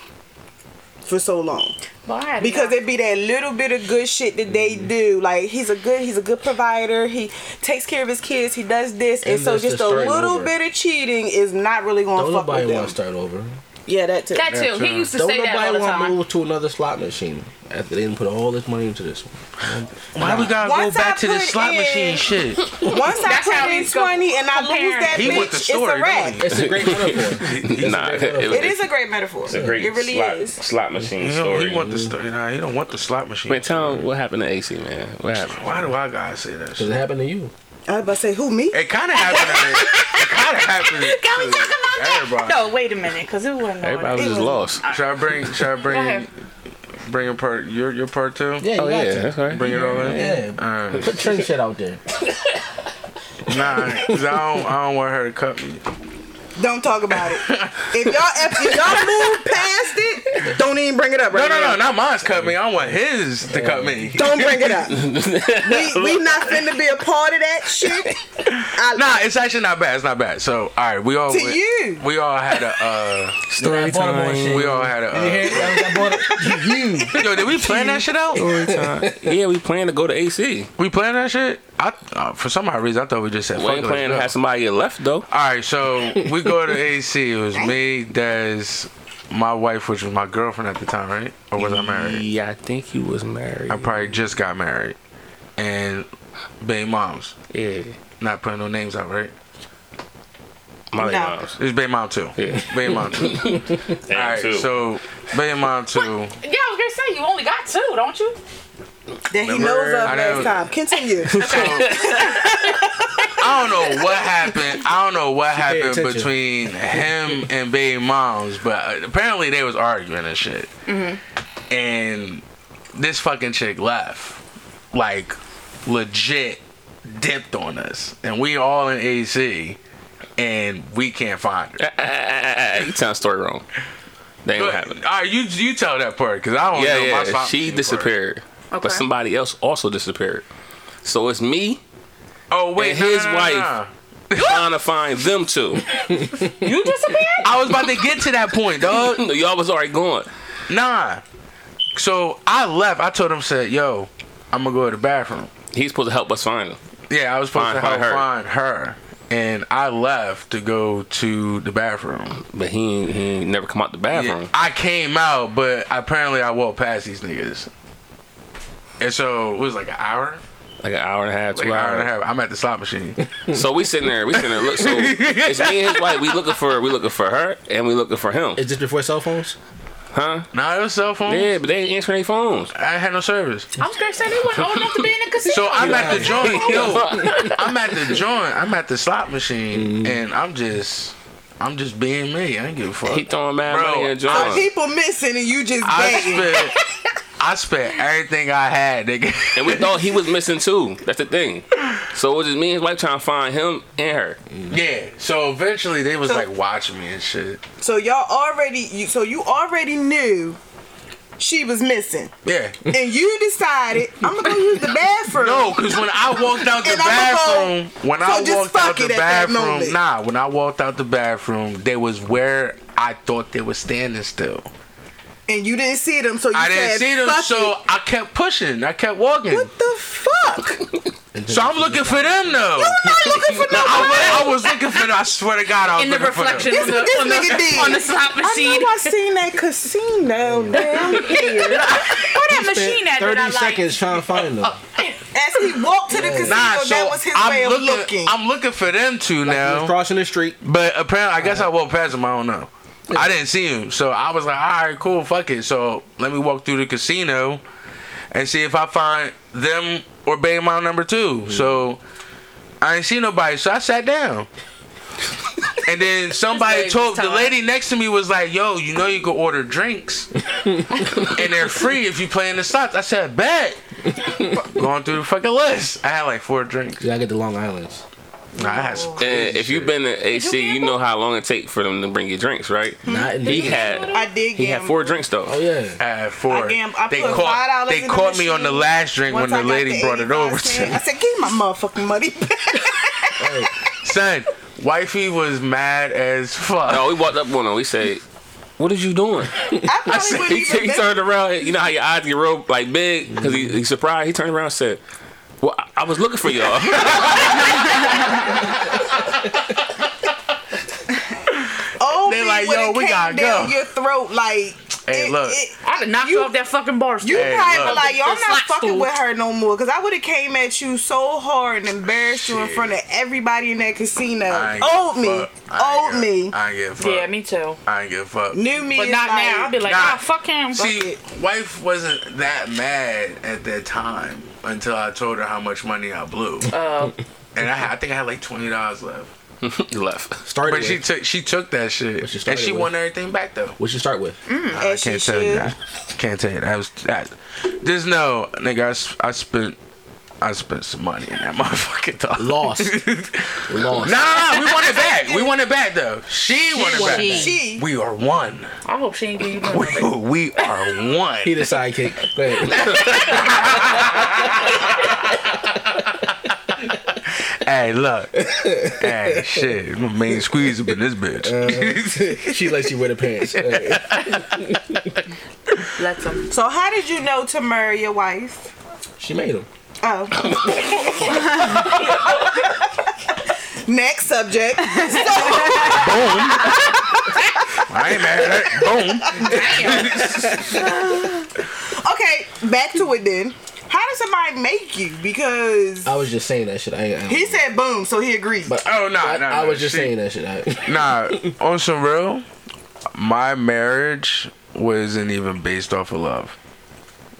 Speaker 5: for so long
Speaker 6: well, I had a
Speaker 5: because
Speaker 6: guy-
Speaker 5: it be that little bit of good shit that they
Speaker 1: Mm-hmm.
Speaker 5: do. Like he's a good, he's a good provider. He takes care of his kids. He does this, and,
Speaker 1: And
Speaker 5: so
Speaker 1: that's
Speaker 5: just
Speaker 1: just
Speaker 5: a
Speaker 1: starting
Speaker 5: little
Speaker 1: over.
Speaker 5: bit of cheating is not really going
Speaker 1: Don't
Speaker 5: to fuck
Speaker 1: nobody
Speaker 5: with
Speaker 1: want
Speaker 5: them.
Speaker 1: to start over.
Speaker 5: Yeah, that too.
Speaker 6: that
Speaker 2: That's
Speaker 6: too.
Speaker 2: right.
Speaker 6: He used to
Speaker 1: Don't
Speaker 6: say that all
Speaker 1: nobody
Speaker 6: the
Speaker 1: want to
Speaker 6: time.
Speaker 1: move to another slot machine after they didn't put all this money into this one.
Speaker 2: Why we gotta go
Speaker 5: Once I
Speaker 2: back to the
Speaker 5: put
Speaker 2: slot
Speaker 5: in-
Speaker 2: machine shit?
Speaker 5: Once I
Speaker 6: That's how
Speaker 5: put in
Speaker 6: he's go-
Speaker 5: twenty and I lose
Speaker 6: comparing.
Speaker 5: that
Speaker 2: He
Speaker 5: bitch,
Speaker 2: went to
Speaker 5: it's
Speaker 2: store,
Speaker 5: a wrap.
Speaker 2: don't he?
Speaker 1: It's a great metaphor.
Speaker 3: nah, it, it,
Speaker 5: It is a great metaphor.
Speaker 3: a great
Speaker 5: it really
Speaker 3: slot,
Speaker 5: is.
Speaker 3: slot machine
Speaker 2: He don't,
Speaker 3: story.
Speaker 2: he want the sto- nah, he don't want the slot machine.
Speaker 3: Man, tell him what happened to AC, man. What happened?
Speaker 2: Why do I gotta say that?
Speaker 1: Does it
Speaker 2: Shit?
Speaker 1: happen to you?
Speaker 5: I was about to say, who me?
Speaker 2: It kind of happened. to me. It kind of happened.
Speaker 6: Can we
Speaker 2: to
Speaker 6: talk about that?
Speaker 2: Everybody.
Speaker 6: No, wait a minute, because it wasn't.
Speaker 3: Everybody was
Speaker 6: on.
Speaker 3: just lost.
Speaker 2: Should I bring? Should I
Speaker 6: Go
Speaker 2: bring?
Speaker 6: ahead.
Speaker 2: Bring a part. Your your part too.
Speaker 1: Yeah, you
Speaker 3: Oh
Speaker 1: got
Speaker 3: yeah,
Speaker 1: to.
Speaker 3: that's right.
Speaker 2: Bring it all in.
Speaker 1: Yeah.
Speaker 2: All right.
Speaker 1: Put your shit out there.
Speaker 2: Nah, 'cause I don't. I don't want her to cut me.
Speaker 5: Don't talk about it. If y'all if y'all move past it, don't even bring it up.
Speaker 2: No,
Speaker 5: Right
Speaker 2: no,
Speaker 5: now.
Speaker 2: no. Not mine's cut me. I want his to cut me.
Speaker 5: Don't bring it up. we we not finna be a part of that shit. I,
Speaker 2: Nah, it's actually not bad. It's not bad. So, all right, we all
Speaker 5: To
Speaker 2: went-
Speaker 5: you.
Speaker 2: We all had a. Uh,
Speaker 1: Story time.
Speaker 2: we all had
Speaker 1: You hear
Speaker 2: a.
Speaker 1: it? I bought it. You.
Speaker 2: Uh, yo, did we plan that shit out?
Speaker 3: Yeah, we planned to go to AC.
Speaker 2: We planned that shit. I uh, for some odd reason I thought we just said.
Speaker 3: We
Speaker 2: fuck it,
Speaker 3: ain't
Speaker 2: let's
Speaker 3: planning to
Speaker 2: go.
Speaker 3: have somebody get left though.
Speaker 2: All right, so we go to AC. It was me, Des, my wife, which was my girlfriend at the time, right? Or was I married?
Speaker 3: Yeah, I think you was married.
Speaker 2: I probably just got married, and baby moms.
Speaker 3: yeah,
Speaker 2: Not putting no names out, right?
Speaker 3: my
Speaker 5: No.
Speaker 3: house.
Speaker 2: It's baby mom two.
Speaker 3: Yeah.
Speaker 2: Baby mom two. All right, so baby mom two.
Speaker 6: Yeah, I was gonna say you only got two, don't you?
Speaker 5: that he
Speaker 2: Remember,
Speaker 5: knows of
Speaker 2: I know-
Speaker 5: last time. Continue.
Speaker 2: I don't know what happened. I don't know what happened
Speaker 1: attention.
Speaker 2: between him and baby moms, but apparently they was arguing and shit. And this fucking chick left, like legit dipped on us, and we all in AC, and we can't find her.
Speaker 3: You telling the story wrong. That ain't
Speaker 2: Go
Speaker 3: what
Speaker 2: ahead. All
Speaker 3: happened.
Speaker 2: right, you you tell that part because I don't
Speaker 3: Yeah,
Speaker 2: know. my
Speaker 3: yeah.
Speaker 2: spot
Speaker 3: She
Speaker 2: part.
Speaker 3: disappeared,
Speaker 6: Okay.
Speaker 3: but somebody else also disappeared. So it's me
Speaker 2: Oh wait,
Speaker 3: And
Speaker 2: no,
Speaker 3: his
Speaker 2: no, no, no,
Speaker 3: wife.
Speaker 2: no.
Speaker 3: trying to find them two.
Speaker 6: You disappeared.
Speaker 2: I was about to get to that point, dog.
Speaker 3: Y'all was already gone.
Speaker 2: Nah. So I left. I told him, said, "Yo, I'm gonna go to the bathroom."
Speaker 3: He's supposed to help us find them.
Speaker 2: Yeah, I was supposed to
Speaker 3: Find-
Speaker 2: help
Speaker 3: find her.
Speaker 2: find her, and I left to go to the bathroom.
Speaker 3: But he ain't, he ain't never come out the
Speaker 2: Yeah,
Speaker 3: bathroom.
Speaker 2: I came out, but apparently I walked past these niggas, and so it was like an hour,
Speaker 3: Like an hour and a half, two
Speaker 2: like an
Speaker 3: hours.
Speaker 2: hour and a half. I'm at the slot machine.
Speaker 3: So we sitting there, we sitting there. Look, so it's me and his wife. We looking for, we looking for her, and we looking for him,
Speaker 1: Is this before cell phones?
Speaker 3: huh?
Speaker 2: nah, it was cell phone.
Speaker 3: Yeah, but they ain't answering their phones.
Speaker 2: I had no service.
Speaker 6: I was gonna say they wasn't old enough to be in the casino.
Speaker 2: So I'm at the joint. Yo, I'm at the joint. I'm at the slot machine, and I'm just, I'm just being me. I ain't give a fuck.
Speaker 3: He throwing mad
Speaker 2: Bro,
Speaker 3: money in
Speaker 2: I-
Speaker 3: John.
Speaker 5: People missing and you just
Speaker 2: I
Speaker 5: begging.
Speaker 2: spent I spent everything I had, nigga.
Speaker 3: And we thought he was missing too. That's the thing. So it was just me and his wife trying to find him and her.
Speaker 2: yeah. So eventually they was like watching me and shit.
Speaker 5: So y'all already, you, so you already knew she was missing,
Speaker 2: Yeah.
Speaker 5: and you decided I'm gonna go use the bathroom.
Speaker 2: No, because when I walked out the
Speaker 5: And I'ma
Speaker 2: bathroom, when
Speaker 5: so
Speaker 2: I
Speaker 5: just
Speaker 2: walked out
Speaker 5: fuck
Speaker 2: the
Speaker 5: it at that
Speaker 2: bathroom,
Speaker 5: moment.
Speaker 2: nah, when I walked out the bathroom, they was where I thought they was standing still.
Speaker 5: and you didn't see them, so you
Speaker 2: I didn't
Speaker 5: said,
Speaker 2: see them,
Speaker 5: "Fuck
Speaker 2: so
Speaker 5: it."
Speaker 2: I kept pushing. I kept walking.
Speaker 5: What the fuck?
Speaker 2: So I'm looking for them though.
Speaker 5: I'm looking for no.
Speaker 2: I was, I was looking for them. I swear to God, I was
Speaker 6: in the
Speaker 2: looking
Speaker 6: reflection
Speaker 2: for
Speaker 6: on
Speaker 5: This-
Speaker 6: the,
Speaker 5: this
Speaker 6: on, the,
Speaker 5: nigga did.
Speaker 6: on the slot
Speaker 5: I
Speaker 6: machine.
Speaker 5: know I seen that casino down here.
Speaker 6: Where that machine at that I
Speaker 1: Thirty
Speaker 6: like?
Speaker 1: seconds trying to find them.
Speaker 5: As he walked to the casino,
Speaker 2: them. Nah,
Speaker 5: that
Speaker 2: so
Speaker 5: was his way
Speaker 2: I'm
Speaker 5: of
Speaker 2: looking,
Speaker 5: looking.
Speaker 2: I'm looking for them two
Speaker 1: He was
Speaker 2: now.
Speaker 1: crossing the street.
Speaker 2: But apparently, I guess I walked past him. I don't know. I didn't see him, so I was like, "All right, cool, fuck it." So let me walk through the casino and see if I find them or Baymile number 2 So I ain't see nobody, so I sat down. And then somebody
Speaker 6: This
Speaker 2: told
Speaker 6: lady's
Speaker 2: the
Speaker 6: tired.
Speaker 2: lady next to me was like, "Yo, you know you can order drinks, and they're free if you play in the slots." I said, "Bet." Going through the fucking list, I had like four drinks.
Speaker 1: Yeah, I get the Long Island's.
Speaker 2: Nah, I had some.
Speaker 3: And if you've been to AC, you know how long it take for them to bring you drinks, right?
Speaker 1: Not in
Speaker 3: He
Speaker 1: Vegas.
Speaker 3: had
Speaker 5: I did
Speaker 3: he had
Speaker 5: gamble.
Speaker 3: four drinks though.
Speaker 1: Mm-hmm. Oh yeah.
Speaker 2: I had four.
Speaker 5: I gam- I
Speaker 2: they
Speaker 5: put
Speaker 2: caught,
Speaker 5: $5
Speaker 2: they
Speaker 5: in the
Speaker 2: caught me on
Speaker 5: machine.
Speaker 2: the last drink
Speaker 5: Once
Speaker 2: when
Speaker 5: I
Speaker 2: the
Speaker 5: got
Speaker 2: lady
Speaker 5: the
Speaker 2: brought it
Speaker 5: 85
Speaker 2: over
Speaker 5: cent,
Speaker 2: to
Speaker 5: I
Speaker 2: me.
Speaker 5: said, "Give me my motherfucking money back."
Speaker 2: Son, wifey was mad as fuck.
Speaker 3: No, we walked up on him. We said, "What is you doing?"
Speaker 5: I probably wouldn't
Speaker 3: he,
Speaker 5: even.
Speaker 3: he turned around. You know how your eyes get real like big because he, he surprised. He turned around and said, "Well, I, I was looking for y'all."
Speaker 5: Oh,
Speaker 2: They like,
Speaker 5: when
Speaker 2: "Yo,
Speaker 5: it
Speaker 2: we
Speaker 5: came
Speaker 2: gotta
Speaker 5: down
Speaker 2: go."
Speaker 5: Your throat, like,
Speaker 2: Hey,
Speaker 5: it-
Speaker 2: look.
Speaker 5: it-
Speaker 6: I'd have knocked you, off that fucking bar.
Speaker 5: you
Speaker 2: Hey,
Speaker 5: probably
Speaker 2: look.
Speaker 5: be like, yo,
Speaker 6: The
Speaker 5: I'm not
Speaker 6: slack
Speaker 5: fucking
Speaker 6: stool.
Speaker 5: with her no more, because I would have came at you so hard and embarrassed you in
Speaker 2: Shit.
Speaker 5: front of everybody in that casino.
Speaker 2: I ain't
Speaker 5: Old
Speaker 2: give a
Speaker 5: me,
Speaker 2: fuck. I
Speaker 5: old
Speaker 2: ain't give-
Speaker 5: me,
Speaker 2: I ain't give a fuck.
Speaker 6: yeah, me too.
Speaker 2: I ain't give a fuck.
Speaker 5: new me.
Speaker 6: But
Speaker 5: is
Speaker 6: not
Speaker 5: like,
Speaker 6: now. I'd be like,
Speaker 2: Nah.
Speaker 6: ah, fuck him.
Speaker 2: See, wife wasn't that mad at that time until I told her how much money I blew.
Speaker 6: Oh.
Speaker 2: and I, had- I think I had like twenty dollars left.
Speaker 3: he left.
Speaker 1: Started.
Speaker 2: But she
Speaker 1: With,
Speaker 2: took she took that shit,
Speaker 1: she
Speaker 2: and
Speaker 1: started
Speaker 2: she
Speaker 1: with.
Speaker 2: won everything back though.
Speaker 1: what you start with?
Speaker 2: I
Speaker 5: as she
Speaker 2: can't tell you
Speaker 5: should.
Speaker 2: that. Can't tell you that. I was that. There's no nigga. I, s- I spent. I spent some money in that motherfucking dog.
Speaker 1: Lost.
Speaker 2: Nah,
Speaker 1: Lost.
Speaker 2: nah, nah, we won it back. We won it back though. She, won it back.
Speaker 7: She.
Speaker 5: She,
Speaker 2: We are one.
Speaker 6: I hope she ain't give you no
Speaker 2: We, we are one.
Speaker 1: He the sidekick. Go ahead.
Speaker 2: hey, look. hey, shit. My main squeeze up in this bitch.
Speaker 1: she lets you wear the pants. Hey.
Speaker 6: Let him.
Speaker 5: so how did you know Tamara, your wife?
Speaker 1: She made him.
Speaker 5: Oh. Next subject.
Speaker 2: Boom.
Speaker 5: So,
Speaker 2: I ain't mad at that. Boom.
Speaker 5: okay, back to it then. How does somebody make you? Because
Speaker 1: I was just saying that shit. I, ain't- I don't-
Speaker 5: he said boom, so he agreed.
Speaker 1: But-
Speaker 2: Oh, nah,
Speaker 1: I,
Speaker 2: nah,
Speaker 1: I
Speaker 2: nah,
Speaker 1: was just
Speaker 2: she-
Speaker 1: saying that shit. I,
Speaker 2: Nah, on some real, my marriage wasn't even based off of love.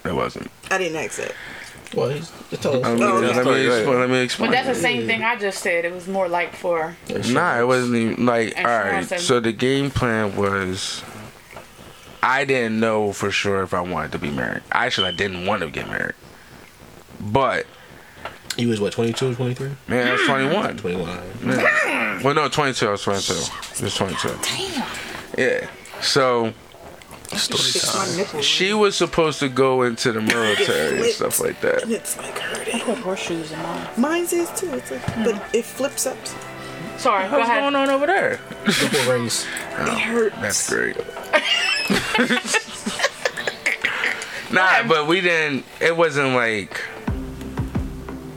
Speaker 2: It wasn't.
Speaker 5: I didn't ask that.
Speaker 1: well, he's just telling
Speaker 2: Let
Speaker 1: us.
Speaker 2: me,
Speaker 5: Oh,
Speaker 2: let me explain. Let me explain.
Speaker 6: But that's the same thing I just said. It was more like for
Speaker 2: Nah, it wasn't even like all
Speaker 6: And she
Speaker 2: right.
Speaker 6: wants him.
Speaker 2: So the game plan was, I didn't know for sure if I wanted to be married. Actually, I didn't want to get married. But
Speaker 1: You was what, 22, 23?
Speaker 2: man, I was 21.
Speaker 1: 21.
Speaker 2: Yeah. Mm. Well, no, 22. I was 22. It was 22. Damn. Yeah. So
Speaker 5: It's my nipple.
Speaker 2: she was supposed to go into the military and stuff like that.
Speaker 5: It's like hurting.
Speaker 6: put horseshoes in mine.
Speaker 5: Mine's is too. It's like, but it flips up.
Speaker 6: Sorry, go
Speaker 2: What's
Speaker 6: ahead.
Speaker 2: going on over there?
Speaker 1: Couple rings.
Speaker 5: It hurts.
Speaker 2: That's great. nah, but we didn't. It wasn't like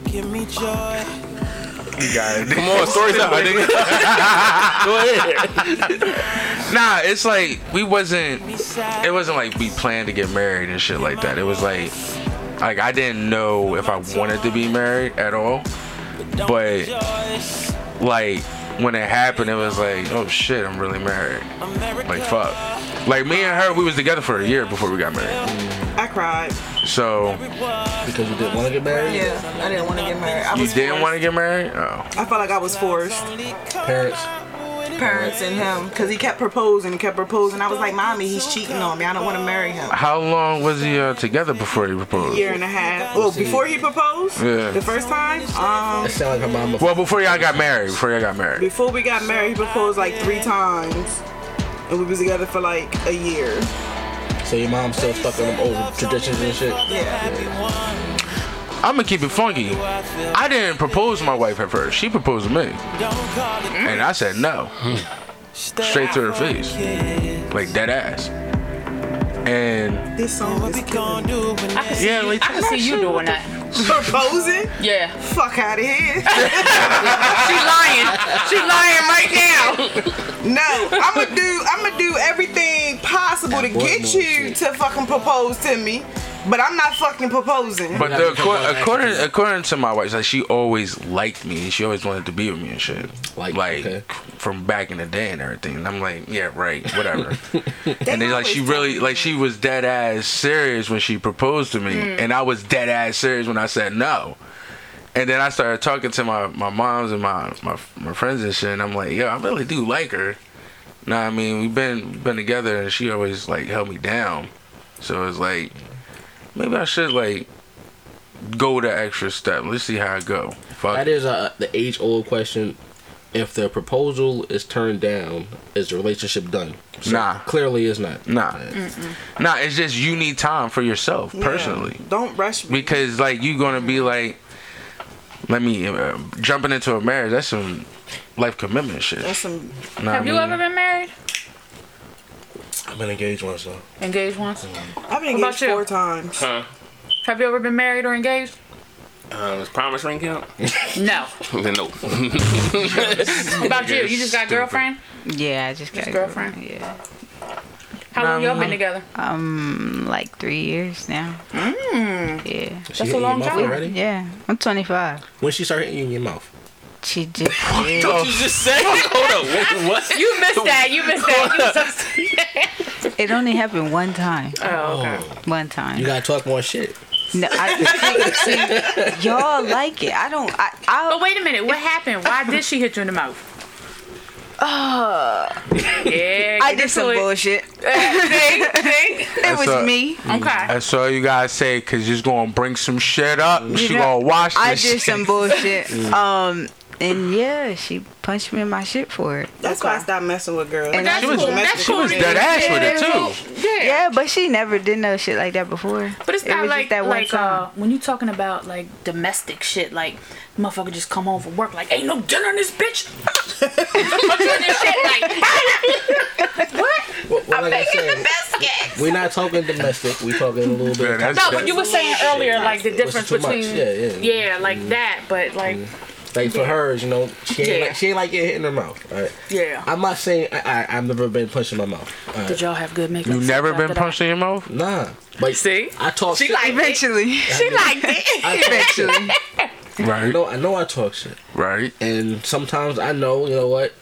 Speaker 5: Give me joy.
Speaker 2: you got it.
Speaker 3: Come on, story time, nigga.
Speaker 2: Nah, it's like we wasn't. It wasn't like we planned to get married and shit like that. It was like, like I didn't know if I wanted to be married at all. But like when it happened, it was like, oh shit, I'm really married. Like fuck. Like me and her, we was together for a year before we got married.
Speaker 5: I cried.
Speaker 2: So
Speaker 1: Because you didn't want to get married?
Speaker 5: Yeah, I didn't want to get married. I
Speaker 2: you
Speaker 5: was
Speaker 2: didn't
Speaker 5: forced.
Speaker 2: want to get married? Oh,
Speaker 5: I felt like I was forced.
Speaker 1: Parents?
Speaker 5: parents and him because he kept proposing and kept proposing. I was like, Mommy, he's cheating on me. I don't want to marry him.
Speaker 2: How long was he uh, together before he proposed?
Speaker 5: Year and a half. Well, before he proposed,
Speaker 2: Yeah.
Speaker 5: the first time, um,
Speaker 1: That sound like her mama.
Speaker 2: Well, before y'all got married. Before y'all got married.
Speaker 5: before we got married, he proposed like three times, and we was together for like a year.
Speaker 1: So your mom's still stuck on them old traditions and shit.
Speaker 2: I'm gonna keep it funky. I didn't propose to my wife at first. She proposed to me, and I said no, straight to her face, like dead ass. And
Speaker 5: This song is killing me.
Speaker 6: I can see,
Speaker 2: Yeah,
Speaker 6: you,
Speaker 2: like,
Speaker 6: I can see you doing that.
Speaker 5: proposing.
Speaker 6: Yeah.
Speaker 5: Fuck out of here.
Speaker 6: She lying. She lying right now.
Speaker 5: No, I'm gonna do. I'm gonna do everything possible to
Speaker 1: boy
Speaker 5: get
Speaker 1: knows
Speaker 5: you
Speaker 1: shit.
Speaker 5: to fucking propose to me, but I'm not fucking proposing.
Speaker 2: but
Speaker 1: not
Speaker 2: the,
Speaker 1: gonna come
Speaker 2: according,
Speaker 1: back.
Speaker 2: according according to my wife, like she always liked me and she always wanted to be with me and shit,
Speaker 1: Like,
Speaker 2: like
Speaker 1: okay.
Speaker 2: from back in the day and everything. And I'm like, yeah, right, whatever. and
Speaker 5: They
Speaker 2: then like she
Speaker 5: always
Speaker 2: really like she was dead ass serious when she proposed to me and i was dead ass serious when i said no and then i started talking to my, my moms and my, my my friends and shit and i'm like yo i really do like her nah i mean we've been been together and she always like held me down so it's like maybe i should like go the extra step let's see how i go fuck
Speaker 1: That is uh, the age old question. If the proposal is turned down, is the relationship done? So
Speaker 2: Nah.
Speaker 1: Clearly, it's not.
Speaker 2: Nah. nah it's just you need time for yourself
Speaker 5: Yeah.
Speaker 2: personally
Speaker 5: don't rush me.
Speaker 2: because like you gonna be like let me uh, jumping into a marriage that's some life commitment shit
Speaker 5: That's some.
Speaker 2: Nah, I
Speaker 6: Have you
Speaker 2: mean,
Speaker 6: ever been married?
Speaker 1: I've been engaged once though.
Speaker 6: Engaged once?
Speaker 5: I've been
Speaker 6: What
Speaker 5: engaged
Speaker 6: about you?
Speaker 5: four times.
Speaker 3: Huh?
Speaker 6: Have you ever been married or engaged?
Speaker 3: Um, does promise ring count?
Speaker 6: No.
Speaker 3: then no.
Speaker 6: What about you? You just got a girlfriend?
Speaker 7: Yeah, I just got a
Speaker 6: girlfriend?
Speaker 7: girl- Yeah.
Speaker 6: How long y'all been together?
Speaker 7: Um, like three years now.
Speaker 6: Mm.
Speaker 7: Yeah.
Speaker 1: She
Speaker 6: That's
Speaker 1: hit
Speaker 6: a
Speaker 1: you
Speaker 6: long
Speaker 1: in your mouth
Speaker 6: time.
Speaker 1: already?
Speaker 7: Yeah. I'm 25.
Speaker 1: When she started hitting you in your mouth?
Speaker 7: She just did.
Speaker 3: you just said? Hold on. What?
Speaker 6: You missed that. You missed that. You was upset.
Speaker 7: It only happened one time.
Speaker 6: Oh, okay.
Speaker 7: One
Speaker 1: You
Speaker 7: time.
Speaker 1: gotta talk more shit.
Speaker 7: No, I, see, y'all like it. I don't. I. I
Speaker 6: But wait a minute. What happened? Why did she hit you in the mouth? Oh. Yeah.
Speaker 7: I
Speaker 6: get
Speaker 7: did some
Speaker 6: into it.
Speaker 7: bullshit.
Speaker 6: Think, think.
Speaker 7: It was
Speaker 2: a-
Speaker 7: me.
Speaker 6: Okay.
Speaker 2: that's all you gotta say because you're gonna bring some shit up and she
Speaker 7: know,
Speaker 2: gonna wash this
Speaker 7: I did
Speaker 2: shit.
Speaker 7: some bullshit. Um, and yeah, she punched me in my shit for it.
Speaker 5: That's why I stopped messing with girls.
Speaker 7: And
Speaker 6: That's
Speaker 7: She was-
Speaker 6: cool. That's
Speaker 2: she
Speaker 6: cool.
Speaker 2: was dead ass with it too
Speaker 6: Yeah.
Speaker 7: Yeah, but she never did no shit like that before.
Speaker 6: But it's
Speaker 7: It
Speaker 6: not
Speaker 7: was just
Speaker 6: like
Speaker 7: that one
Speaker 6: like
Speaker 7: time.
Speaker 6: uh, when you talking about like domestic shit, like motherfucker just come home from work, like ain't no dinner in this bitch. Fuck you in this shit, like, what?
Speaker 1: Well, well, like I said, we're not talking domestic. We're talking a little
Speaker 2: Yeah,
Speaker 1: bit.
Speaker 2: that's-
Speaker 6: No, but you were saying earlier like the difference
Speaker 1: too much.
Speaker 6: between
Speaker 1: Yeah, yeah. Mm-hmm.
Speaker 6: like that, but like
Speaker 1: like for hers, you know, she ain't
Speaker 6: Yeah.
Speaker 1: like she ain't like getting hit in her mouth. All right.
Speaker 6: yeah.
Speaker 1: I'm not saying I, I I've never been punched in my mouth. All right.
Speaker 6: Did y'all have good makeup?
Speaker 2: you never
Speaker 6: sex after
Speaker 2: been
Speaker 6: that?
Speaker 2: punched in your mouth
Speaker 1: Nah. But
Speaker 6: See?
Speaker 1: I talk.
Speaker 6: She
Speaker 1: shit.
Speaker 6: like it.
Speaker 7: eventually,
Speaker 6: She liked it.
Speaker 1: I talk shit.
Speaker 7: eventually,
Speaker 1: I
Speaker 2: right
Speaker 1: know. I know. I talk shit.
Speaker 2: right
Speaker 1: and sometimes I know, you know what,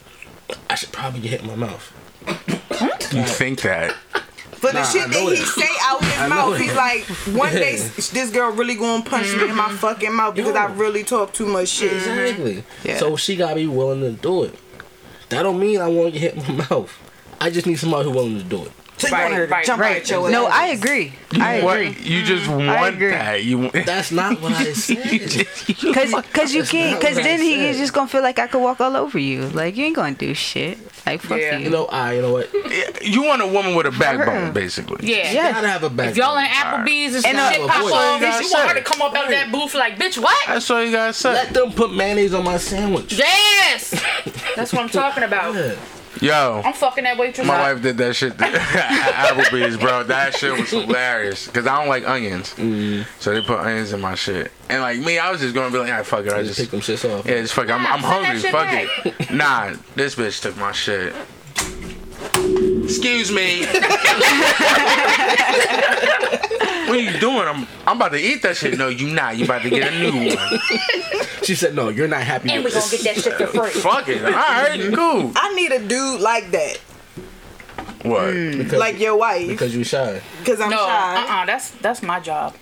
Speaker 1: I should probably get hit in my mouth.
Speaker 2: you think that
Speaker 5: But the
Speaker 1: Nah, I
Speaker 5: shit that
Speaker 1: know
Speaker 5: he
Speaker 1: that.
Speaker 5: say out his
Speaker 1: know
Speaker 5: mouth,
Speaker 1: that.
Speaker 5: he's like, one day s- this girl really gonna punch me in my
Speaker 9: Mm.
Speaker 5: fucking mouth because
Speaker 1: Yo.
Speaker 5: I really talk too much shit.
Speaker 6: Mm-hmm.
Speaker 1: Exactly.
Speaker 7: Yeah.
Speaker 1: So she gotta be willing to do it. That don't mean I want to get hit in my mouth. I just need somebody who's willing to do it.
Speaker 5: So you
Speaker 6: Right,
Speaker 5: want her to
Speaker 6: right,
Speaker 5: jump
Speaker 7: right?
Speaker 5: out your
Speaker 7: No,
Speaker 5: ass.
Speaker 7: I agree. I agree.
Speaker 2: what you just want
Speaker 7: agree.
Speaker 2: that you
Speaker 1: That's not what I said.
Speaker 7: Cause, cause you
Speaker 1: That's
Speaker 7: can't,
Speaker 1: not
Speaker 7: cause
Speaker 1: what I
Speaker 7: then he
Speaker 1: said.
Speaker 7: is just gonna feel like I could walk all over you. Like you ain't gonna do shit. Like fuck
Speaker 6: Yeah.
Speaker 1: you
Speaker 7: you.
Speaker 1: know, I. You know what? You
Speaker 2: you want a woman with a backbone basically
Speaker 6: Yeah.
Speaker 7: Yeah.
Speaker 1: gotta have a back.
Speaker 6: If y'all in Applebee's and some
Speaker 1: And, uh,
Speaker 6: shit pop
Speaker 1: boy,
Speaker 6: off,
Speaker 2: you
Speaker 6: you want her to
Speaker 2: said.
Speaker 6: come up out of that booth like, bitch, what?
Speaker 2: that's all you gotta say
Speaker 1: Let them put mayonnaise on my sandwich.
Speaker 6: Yes. That's what I'm talking about.
Speaker 1: Yeah.
Speaker 2: yo
Speaker 6: I'm fucking that waitress.
Speaker 2: My
Speaker 6: up.
Speaker 2: wife did that shit at Applebee's, bro. That shit was hilarious. Cause I don't like onions, so they put onions in my shit. And like me, I was just gonna be like, "Ah, fuck it, I
Speaker 1: Just pick
Speaker 2: just
Speaker 1: them shits off.
Speaker 2: yeah, just fuck. It. I'm,
Speaker 6: Nah,
Speaker 2: I'm hungry.
Speaker 6: send
Speaker 2: Fuck
Speaker 6: that
Speaker 2: it. Nah, this bitch took my shit. Excuse me. what are you doing? I'm I'm about to eat that shit. No, you not. You about to get a new one.
Speaker 1: She said, "No, you're not happy."
Speaker 6: And
Speaker 1: with
Speaker 6: we're gonna
Speaker 1: this.
Speaker 6: get that shit for free.
Speaker 2: Fuck it. All right, cool.
Speaker 5: I need a dude like that,
Speaker 2: What?
Speaker 1: because,
Speaker 5: like your wife,
Speaker 1: because you shy.
Speaker 5: because I'm
Speaker 6: No,
Speaker 5: shy.
Speaker 2: Uh-uh,
Speaker 6: uh, uh that's that's my job.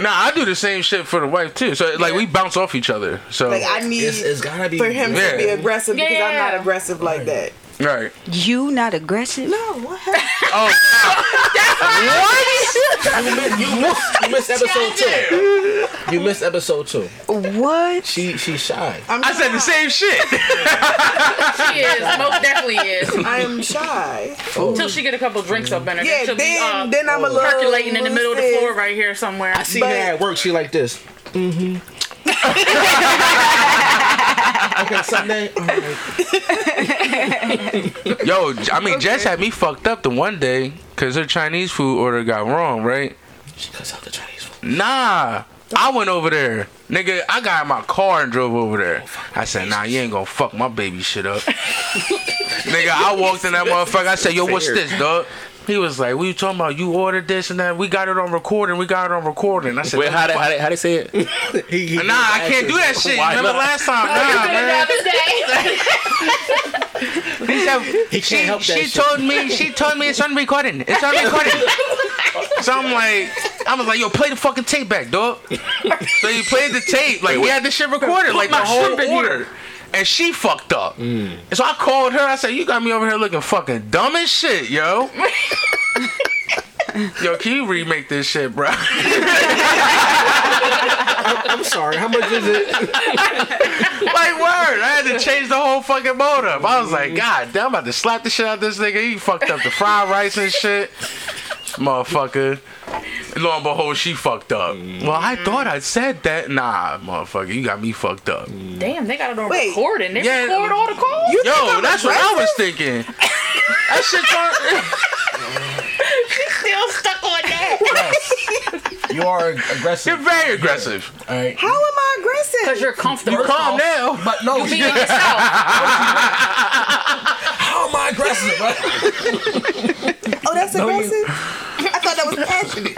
Speaker 2: Nah, I do the same shit for the wife too. So like we bounce off each other. So
Speaker 5: Like I need
Speaker 1: It's, it's gotta be
Speaker 5: for him
Speaker 2: Yeah.
Speaker 5: to be aggressive because I'm
Speaker 6: Yeah.
Speaker 5: not aggressive like that.
Speaker 3: Right.
Speaker 7: You not aggressive?
Speaker 5: No, what happened?
Speaker 1: You missed, you missed, you missed episode two. You missed episode two.
Speaker 7: What?
Speaker 1: She she's shy.
Speaker 5: I'm
Speaker 2: I said the same shit.
Speaker 6: She is, most definitely is.
Speaker 5: I am shy.
Speaker 6: Until she get a couple drinks up in her.
Speaker 5: Yeah,
Speaker 6: she'll
Speaker 5: then
Speaker 6: be, uh,
Speaker 5: then I'm a little
Speaker 6: percolating in the middle of the
Speaker 5: sis.
Speaker 6: floor right here somewhere.
Speaker 1: I see
Speaker 5: But-
Speaker 1: her at work. She like this. Mm-hmm. okay, Sunday. All right.
Speaker 2: Yo, J- I mean, Jess had me fucked up the one day because her Chinese food order got wrong, right?
Speaker 1: She cuts out the Chinese food.
Speaker 2: Nah, I went over there. Nigga, I got in my car and drove over there. I said, nah, you ain't gonna fuck my baby shit up. Nigga, I walked in that motherfucker. I said, yo, what's this, dog? He was like, what you talking about? You ordered this and that. We got it on recording. We got it on recording. I said,
Speaker 3: Wait, how they, how, they, how they say it?
Speaker 1: He, he
Speaker 2: nah, I can't do that shit.
Speaker 3: Why
Speaker 2: Remember
Speaker 3: not?
Speaker 2: last time?
Speaker 1: Ah,
Speaker 2: Nah, man. He said,
Speaker 1: He can't
Speaker 2: she,
Speaker 1: help that
Speaker 2: she
Speaker 1: shit.
Speaker 2: told me she told me it's on recording. It's on recording. so I'm like I was like, yo, play the fucking tape back, dog. so he played the tape. Like we had this shit recorded, like the
Speaker 6: my
Speaker 2: whole
Speaker 6: shrimp in
Speaker 2: order.
Speaker 6: here.
Speaker 2: And she fucked up.
Speaker 1: Mm.
Speaker 2: And so I called her. I said, "You got me over here looking fucking dumb as shit, yo." yo, can you remake this shit, bro?
Speaker 1: I'm sorry. How much is it?
Speaker 2: like word, I had to change the whole fucking mode up. I was like, God damn, I'm about to slap the shit out of this nigga. He fucked up the fried rice and shit. Motherfucker. Lo and behold, she fucked up. Well, I thought I said that. Nah, motherfucker, you got me fucked up.
Speaker 6: Damn, they got it on
Speaker 5: Wait.
Speaker 6: recording. They
Speaker 2: Yeah.
Speaker 6: record all the calls.
Speaker 2: Yo, that's what I was thinking. That shit turned.
Speaker 6: still stuck on that.
Speaker 1: You are aggressive.
Speaker 2: You're very aggressive.
Speaker 1: All right.
Speaker 5: How am I
Speaker 6: Because
Speaker 5: aggressive?
Speaker 6: you're comfortable.
Speaker 2: You calm now.
Speaker 1: But no,
Speaker 6: Be yourself.
Speaker 1: how am I aggressive? Bro?
Speaker 5: Oh, that's
Speaker 1: No, you-
Speaker 5: aggressive. I thought that was passionate.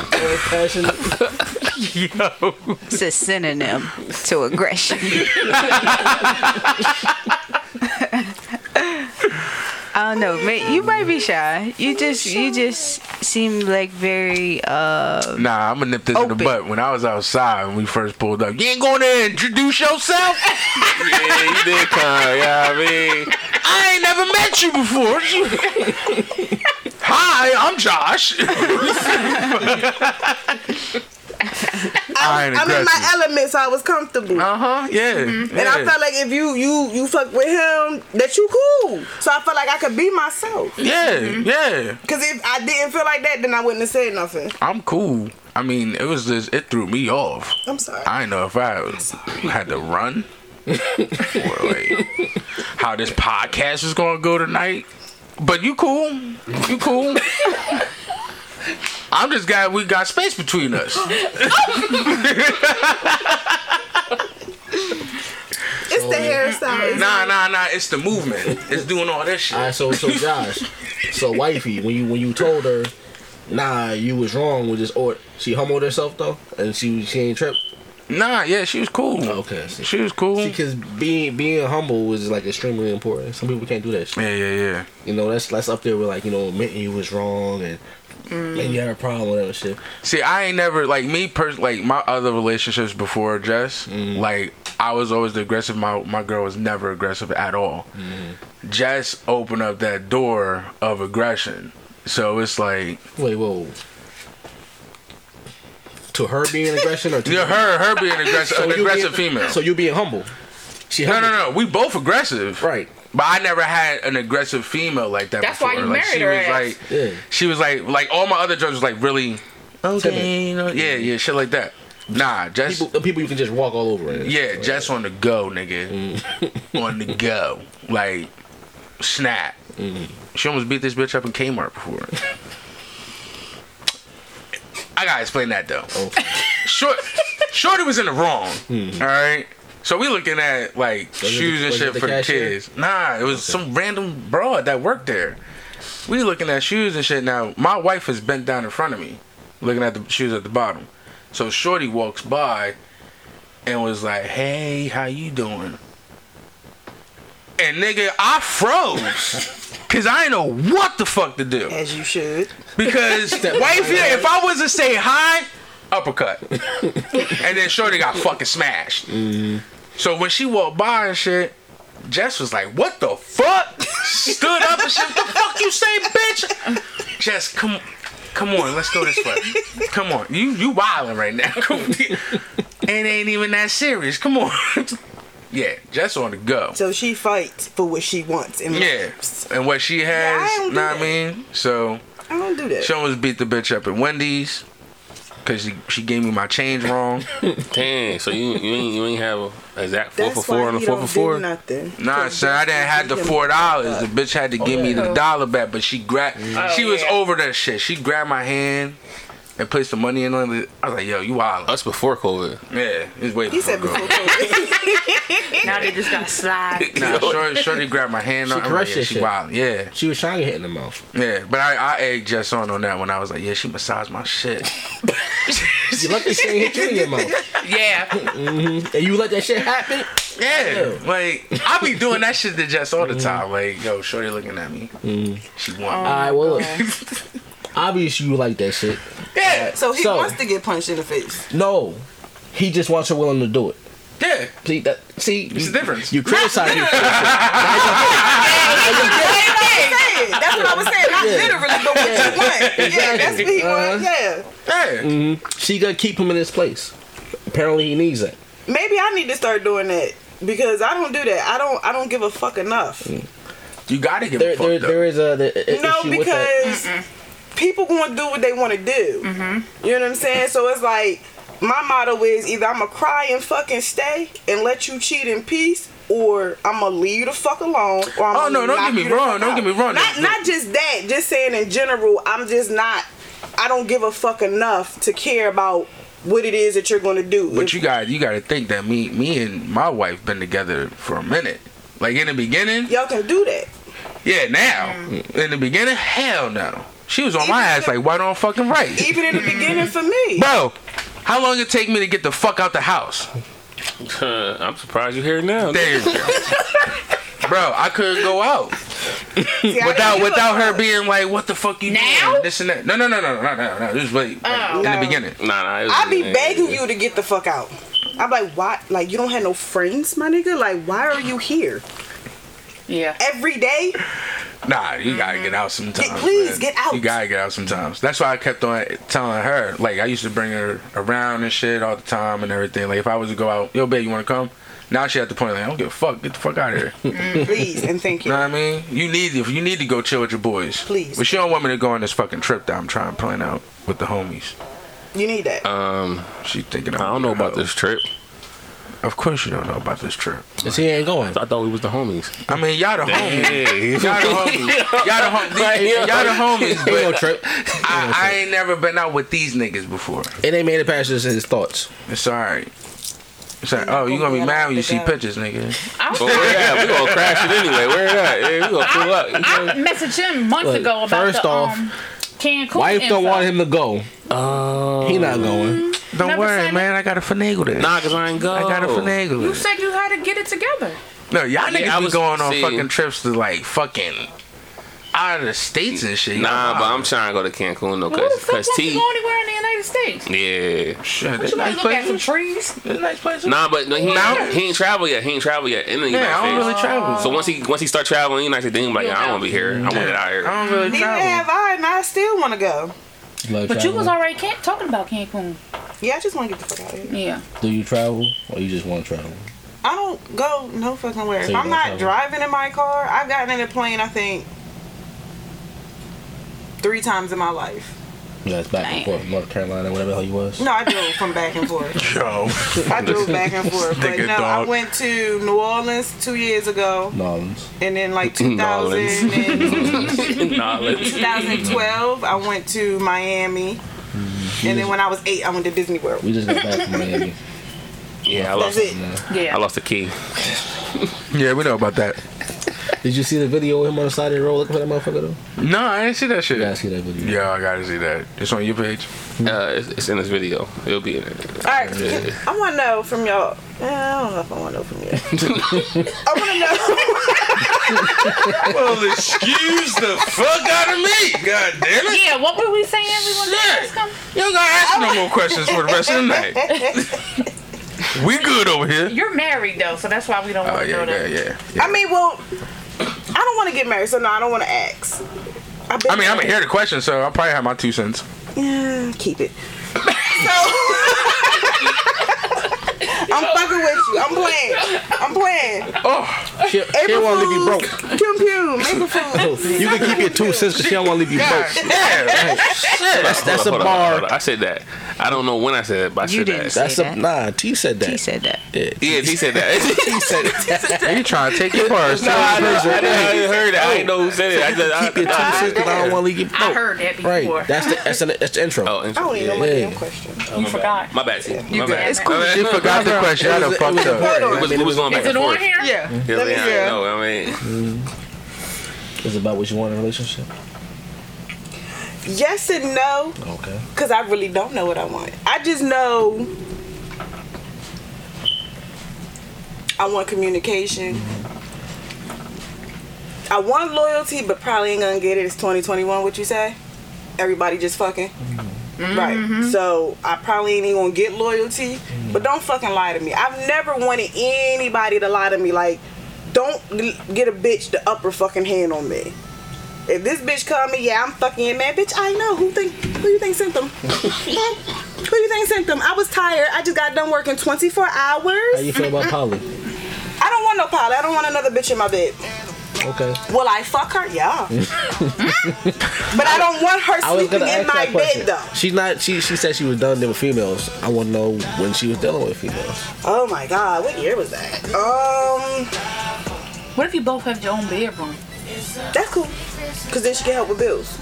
Speaker 1: Passionate.
Speaker 2: Yo.
Speaker 7: It's a synonym to aggression. I don't know, man. You might be shy. You just, you just seem like very. uh
Speaker 2: Nah, I'm gonna nip this in the
Speaker 7: Open.
Speaker 2: butt. When I was outside when we first pulled up, you ain't gonna introduce yourself?
Speaker 3: yeah, you did come. Yeah, I mean,
Speaker 2: I ain't never met you before. Hi, I'm Josh. I ain't
Speaker 5: I'm in my element, so I was comfortable.
Speaker 2: uh huh. Yeah.
Speaker 5: And I felt like if you you you fuck with him, that you cool. So I felt like I could be myself.
Speaker 2: yeah,
Speaker 5: Mm-hmm.
Speaker 2: yeah.
Speaker 5: Cause if I didn't feel like that, then I wouldn't have said nothing.
Speaker 2: I'm cool. I mean, it was just it threw me off.
Speaker 5: I'm sorry.
Speaker 2: I didn't know if I had to run. Wait, how this podcast is gonna go tonight? But you cool. You cool. I'm just glad we got space between us.
Speaker 5: it's the hairstyle. It's-
Speaker 2: Nah, nah, nah. It's the movement. It's doing all this shit.
Speaker 1: All right, so so Josh, so wifey, when you when you told her, nah, you was wrong with this order, she humbled herself though, and she she ain't tripped. Oh,
Speaker 2: Nah, yeah, she was cool.
Speaker 1: Okay, I see.
Speaker 2: She was cool.
Speaker 1: Because being being humble is like extremely important. Some people can't do that. Shit.
Speaker 2: yeah, yeah, yeah.
Speaker 1: You know, that's that's up there with like you know admitting you was wrong and maybe you had a problem with that shit.
Speaker 2: See, I ain't never like me pers- like my other relationships before Jess.
Speaker 1: Mm-hmm.
Speaker 2: Like I was always the aggressive. My my girl was never aggressive at all.
Speaker 1: Mm-hmm.
Speaker 2: Jess opened up that door of aggression. So it's like
Speaker 1: Wait, whoa. To her being aggression or to
Speaker 2: yeah, her her being aggressive,
Speaker 1: So
Speaker 2: an
Speaker 1: you
Speaker 2: aggressive
Speaker 1: being-
Speaker 2: female.
Speaker 1: So you being humble. She
Speaker 2: no,
Speaker 1: humble.
Speaker 2: no, no. We both aggressive.
Speaker 1: Right.
Speaker 2: But I never had an aggressive female like that.
Speaker 6: That's
Speaker 2: before.
Speaker 6: why you
Speaker 2: like,
Speaker 6: married
Speaker 2: she
Speaker 6: her
Speaker 2: was
Speaker 6: ass.
Speaker 2: like,
Speaker 1: Yeah.
Speaker 2: she was like, like all my other judges was like really, okay, you know, yeah, yeah, shit like that. Nah, just
Speaker 1: People, the people you can just walk all over. and-
Speaker 2: yeah, just on the go, nigga, on the go, like snap. She almost beat this bitch up in Kmart before. I gotta explain that though.
Speaker 1: Okay.
Speaker 2: Short, Shorty was in the wrong. All right. So we looking at like
Speaker 1: it
Speaker 2: shoes
Speaker 1: the-
Speaker 2: and
Speaker 1: was it
Speaker 2: shit
Speaker 1: the
Speaker 2: for the
Speaker 1: cashier?
Speaker 2: kids. Nah, it was some random broad that worked there. We looking at shoes and shit. Now my wife is bent down in front of me, looking at the shoes at the bottom. So Shorty walks by and was like, "Hey, how you doing?" And nigga, I froze. Cause I ain't know what the fuck to do.
Speaker 5: As you should.
Speaker 2: Because wifey, if I was to say hi, uppercut,
Speaker 5: Mm-hmm.
Speaker 2: and then Shorty got fucking smashed. So when she walked by and shit, Jess was like, "What the fuck?" Stood up and said, "The fuck you say, bitch?" Jess, come, come on, let's go this way. Come on, you you wilding right now. Come on. it ain't even that serious. Come on. yeah, Jess on the go.
Speaker 5: So she fights for what she wants and
Speaker 2: Yeah,
Speaker 5: loves.
Speaker 2: and what she
Speaker 5: Yeah, I
Speaker 2: has, know
Speaker 5: don't do
Speaker 2: what I
Speaker 5: that.
Speaker 2: mean? So
Speaker 5: I don't do that.
Speaker 2: she almost beat the bitch up at Wendy's because she, she gave me my change wrong.
Speaker 3: Damn, so you you ain't, you ain't have a exact four
Speaker 5: That's
Speaker 3: for four
Speaker 5: why
Speaker 3: and a
Speaker 5: he
Speaker 3: four
Speaker 5: don't
Speaker 3: for
Speaker 5: do
Speaker 3: four.
Speaker 5: Nothing.
Speaker 2: Nah,
Speaker 5: Cause
Speaker 2: sir, I
Speaker 5: that's
Speaker 2: didn't
Speaker 5: what
Speaker 2: have the
Speaker 5: he
Speaker 2: four dollars. The bitch had to give me the dollar back, but she grabbed. she was
Speaker 6: yeah.
Speaker 2: over that shit. She grabbed my hand and placed the money in. it. I was like, "Yo, you wild."
Speaker 3: Us before COVID.
Speaker 2: Yeah, it's way.
Speaker 5: He said before COVID.
Speaker 6: Now they just got slide.
Speaker 2: Nah, Shorty, Shorty grabbed my hand.
Speaker 1: She
Speaker 2: I'm like,
Speaker 1: crushed
Speaker 2: yeah,
Speaker 1: that
Speaker 2: she
Speaker 1: shit.
Speaker 2: wild. Yeah,
Speaker 1: She was trying to hit in the mouth.
Speaker 2: yeah. But I, I egged Jess on on that one. I was like, "Yeah, she massaged my shit."
Speaker 1: You let this shit hit you in your mouth,
Speaker 6: Yeah.
Speaker 1: and you let that shit happen.
Speaker 2: Yeah, like I be doing that shit to Jess all the time. Like, yo, Shorty looking at me. She want.
Speaker 1: All right, well, look. obvious you like that shit.
Speaker 2: yeah,
Speaker 5: so he
Speaker 1: So-
Speaker 5: wants to get punched in the face.
Speaker 1: No, he just wants her willing to do it.
Speaker 2: yeah.
Speaker 1: See that? See,
Speaker 2: It's
Speaker 1: you,
Speaker 2: the difference.
Speaker 1: you criticize me. for it.
Speaker 5: That's what I was saying. That's what I was saying. Not literally, but what you want. Yeah, that's what he wants. Yeah.
Speaker 2: Yeah.
Speaker 5: Mm-hmm.
Speaker 1: She gonna keep him in his place. Apparently, he needs that.
Speaker 5: Maybe I need to start doing that because I don't do that. I don't. I don't give a fuck enough.
Speaker 2: You gotta give
Speaker 1: There,
Speaker 2: a fuck
Speaker 1: there,
Speaker 2: though.
Speaker 1: there is a, the- a
Speaker 5: No,
Speaker 1: issue with that.
Speaker 5: because people going to do what they want to do. You know what I'm saying? So it's like my motto is either I'm gonna cry and fucking stay and let you cheat in peace, or I'm gonna leave you the fuck alone. Or I'm
Speaker 2: Oh, no, don't get me wrong, don't get me wrong.
Speaker 5: Not
Speaker 2: The-
Speaker 5: not just that. Just saying in general, I'm just not. I don't give a fuck enough to care about what it is that you're gonna do.
Speaker 2: But you got you got to think that me me and my wife been together for a minute. Like in the beginning,
Speaker 5: all can do that.
Speaker 2: yeah. Now in the beginning, hell no. She was on my
Speaker 5: Mm-hmm. Even
Speaker 2: ass
Speaker 5: if-
Speaker 2: like why don't fucking right,
Speaker 5: Even in the beginning, for me,
Speaker 2: bro. How long it take me to get the fuck out the house?
Speaker 3: I'm surprised you're here now.
Speaker 2: There you go. Bro, I couldn't go out
Speaker 5: See, I
Speaker 2: without
Speaker 5: didn't give a
Speaker 2: without her
Speaker 5: fuck.
Speaker 2: being like, "What the fuck you
Speaker 6: Now?
Speaker 2: doing?" This and that. No, no, no, no, no, no, no. This like, like in
Speaker 5: Oh. No.
Speaker 2: the beginning.
Speaker 3: Nah, nah. it was-
Speaker 5: I be
Speaker 3: yeah,
Speaker 5: begging
Speaker 3: yeah.
Speaker 5: you to get the fuck out. I'm like, why? Like, you don't have no friends, my nigga. Like, why are you here
Speaker 6: Yeah.
Speaker 5: every day?
Speaker 2: Nah, you gotta get out sometimes.
Speaker 5: Mm-hmm. Get- please,
Speaker 2: man.
Speaker 5: get out.
Speaker 2: You gotta get out sometimes. That's why I kept on telling her. Like I used to bring her around and shit all the time and everything. Like if I was to go out, yo, babe, you wanna come? Now she at the point like, I don't give a fuck. Get the fuck out of here. you
Speaker 5: Please and thank
Speaker 2: know
Speaker 5: you.
Speaker 2: what I mean? You need if you need to go chill with your boys.
Speaker 5: Please.
Speaker 2: But she don't want me to go on this fucking trip that I'm trying to plan out with the homies.
Speaker 5: You need that.
Speaker 3: Um,
Speaker 2: She thinking
Speaker 3: I don't know about this trip.
Speaker 2: Of course you don't know about this trip.
Speaker 1: Cause he ain't going.
Speaker 3: I thought we was the homies.
Speaker 2: I mean, y'all the homies.
Speaker 3: Yeah.
Speaker 2: Y'all the homies. Y'all the, hom- y'all the
Speaker 1: He
Speaker 2: homies.
Speaker 1: ain't
Speaker 2: But
Speaker 1: no trip.
Speaker 2: I, I ain't never been out with these niggas before.
Speaker 1: It ain't made it past just his thoughts.
Speaker 2: It's alright. It's like, oh, you gonna be mad when you see pictures, nigga.
Speaker 6: I was
Speaker 3: But where it at? We gonna crash it anyway. Where it at? Yeah, we gonna pull up.
Speaker 6: I messaged him months
Speaker 1: Look,
Speaker 6: ago about
Speaker 1: first
Speaker 6: the
Speaker 1: off,
Speaker 6: um, Cancun
Speaker 1: Wife
Speaker 6: info.
Speaker 1: don't want him to go.
Speaker 3: Oh.
Speaker 1: He
Speaker 2: Mm.
Speaker 1: not going.
Speaker 2: Don't
Speaker 6: Never
Speaker 2: worry,
Speaker 6: said
Speaker 2: man. I gotta finagle this.
Speaker 3: Nah, cause I ain't go.
Speaker 2: I gotta finagle
Speaker 6: You
Speaker 2: it.
Speaker 6: said you had to get it together.
Speaker 2: No, y'all
Speaker 3: Yeah,
Speaker 2: niggas
Speaker 3: I
Speaker 2: be
Speaker 3: was-
Speaker 2: going on
Speaker 3: see.
Speaker 2: fucking trips to like fucking out of the states and shit.
Speaker 3: Nah,
Speaker 2: Y'all
Speaker 3: but I'm
Speaker 2: wild.
Speaker 3: trying to go to Cancun though,
Speaker 6: Well, who
Speaker 3: cause,
Speaker 6: the fuck
Speaker 3: 'cause
Speaker 6: wants to
Speaker 3: T.
Speaker 6: go anywhere in the United States?
Speaker 3: Yeah.
Speaker 2: Shit, there's
Speaker 6: You want
Speaker 2: nice
Speaker 6: to look at some
Speaker 2: places.
Speaker 6: trees?
Speaker 2: There's nice places.
Speaker 3: Nah, but no, he,
Speaker 2: Now?
Speaker 3: ain't, he ain't travel yet. He ain't travel yet. In the United
Speaker 2: yeah, I don't
Speaker 3: States.
Speaker 2: really travel.
Speaker 3: So once he once he start traveling, he nice to think like, I don't want to be here. I want to get out of here.
Speaker 2: I don't really
Speaker 5: Neither have
Speaker 2: travel.
Speaker 5: I, and I still want to go.
Speaker 1: Like,
Speaker 6: But you was
Speaker 1: travel.
Speaker 6: already can- talking about Cancun.
Speaker 5: Yeah, I just want to get the fuck out of
Speaker 6: Yeah.
Speaker 5: here.
Speaker 1: Do you travel or you just want to travel?
Speaker 5: I don't go no fucking where.
Speaker 1: So
Speaker 5: If
Speaker 1: you
Speaker 5: I'm
Speaker 1: don't
Speaker 5: not
Speaker 1: travel?
Speaker 5: driving in my car, I've gotten in a plane. I think three times in my life.
Speaker 1: That's back and forth, North Carolina, whatever the hell you was.
Speaker 5: No, I drove from back and forth.
Speaker 2: Yo,
Speaker 5: I drove back and forth. But
Speaker 2: Nigga,
Speaker 5: no, I
Speaker 2: dog.
Speaker 5: went to New Orleans two years ago,
Speaker 1: New Orleans.
Speaker 5: and then like
Speaker 3: New
Speaker 5: 2000
Speaker 3: Orleans.
Speaker 5: and
Speaker 3: nah, let's-
Speaker 5: 2012, I went to Miami. And then when I was eight, I went to Disney World.
Speaker 1: We just got back from Miami.
Speaker 3: yeah, I
Speaker 5: That's
Speaker 3: lost.
Speaker 5: it.
Speaker 6: Yeah.
Speaker 3: I lost the key.
Speaker 2: yeah, we know about that.
Speaker 1: Did you see the video of him on the side of the road looking for that motherfucker though?
Speaker 2: No, I didn't see that shit.
Speaker 1: You gotta see that video.
Speaker 2: Yeah, I gotta see that. It's on your page.
Speaker 3: Uh, it's, it's in this video. It'll be in it.
Speaker 5: All right, can- I want to know from y'all. eh, I don't know if I want to know from you. I want to know.
Speaker 2: Well, excuse the fuck out of me. God damn it.
Speaker 6: Yeah, what were we saying? We wanted to
Speaker 2: Shit.
Speaker 6: ask him?
Speaker 2: You don't gotta ask me no more questions for the rest of the night. We good over here.
Speaker 6: You're married though, so that's why we don't
Speaker 2: Oh
Speaker 6: want to
Speaker 2: yeah,
Speaker 6: know
Speaker 2: yeah,
Speaker 6: that.
Speaker 2: yeah.
Speaker 5: I mean, well, I don't want to get married, so no, I don't want to ask. I've been
Speaker 2: I mean, I'm gonna hear the question, so I'll probably have my two cents.
Speaker 5: Yeah, keep it. so. I'm fucking with you. I'm playing. I'm playing.
Speaker 1: She, she
Speaker 5: April
Speaker 1: don't want to leave you
Speaker 5: Fools.
Speaker 1: broke.
Speaker 5: Pew pew. Make a fool.
Speaker 1: You can keep your two cents because she don't want to leave you
Speaker 2: God
Speaker 1: broke.
Speaker 2: damn.
Speaker 1: That's, that's a
Speaker 3: Hold on, hold on, hold
Speaker 1: bar.
Speaker 3: on. I said that. I don't know when I said that, but I
Speaker 7: You
Speaker 3: said
Speaker 7: didn't.
Speaker 3: that.
Speaker 1: That's a nah. T said that.
Speaker 7: He said that.
Speaker 1: Yeah.
Speaker 3: Yeah, he said that.
Speaker 1: T said that.
Speaker 2: You trying to take your purse?
Speaker 3: No, I, know, I, didn't, I didn't heard that. I didn't know who said it. I just, I,
Speaker 1: Keep your two
Speaker 3: I-
Speaker 1: cents because I don't want to leave you broke.
Speaker 6: I heard that before.
Speaker 1: Right. That's the that's, an, that's the intro.
Speaker 3: Oh,
Speaker 5: I
Speaker 3: interesting.
Speaker 5: don't even know my
Speaker 1: Yeah.
Speaker 5: damn question.
Speaker 6: you forgot.
Speaker 3: My bad. T. My
Speaker 7: good.
Speaker 3: bad.
Speaker 7: It's cool.
Speaker 3: My bad.
Speaker 2: She forgot the question. I done
Speaker 1: It was- it was
Speaker 2: fucked up.
Speaker 1: important.
Speaker 3: It was, it was going back
Speaker 6: Is it
Speaker 3: and
Speaker 6: on
Speaker 3: forth.
Speaker 6: here?
Speaker 5: Yeah.
Speaker 3: Yeah,
Speaker 5: Let me
Speaker 3: yeah,
Speaker 5: hear.
Speaker 3: I know. I mean,
Speaker 1: It's about what you want in a relationship.
Speaker 5: Yes and no,
Speaker 1: Okay.
Speaker 5: because I really don't know what I want. I just know I want communication. I want loyalty, but probably ain't gonna get it. It's 2021, what you say? Everybody just fucking. Right. So I probably ain't even gonna get loyalty, but don't fucking lie to me. I've never wanted anybody to lie to me. Like, don't g- get a bitch the upper fucking hand on me. If this bitch call me, yeah, I'm fucking in, man. Bitch, I know. Who think? Who you think sent them? who you think sent them? I was tired. I just got done working 24
Speaker 1: How
Speaker 5: hours.
Speaker 1: you feel about Polly?
Speaker 5: I don't want no poly. I don't want another bitch in my bed.
Speaker 1: Okay.
Speaker 5: Will I fuck her? Yeah. but I don't want her
Speaker 1: I was
Speaker 5: sleeping
Speaker 1: gonna
Speaker 5: in
Speaker 1: ask
Speaker 5: my
Speaker 1: that question.
Speaker 5: bed though.
Speaker 1: She's not. She she said she was done dealing with females. I want to know when she was dealing with females.
Speaker 5: Oh my god, what year was that? Um,
Speaker 6: What if you both have your own bedroom?
Speaker 5: that's cool. Cause then she can help with bills.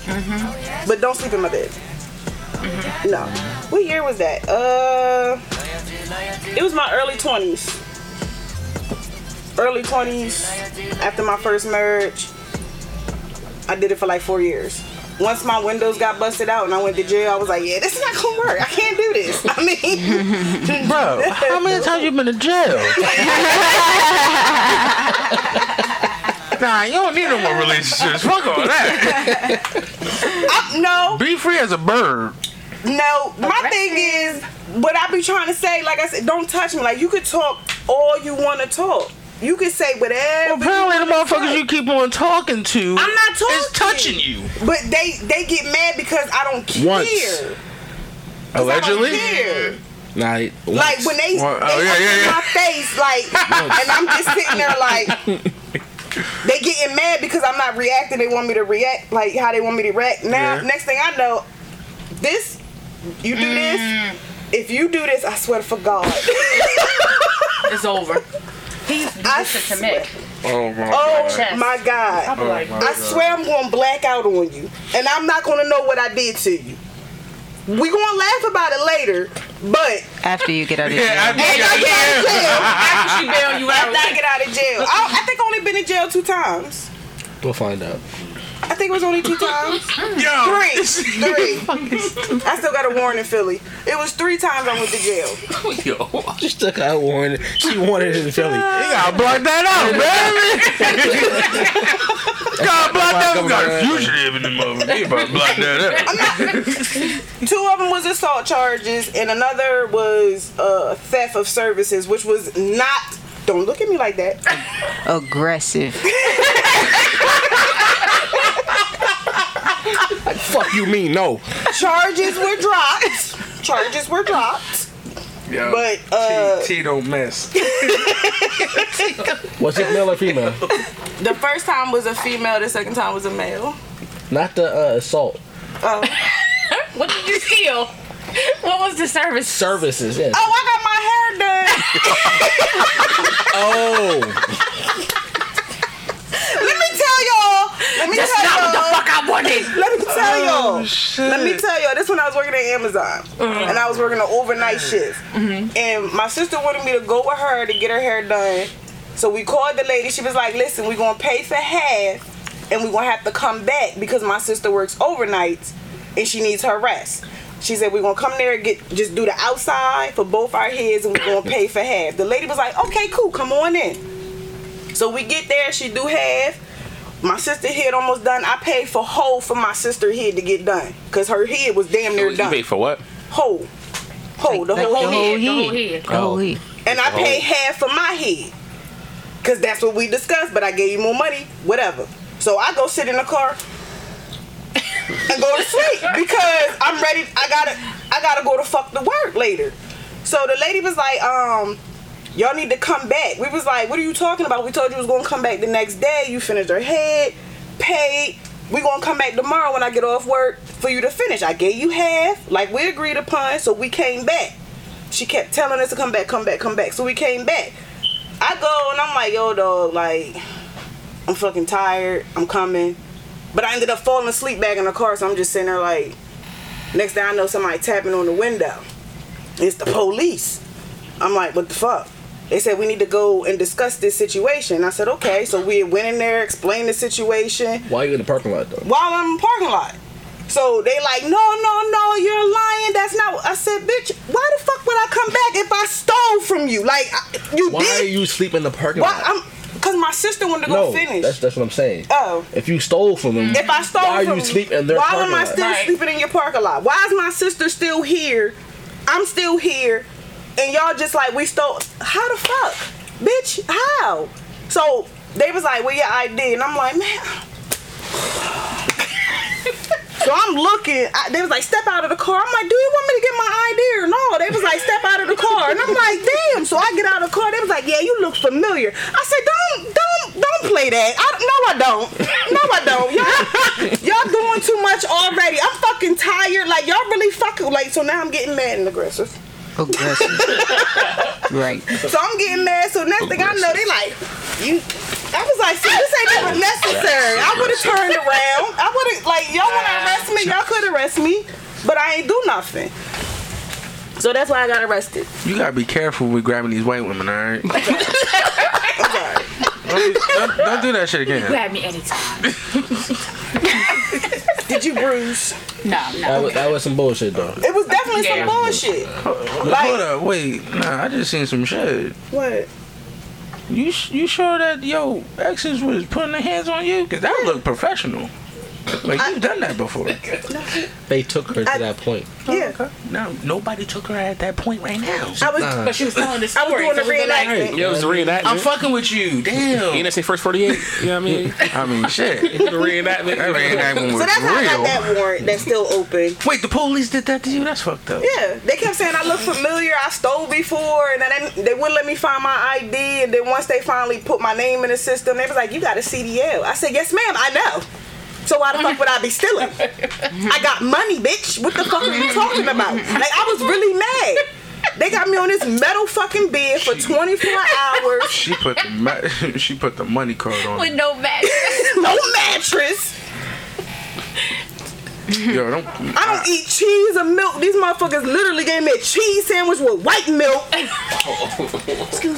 Speaker 5: But don't sleep in my bed. No. What year was that? Uh, it was my early twenties. Early twenties. After my first marriage, I did it for like four years. Once my windows got busted out and I went to jail, I was like, yeah, this is not gonna work. I can't do this. I mean,
Speaker 2: Bro, how many times you been in jail? nah, you don't need no more relationships. Fuck all that.
Speaker 5: I, no.
Speaker 2: Be free as a bird.
Speaker 5: No, my thing is what I be trying to say. Like I said, don't touch me. Like you could talk all you want to talk. You could say whatever.
Speaker 2: Apparently, the motherfuckers you keep on talking to
Speaker 5: I'm not talking.
Speaker 2: is touching you.
Speaker 5: But they they get mad because I don't care.
Speaker 1: Once.
Speaker 5: 'Cause I don't
Speaker 2: Allegedly?
Speaker 5: care.
Speaker 1: Nah. it-
Speaker 5: Like when they,
Speaker 2: Well, oh,
Speaker 5: they
Speaker 2: yeah,
Speaker 5: up
Speaker 2: yeah,
Speaker 5: in
Speaker 2: yeah.
Speaker 5: my face, like, and I'm just sitting there like. They getting mad because I'm not reacting. They want me to react like how they want me to react. Now,
Speaker 2: Yeah.
Speaker 5: next thing I know, this, you do this. If you do this, I swear to God.
Speaker 6: It's over. He's
Speaker 5: I
Speaker 6: this to me.
Speaker 2: Oh my
Speaker 5: Oh
Speaker 6: Chest.
Speaker 5: my
Speaker 6: I'm
Speaker 5: God.
Speaker 6: like,
Speaker 5: I swear I'm going to black out on you. And I'm not going to know what I did to you. we going to laugh about it later, but
Speaker 7: After you get out of jail.
Speaker 2: Yeah, I
Speaker 5: and
Speaker 2: think
Speaker 5: I get out of jail.
Speaker 6: after she bail you
Speaker 5: After I
Speaker 6: out,
Speaker 5: get out of jail. I, I think I only been in jail two times.
Speaker 1: We'll find out.
Speaker 5: I think it was only two times.
Speaker 2: Yo,
Speaker 5: Three. Three. I still got a warrant in Philly. It was three times I went to jail.
Speaker 1: She took out one. She wanted it in Philly.
Speaker 2: you gotta block that out, baby. gotta block that. We got a fugitive in the movie. You better block that out.
Speaker 5: Two of them was assault charges, and another was uh, theft of services, which was not. Don't look at me like that.
Speaker 7: Aggressive.
Speaker 1: Fuck you mean no?
Speaker 5: charges were dropped. Charges were dropped.
Speaker 2: Yo,
Speaker 5: But uh,
Speaker 2: T don't mess.
Speaker 1: Was it male or female?
Speaker 5: the first time was a female. The second time was a male.
Speaker 1: Not the uh, assault.
Speaker 6: what did you steal? What was the service?
Speaker 1: Services. Yes.
Speaker 5: Oh, I got my hair done.
Speaker 1: Oh.
Speaker 5: let me tell y'all. Let me tell y'all.
Speaker 6: I wanted.
Speaker 5: Let me tell y'all. Let me tell y'all. This when I was working at Amazon, and I was working an overnight shift. And my sister wanted me to go with her to get her hair done. So we called the lady. She was like, "Listen, we're gonna pay for half, and we're gonna have to come back because my sister works overnights, and she needs her rest." She said, "We're gonna come there and get just do the outside for both our heads, and we're gonna pay for half." The lady was like, "Okay, cool. Come on in." So we get there. She do half. My sister head almost done. I paid for whole for my sister head to get done. Cause her head was damn near
Speaker 3: you
Speaker 5: done.
Speaker 3: paid for what?
Speaker 5: Whole. Whole. The
Speaker 7: Like
Speaker 5: whole
Speaker 7: the
Speaker 5: head.
Speaker 7: whole
Speaker 6: The whole
Speaker 7: head.
Speaker 6: head.
Speaker 7: Oh, he.
Speaker 5: and I paid half for my head. Cause that's what we discussed, but I gave you more money, whatever. So I go sit in the car and go to sleep because I'm ready I gotta I gotta go to fuck the work later. So the lady was like, um, y'all need to come back. We was like, what are you talking about? We told you was gonna come back the next day. You finished her head, paid. We gonna come back tomorrow when I get off work for you to finish. I gave you half, like we agreed upon, so we came back. She kept telling us to come back, come back, come back. So we came back. I go and I'm like, yo, dog, like, I'm fucking tired. I'm coming. But I ended up falling asleep back in the car, so I'm just sitting there like, next thing I know, somebody tapping on the window. It's the police. I'm like, what the fuck? They said we need to go and discuss this situation. I said, okay. So we went in there, explained the situation
Speaker 1: Why you in the parking lot though?
Speaker 5: while I'm in the parking lot. So they like, no, no, no, you're lying. That's not. what-" I said, bitch, why the fuck would I come back if I stole from you? Like, I, you
Speaker 1: Why
Speaker 5: did.
Speaker 1: are you sleeping in the parking
Speaker 5: why?
Speaker 1: lot?
Speaker 5: I'm, cause my sister wanted to
Speaker 1: no,
Speaker 5: go finish.
Speaker 1: that's that's what I'm saying.
Speaker 5: Oh.
Speaker 1: If you stole from them,
Speaker 5: If I stole
Speaker 1: why
Speaker 5: from
Speaker 1: are you sleeping in their
Speaker 5: why
Speaker 1: parking
Speaker 5: am I
Speaker 1: lot?
Speaker 5: still sleeping in your parking lot? Why is my sister still here? I'm still here, and y'all just like we stole. How the fuck, bitch? How? So they was like, "Where your ID?" And I'm like, "Man." so I'm looking. I, they was like, "Step out of the car." I'm like, "Do you want me to get my ID or no?" They was like, "Step out of the car," and I'm like, "Damn!" So I get out of the car. They was like, "Yeah, you look familiar." I said, "Don't, don't, don't play that." I, no, I don't. No, I don't. Y'all, y'all doing too much already. I'm fucking tired. Like y'all really fucking like. So now I'm getting mad and aggressive.
Speaker 7: Aggressive. right.
Speaker 5: So I'm getting mad. So next thing I know, they like, you. I was like, see, this ain't even necessary. I would have turned around. I would have, like, y'all want to arrest me? Y'all could arrest me, but I ain't do nothing. So that's why I got arrested.
Speaker 2: You gotta be careful with grabbing these white women, all right?
Speaker 5: I'm sorry.
Speaker 2: Don't, do- don't- don't do that shit again.
Speaker 6: Grab me anytime.
Speaker 5: Did you bruise?
Speaker 6: No,
Speaker 1: That
Speaker 6: no.
Speaker 1: was, that was some bullshit though.
Speaker 5: It was definitely
Speaker 6: Yeah.
Speaker 5: some bullshit.
Speaker 2: Hold
Speaker 5: Like,
Speaker 2: up, wait. Nah, I just seen some shit.
Speaker 5: what?
Speaker 2: You sh- you sure that yo exes was putting their hands on you? Cause that looked professional. Like you've done that before.
Speaker 1: They took her to
Speaker 5: I-
Speaker 1: that point.
Speaker 5: Yeah.
Speaker 2: No, nobody took her at that point right now.
Speaker 5: I was,
Speaker 6: But she was telling the
Speaker 5: I was
Speaker 6: story.
Speaker 5: doing a
Speaker 6: so we were like,
Speaker 5: reenactment.
Speaker 3: Yeah, it was a reenactment.
Speaker 2: I'm fucking with you.
Speaker 3: You
Speaker 2: Damn.
Speaker 3: didn't say first 48. You know what I mean?
Speaker 2: I mean, shit.
Speaker 3: The reenactment.
Speaker 2: That reenactment
Speaker 5: So that's how I
Speaker 2: was
Speaker 5: got
Speaker 2: real.
Speaker 5: that warrant that's still open.
Speaker 2: Wait, the police did that to you? That's fucked up.
Speaker 5: Yeah, they kept saying I look familiar. I stole before, and then they, they wouldn't let me find my ID. And then once they finally put my name in the system, they was like, "You got a CDL." I said, "Yes, ma'am. I know." So why the fuck would I be stealing? I got money, bitch. What the fuck are you talking about? Like I was really mad. They got me on this metal fucking bed for 24 hours,
Speaker 2: She put the ma- she put the money card on.
Speaker 10: With no back.
Speaker 5: no mattress.
Speaker 2: Yo, don't.
Speaker 5: I
Speaker 2: Ah.
Speaker 5: don't eat cheese or milk. These motherfuckers literally gave me a cheese sandwich with white milk. Put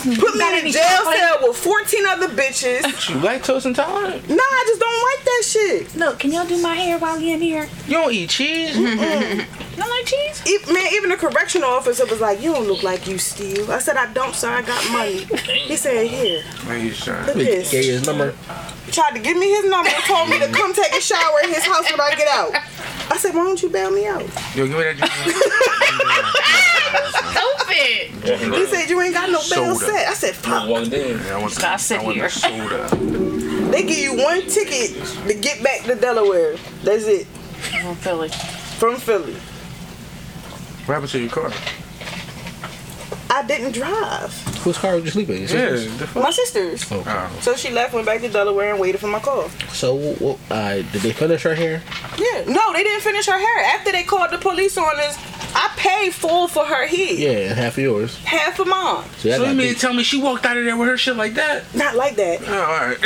Speaker 5: me in a jail cell with 14 other bitches.
Speaker 2: You lactose intolerant?
Speaker 5: Nah, I just don't like that shit.
Speaker 10: Look, can y'all do my hair while you in here?
Speaker 2: You don't eat cheese?
Speaker 10: You don't like cheese?
Speaker 5: E- man, even the correctional officer was like, "You don't look like you steal." I said, "I don't, sir. I got money." He said, "Here,
Speaker 2: Wait, son.
Speaker 5: look this."
Speaker 1: Gave his number.
Speaker 5: Tried to give me his number, told me to come take a shower at his house when I get out. I said, "Why don't you bail me out?"
Speaker 2: Yo, give me that juice.
Speaker 6: Stupid.
Speaker 5: He said, "You ain't got no bail
Speaker 2: Soda.
Speaker 5: set." I said, "Fuck."
Speaker 2: Yeah, I want the-
Speaker 6: Gotta sit
Speaker 2: I want the
Speaker 6: here.
Speaker 2: soda.
Speaker 5: They give you one ticket to get back to Delaware. That's it.
Speaker 6: From Philly.
Speaker 5: From Philly.
Speaker 2: What happened to your car?
Speaker 5: I didn't drive.
Speaker 1: Whose car was you sleeping? in?
Speaker 2: Yeah, the fuck.
Speaker 5: My sister's.
Speaker 2: Oh.
Speaker 1: Okay.
Speaker 5: So she left, went back to Delaware, and waited for my call.
Speaker 1: So, what- what- uh, did they finish her hair?
Speaker 5: Yeah. No, they didn't finish her hair. After they called the police on us, I paid full for her head.
Speaker 1: Yeah, and half of yours.
Speaker 5: Half of mine.
Speaker 1: So, that
Speaker 2: So you
Speaker 1: got
Speaker 2: mean
Speaker 1: me.
Speaker 2: to tell me she walked out of there with her shit like that?
Speaker 5: Not like that.
Speaker 2: Oh, all right.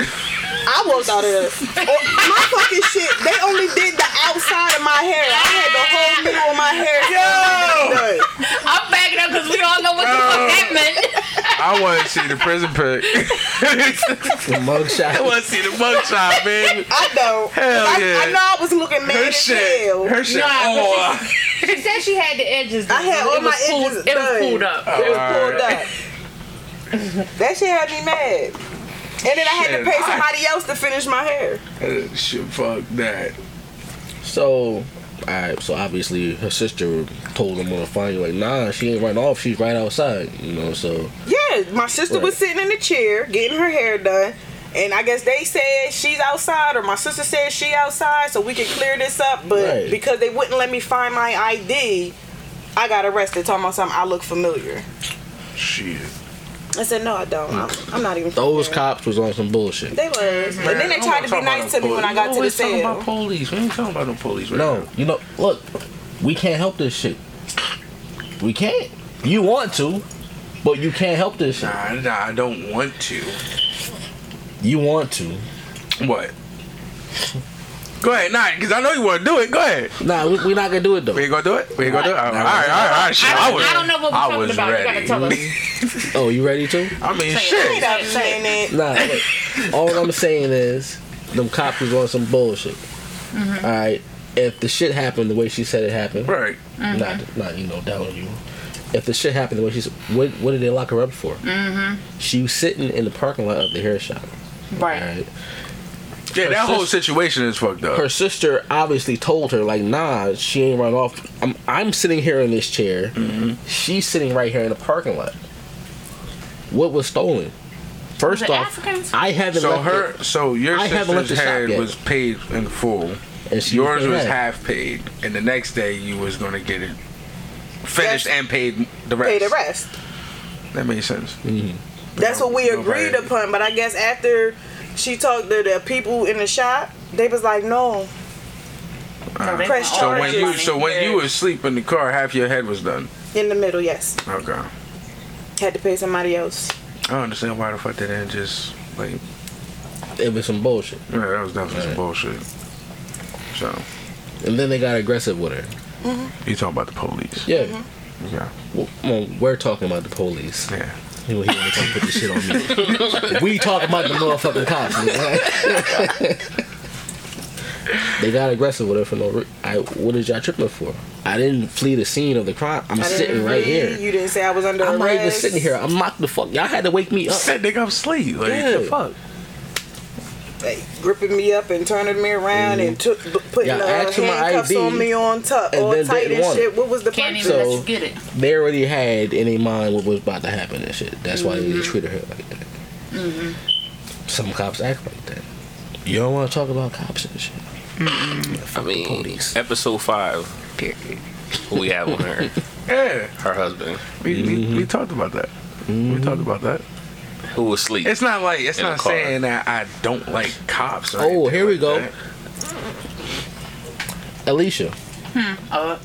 Speaker 5: I walked out of there. Oh, my fucking shit. They only did the outside of my hair. I had the whole middle of my hair. Yo.
Speaker 10: I'm backing up because we all know what the
Speaker 1: Uh.
Speaker 10: fuck that meant.
Speaker 2: I want to see the prison pic.
Speaker 1: the mug shot.
Speaker 2: I want to see the mugshot, baby.
Speaker 5: I know.
Speaker 2: Hell
Speaker 5: I,
Speaker 2: yeah.
Speaker 5: I know I was looking mad
Speaker 2: Her
Speaker 5: as
Speaker 2: shit.
Speaker 5: hell.
Speaker 2: Her shit.
Speaker 6: Nah,
Speaker 2: Oh,
Speaker 10: She said she had the edges.
Speaker 5: I had all
Speaker 6: It
Speaker 5: my
Speaker 6: was pulled,
Speaker 5: edges
Speaker 6: it was
Speaker 5: done.
Speaker 6: pulled up.
Speaker 5: It was pulled
Speaker 2: Alright.
Speaker 5: up. that shit had me mad. And then I had to
Speaker 2: Shit,
Speaker 5: pay
Speaker 2: I-
Speaker 5: uh. somebody else to finish my hair.
Speaker 2: Uh, shit, fuck that.
Speaker 1: So all right, so obviously her sister told him where to find you. Like, nah, she ain't run off. She's right outside. You know, so
Speaker 5: Yeah, my sister was
Speaker 1: Right.
Speaker 5: sitting in the chair getting her hair done. And I guess they said she's outside, or my sister said she outside, so we could clear this up. But
Speaker 1: Right.
Speaker 5: because they wouldn't let me find my ID, I got arrested. Talking about something I look familiar.
Speaker 2: Shit.
Speaker 5: I said, no, I don't. I'm, I'm not even.
Speaker 1: those
Speaker 5: familiar."
Speaker 1: cops was on some bullshit.
Speaker 5: They was. And then they
Speaker 2: Man,
Speaker 5: tried to
Speaker 2: don't wanna talk
Speaker 5: be nice
Speaker 2: about
Speaker 5: to me when I got to the
Speaker 2: Always talking
Speaker 5: cell.
Speaker 2: about police. We ain't talking about no police right
Speaker 1: No, you know, look, we can't help this shit. We can't. You want to, but you can't help this shit.
Speaker 2: now. Nah, nah, I don't want to.
Speaker 1: You want to.
Speaker 2: What? Go ahead, nah, because I know you want to do it. Go ahead.
Speaker 1: Nah, we're we not gonna do it though.
Speaker 2: We ain't gonna do it. We ain't gonna do it. All right, all
Speaker 1: Nah,
Speaker 2: right, all right. Shit,
Speaker 6: I
Speaker 2: I,
Speaker 6: don't-
Speaker 2: was,
Speaker 6: I don't know what we're
Speaker 2: I
Speaker 6: talking
Speaker 2: was
Speaker 6: about. You gotta
Speaker 2: ready.
Speaker 6: tell us.
Speaker 1: Oh, you ready to?
Speaker 2: I mean,
Speaker 5: Wait
Speaker 2: shit.
Speaker 5: a minute.
Speaker 1: Nah, look, all I'm saying is them cops was on some bullshit.
Speaker 6: Mm-hmm.
Speaker 1: All right, if the shit happened the way she said it happened,
Speaker 2: Right.
Speaker 6: Mm-hmm.
Speaker 1: not not you know doubting you. If the shit happened the way she said, what what did they lock her up for? Mm-hmm. She was sitting in the parking lot of the hair shop. All
Speaker 6: Right.
Speaker 1: right,
Speaker 2: Yeah, that whole
Speaker 1: sis-
Speaker 2: situation is fucked up.
Speaker 1: her sister obviously told her like, nah, she ain't run off. I'm I'm sitting here in this chair.
Speaker 6: Mm-hmm.
Speaker 1: She's sitting right here in the parking lot. What was stolen? First
Speaker 6: it
Speaker 1: off,
Speaker 6: Africans?
Speaker 1: I haven't.
Speaker 2: So
Speaker 1: left
Speaker 2: her,
Speaker 1: it,
Speaker 2: so your
Speaker 1: I haven't left
Speaker 2: sister's
Speaker 1: the shop
Speaker 2: head
Speaker 1: yet.
Speaker 2: was paid in full.
Speaker 1: and she
Speaker 2: Yours was
Speaker 1: mad.
Speaker 2: half paid, and the next day you was gonna get it finished and paid the rest.
Speaker 5: Pay the rest.
Speaker 2: That makes sense.
Speaker 5: That's what we
Speaker 2: Nobody-
Speaker 5: agreed upon. But I guess after she talked to the people in the shop, they was like, no.
Speaker 6: No, they
Speaker 5: Press
Speaker 6: want
Speaker 2: So
Speaker 6: all
Speaker 2: when
Speaker 6: the
Speaker 2: you,
Speaker 6: money.
Speaker 2: so when you was asleep in the car, half your head was done.
Speaker 5: In the middle, yes.
Speaker 2: Okay,
Speaker 5: Had to pay somebody else.
Speaker 2: I don't understand why the fuck they didn't just like.
Speaker 1: It was some bullshit.
Speaker 2: Yeah, that was definitely some bullshit. So
Speaker 1: And then they got aggressive with her.
Speaker 2: you talking about the police?
Speaker 1: Yeah.
Speaker 5: Mm-hmm.
Speaker 2: Yeah.
Speaker 1: Well, come on, we're talking about the police.
Speaker 2: Yeah.
Speaker 1: You know, he wanna come put this shit on me. we talking about the motherfucking cops. nigga. they got aggressive with her for no reason. What is y'all tripping for? I didn't flee the scene of the crime. I'm
Speaker 5: I didn't
Speaker 1: sitting right
Speaker 5: agree.
Speaker 1: here.
Speaker 5: You didn't say I was under
Speaker 1: I'm
Speaker 5: arrest.
Speaker 1: not even sitting here. I'm knocked the fuck. Y'all had to wake me up.
Speaker 2: Said nigga, I'm asleep. Like
Speaker 1: Yeah.
Speaker 2: the fuck.
Speaker 5: They gripping me up and turning me around and took, b- putting
Speaker 1: Y'all
Speaker 5: uh,
Speaker 1: Mm-hmm. asked for my
Speaker 5: handcuffs
Speaker 1: ID,
Speaker 5: on me on top,
Speaker 1: and
Speaker 5: all
Speaker 1: then
Speaker 5: tight
Speaker 1: didn't
Speaker 5: and
Speaker 1: want
Speaker 5: shit.
Speaker 1: it.
Speaker 5: What was the
Speaker 6: Can't
Speaker 5: purpose?
Speaker 6: even let
Speaker 1: So-
Speaker 6: you get it.
Speaker 1: They already had in their mind what was about to happen and shit. That's why they treated her like that. Some cops act like that. You don't want to talk about cops and shit.
Speaker 3: I mean,
Speaker 1: Police.
Speaker 3: episode five.
Speaker 7: Period.
Speaker 3: Who we have on her?
Speaker 2: Yeah.
Speaker 3: Her husband,
Speaker 2: We, we, we talked about that. We talked about that.
Speaker 3: who was asleep.
Speaker 2: It's not like it's
Speaker 3: In the
Speaker 2: not
Speaker 3: car.
Speaker 2: saying that I don't like cops. or
Speaker 1: Oh,
Speaker 2: anything
Speaker 1: here we
Speaker 2: like
Speaker 1: go.
Speaker 2: that.
Speaker 1: Alicia.
Speaker 6: Uh,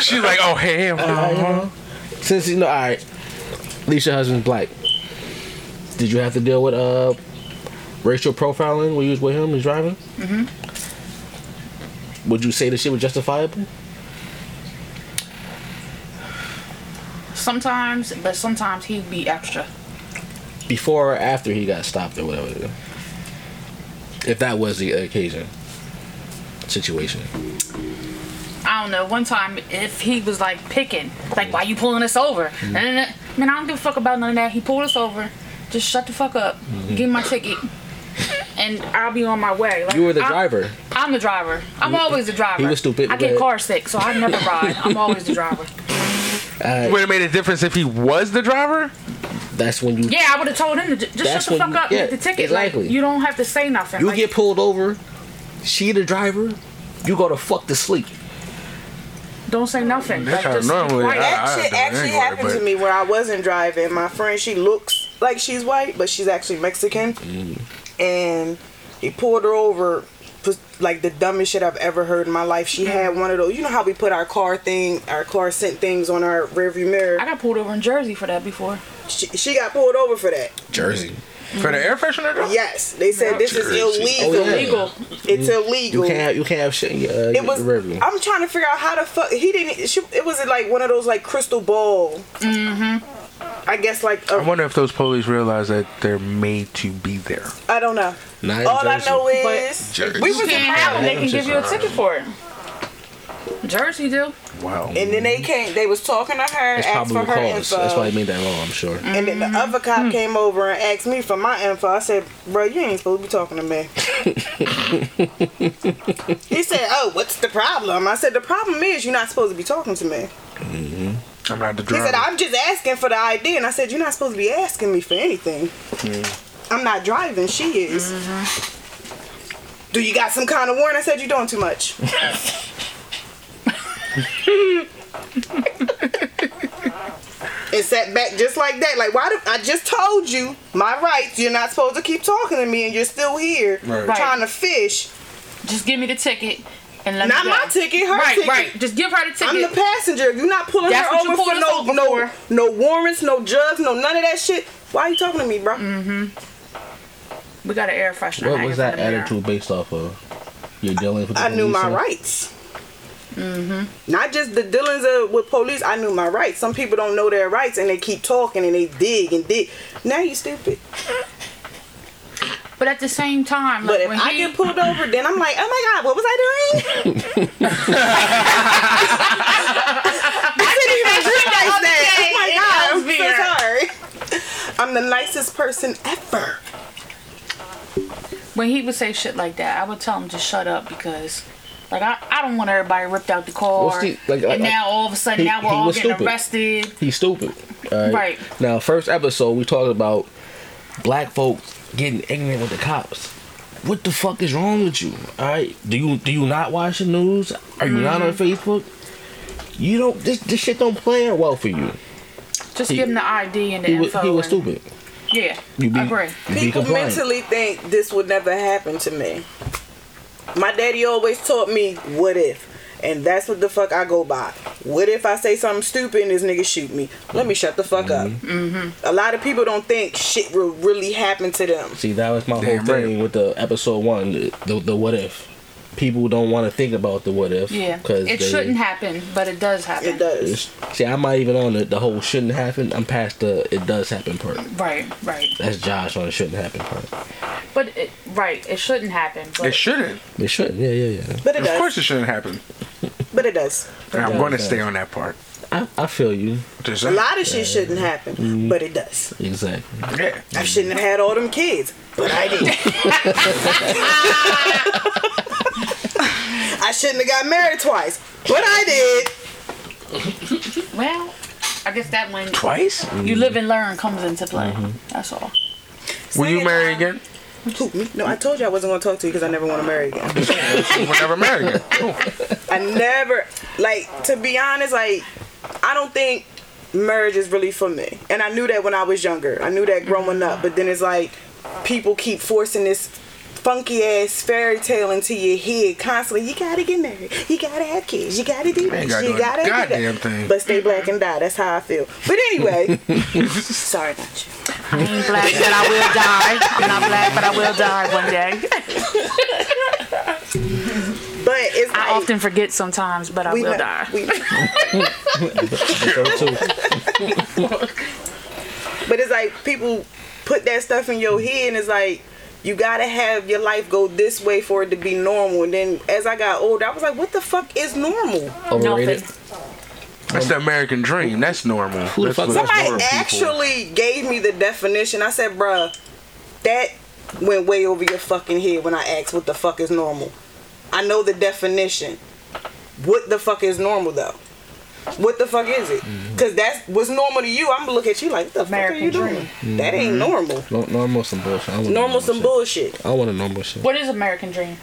Speaker 2: She's like, oh hell, no.
Speaker 1: since you know, all right, Leisha husband's black. Did you have to deal with uh racial profiling when you was with him and driving? Mm-hmm. Would you say the shit was justifiable?
Speaker 6: sometimes, but sometimes he'd be extra.
Speaker 1: Before or after he got stopped or whatever? If that was the occasion, situation.
Speaker 6: I don't know. One time, if he was like picking, like, why you pulling us over?
Speaker 1: Mm-hmm.
Speaker 6: And man, I don't give a fuck about none of that. He pulled us over. Just shut the fuck up.
Speaker 1: Mm-hmm.
Speaker 6: Give me my ticket, and I'll be on my way. Like,
Speaker 1: You were the
Speaker 6: I-
Speaker 1: driver.
Speaker 6: I'm the driver. I'm always the driver.
Speaker 1: was stupid,
Speaker 6: I get
Speaker 1: but-
Speaker 6: car sick, so I never ride. I'm always the driver.
Speaker 2: Would it made a difference if he was the driver?
Speaker 1: That's when you
Speaker 6: Yeah, I would have told him to j- just
Speaker 1: That's
Speaker 6: shut the
Speaker 1: when
Speaker 6: fuck
Speaker 1: you-
Speaker 6: up,
Speaker 1: yeah,
Speaker 6: get the ticket.
Speaker 1: exactly.
Speaker 6: Like you don't have to say nothing.
Speaker 1: you
Speaker 6: like,
Speaker 1: get pulled over. She the driver. You go to fuck to sleep.
Speaker 6: don't say nothing.
Speaker 2: That's
Speaker 6: Like,
Speaker 2: how
Speaker 6: just be
Speaker 2: normally
Speaker 6: quiet.
Speaker 2: I-
Speaker 5: That shit
Speaker 2: don't
Speaker 5: actually
Speaker 2: anywhere,
Speaker 5: happened
Speaker 2: but-
Speaker 5: to me where I wasn't driving. My friend, she looks like she's white, but she's actually Mexican.
Speaker 1: Mm.
Speaker 5: And he pulled her over, put, like the dumbest shit I've ever heard in my life. She
Speaker 1: Mm-hmm.
Speaker 5: had one of those. You know how we put our car thing, our car scent things on our rearview mirror.
Speaker 6: I got pulled over in Jersey for that before.
Speaker 5: She, she got pulled over for that.
Speaker 1: Jersey.
Speaker 2: For the air freshener though?
Speaker 5: Yes, they said this is
Speaker 1: Oh,
Speaker 5: illegal.
Speaker 1: yeah.
Speaker 6: Legal.
Speaker 5: It's illegal.
Speaker 1: You can't. Have, you can't have shit. in your, Uh,
Speaker 5: it was.
Speaker 1: Your rearview.
Speaker 5: I'm trying to figure out how the fuck he didn't. She, it was like one of those like crystal ball. Mm-hmm. I guess like
Speaker 2: I
Speaker 5: I
Speaker 2: wonder if those police realize that they're made to be there.
Speaker 5: I don't know.
Speaker 1: Not in
Speaker 5: All I
Speaker 1: Jersey.
Speaker 5: know is
Speaker 2: But-
Speaker 5: we
Speaker 6: You
Speaker 5: was in
Speaker 6: can't have
Speaker 5: Maryland.
Speaker 6: them. They can give you a ticket for it. Jersey do.
Speaker 2: Wow.
Speaker 5: And then they came. They was talking to her,
Speaker 1: That's
Speaker 5: asked
Speaker 1: probably
Speaker 5: for
Speaker 1: the
Speaker 5: her
Speaker 1: cause.
Speaker 5: info. Mm,
Speaker 1: That's why they made that law, I'm sure.
Speaker 5: And then the other cop came over and asked me for my info. I said, bro, you ain't supposed to be talking to me. he said, oh, what's the problem? I said, the problem is you're not supposed to be talking to me.
Speaker 2: I'm not the
Speaker 5: He
Speaker 2: driver.
Speaker 5: said, I'm just asking for the ID. And I said, you're not supposed to be asking me for anything. I'm not driving. She is. Do you got some kind of warrant? I said, you're doing too much. and sat back just like that. Like, why? Do, I just told you my rights. You're not supposed to keep talking to me, and you're still here
Speaker 6: Right.
Speaker 5: trying to fish.
Speaker 6: Just give me the ticket and let
Speaker 5: Not
Speaker 6: me go.
Speaker 5: my ticket, her
Speaker 6: right,
Speaker 5: ticket.
Speaker 6: right. Just give her the ticket.
Speaker 5: I'm the passenger. If you're not pulling
Speaker 6: That's
Speaker 5: her
Speaker 6: what you
Speaker 5: over for
Speaker 6: pulled us
Speaker 5: no
Speaker 6: over
Speaker 5: no
Speaker 6: for.
Speaker 5: no warrants, no drugs, no none of that shit. Why are you talking to me, bro?
Speaker 6: Mm-hmm. we got an air freshener.
Speaker 1: What
Speaker 6: hanging
Speaker 1: was that
Speaker 6: from the mirror.
Speaker 1: attitude based off of? You're dealing with the
Speaker 5: I knew my
Speaker 1: police, huh?
Speaker 5: rights.
Speaker 6: Mm-hmm.
Speaker 5: Not just the dealings of, with police. I knew my rights. Some people don't know their rights and they keep talking and they dig and dig. Now you stupid.
Speaker 6: But at the same time,
Speaker 5: But
Speaker 6: like
Speaker 5: if
Speaker 6: when
Speaker 5: I
Speaker 6: he,
Speaker 5: get pulled over, then I'm like, oh my god, what was I doing? I didn't even realize that. Oh my god, I'm so sorry. I'm the nicest person ever.
Speaker 6: when he would say shit like that, I would tell him to shut up because. Like I, I don't want everybody ripped out the car,
Speaker 1: What's the- like- like-
Speaker 6: and now all of a sudden
Speaker 1: He-
Speaker 6: now we're
Speaker 1: he
Speaker 6: all
Speaker 1: was
Speaker 6: getting
Speaker 1: stupid.
Speaker 6: arrested.
Speaker 1: He's stupid. All right?
Speaker 6: Right.
Speaker 1: Now, first episode, we talked about black folks getting ignorant with the cops. What the fuck is wrong with you? All right. Do you do you not watch the news? Are you not on
Speaker 6: Mm-hmm.
Speaker 1: Facebook? You don't. This this shit don't play out well for you.
Speaker 6: Just
Speaker 1: He-
Speaker 6: give him the ID and the
Speaker 1: He was,
Speaker 6: info.
Speaker 1: he was
Speaker 6: and-
Speaker 1: stupid.
Speaker 6: Yeah,
Speaker 1: You be,
Speaker 6: agree.
Speaker 1: you be
Speaker 5: People
Speaker 1: compliant.
Speaker 5: mentally think this would never happen to me. My daddy always taught me, what if? And that's what the fuck I go by. What if I say something stupid and this nigga shoot me? Let me shut the fuck up. A lot of people don't think shit will really happen to them.
Speaker 1: See, that was my
Speaker 2: Damn
Speaker 1: whole
Speaker 2: right.
Speaker 1: thing with the episode one, the, the, the what if. People don't want to think about the what if.
Speaker 6: Yeah,
Speaker 1: because
Speaker 6: it shouldn't happen, but it does happen.
Speaker 5: It does.
Speaker 1: It's- See, I'm not even on the, the whole shouldn't happen. I'm past the it does happen part.
Speaker 6: Right, right.
Speaker 1: That's Josh on the shouldn't happen part.
Speaker 6: But it, right, it shouldn't happen. But
Speaker 2: it shouldn't.
Speaker 1: It shouldn't. Yeah, yeah, yeah.
Speaker 5: But it
Speaker 2: Of
Speaker 5: does.
Speaker 2: course, it shouldn't happen.
Speaker 5: But it does.
Speaker 2: And I'm going to
Speaker 1: does.
Speaker 2: stay on that part.
Speaker 1: I, I feel you.
Speaker 2: Just-
Speaker 5: A lot of shit shouldn't happen, but it does.
Speaker 1: Exactly.
Speaker 2: Yeah.
Speaker 5: I shouldn't have had all them kids, but I did. I shouldn't have got married twice, but I did.
Speaker 6: well, I guess that when
Speaker 2: Twice?
Speaker 6: you live and learn comes into play.
Speaker 1: Mm-hmm.
Speaker 6: That's all.
Speaker 2: Will you
Speaker 5: Second
Speaker 2: marry
Speaker 5: time.
Speaker 2: again?
Speaker 5: Who, me? No, I told you I wasn't gonna talk to you because I never want to marry again.
Speaker 2: We'll never marry again.
Speaker 5: I never, like, to be honest, like, I don't think marriage is really for me. And I knew that when I was younger. I knew that growing up. But then it's like people keep forcing this funky ass fairy tale into your head constantly. You gotta get married. You gotta have kids. You gotta do this.
Speaker 2: ain't gotta do
Speaker 5: You
Speaker 2: a
Speaker 5: gotta do
Speaker 2: goddamn
Speaker 5: that.
Speaker 2: thing.
Speaker 5: But stay black and die. That's how I feel. But anyway, sorry about you.
Speaker 6: I'm glad that I will die, and I'm glad that I will die one day.
Speaker 5: But it's
Speaker 6: I
Speaker 5: like,
Speaker 6: often forget sometimes, but I
Speaker 5: we
Speaker 6: will
Speaker 5: know-
Speaker 6: die.
Speaker 5: we-
Speaker 1: Episode two.
Speaker 5: But it's like people put that stuff in your head, and it's like you gotta have your life go this way for it to be normal. And then as I got older, I was like, what the fuck is normal?
Speaker 1: Overrated.
Speaker 6: Nothing.
Speaker 2: That's the American dream. That's normal.
Speaker 1: Who the
Speaker 2: That's
Speaker 1: fuck-
Speaker 2: what
Speaker 5: Somebody
Speaker 2: normal people-
Speaker 5: actually gave me the definition. I said, bruh, that went way over your fucking head when I asked what the fuck is normal. I know the definition. What the fuck is normal though? What the fuck is it?
Speaker 2: Mm-hmm.
Speaker 5: Cause that's what's normal to you. I'm gonna look at you like, what the fuck are you
Speaker 6: American
Speaker 5: doing? That ain't
Speaker 2: Mm-hmm.
Speaker 5: normal.
Speaker 1: No, normal some bullshit. I want
Speaker 5: Normal some
Speaker 1: shit.
Speaker 5: bullshit.
Speaker 1: I want a normal shit.
Speaker 6: What is American dream?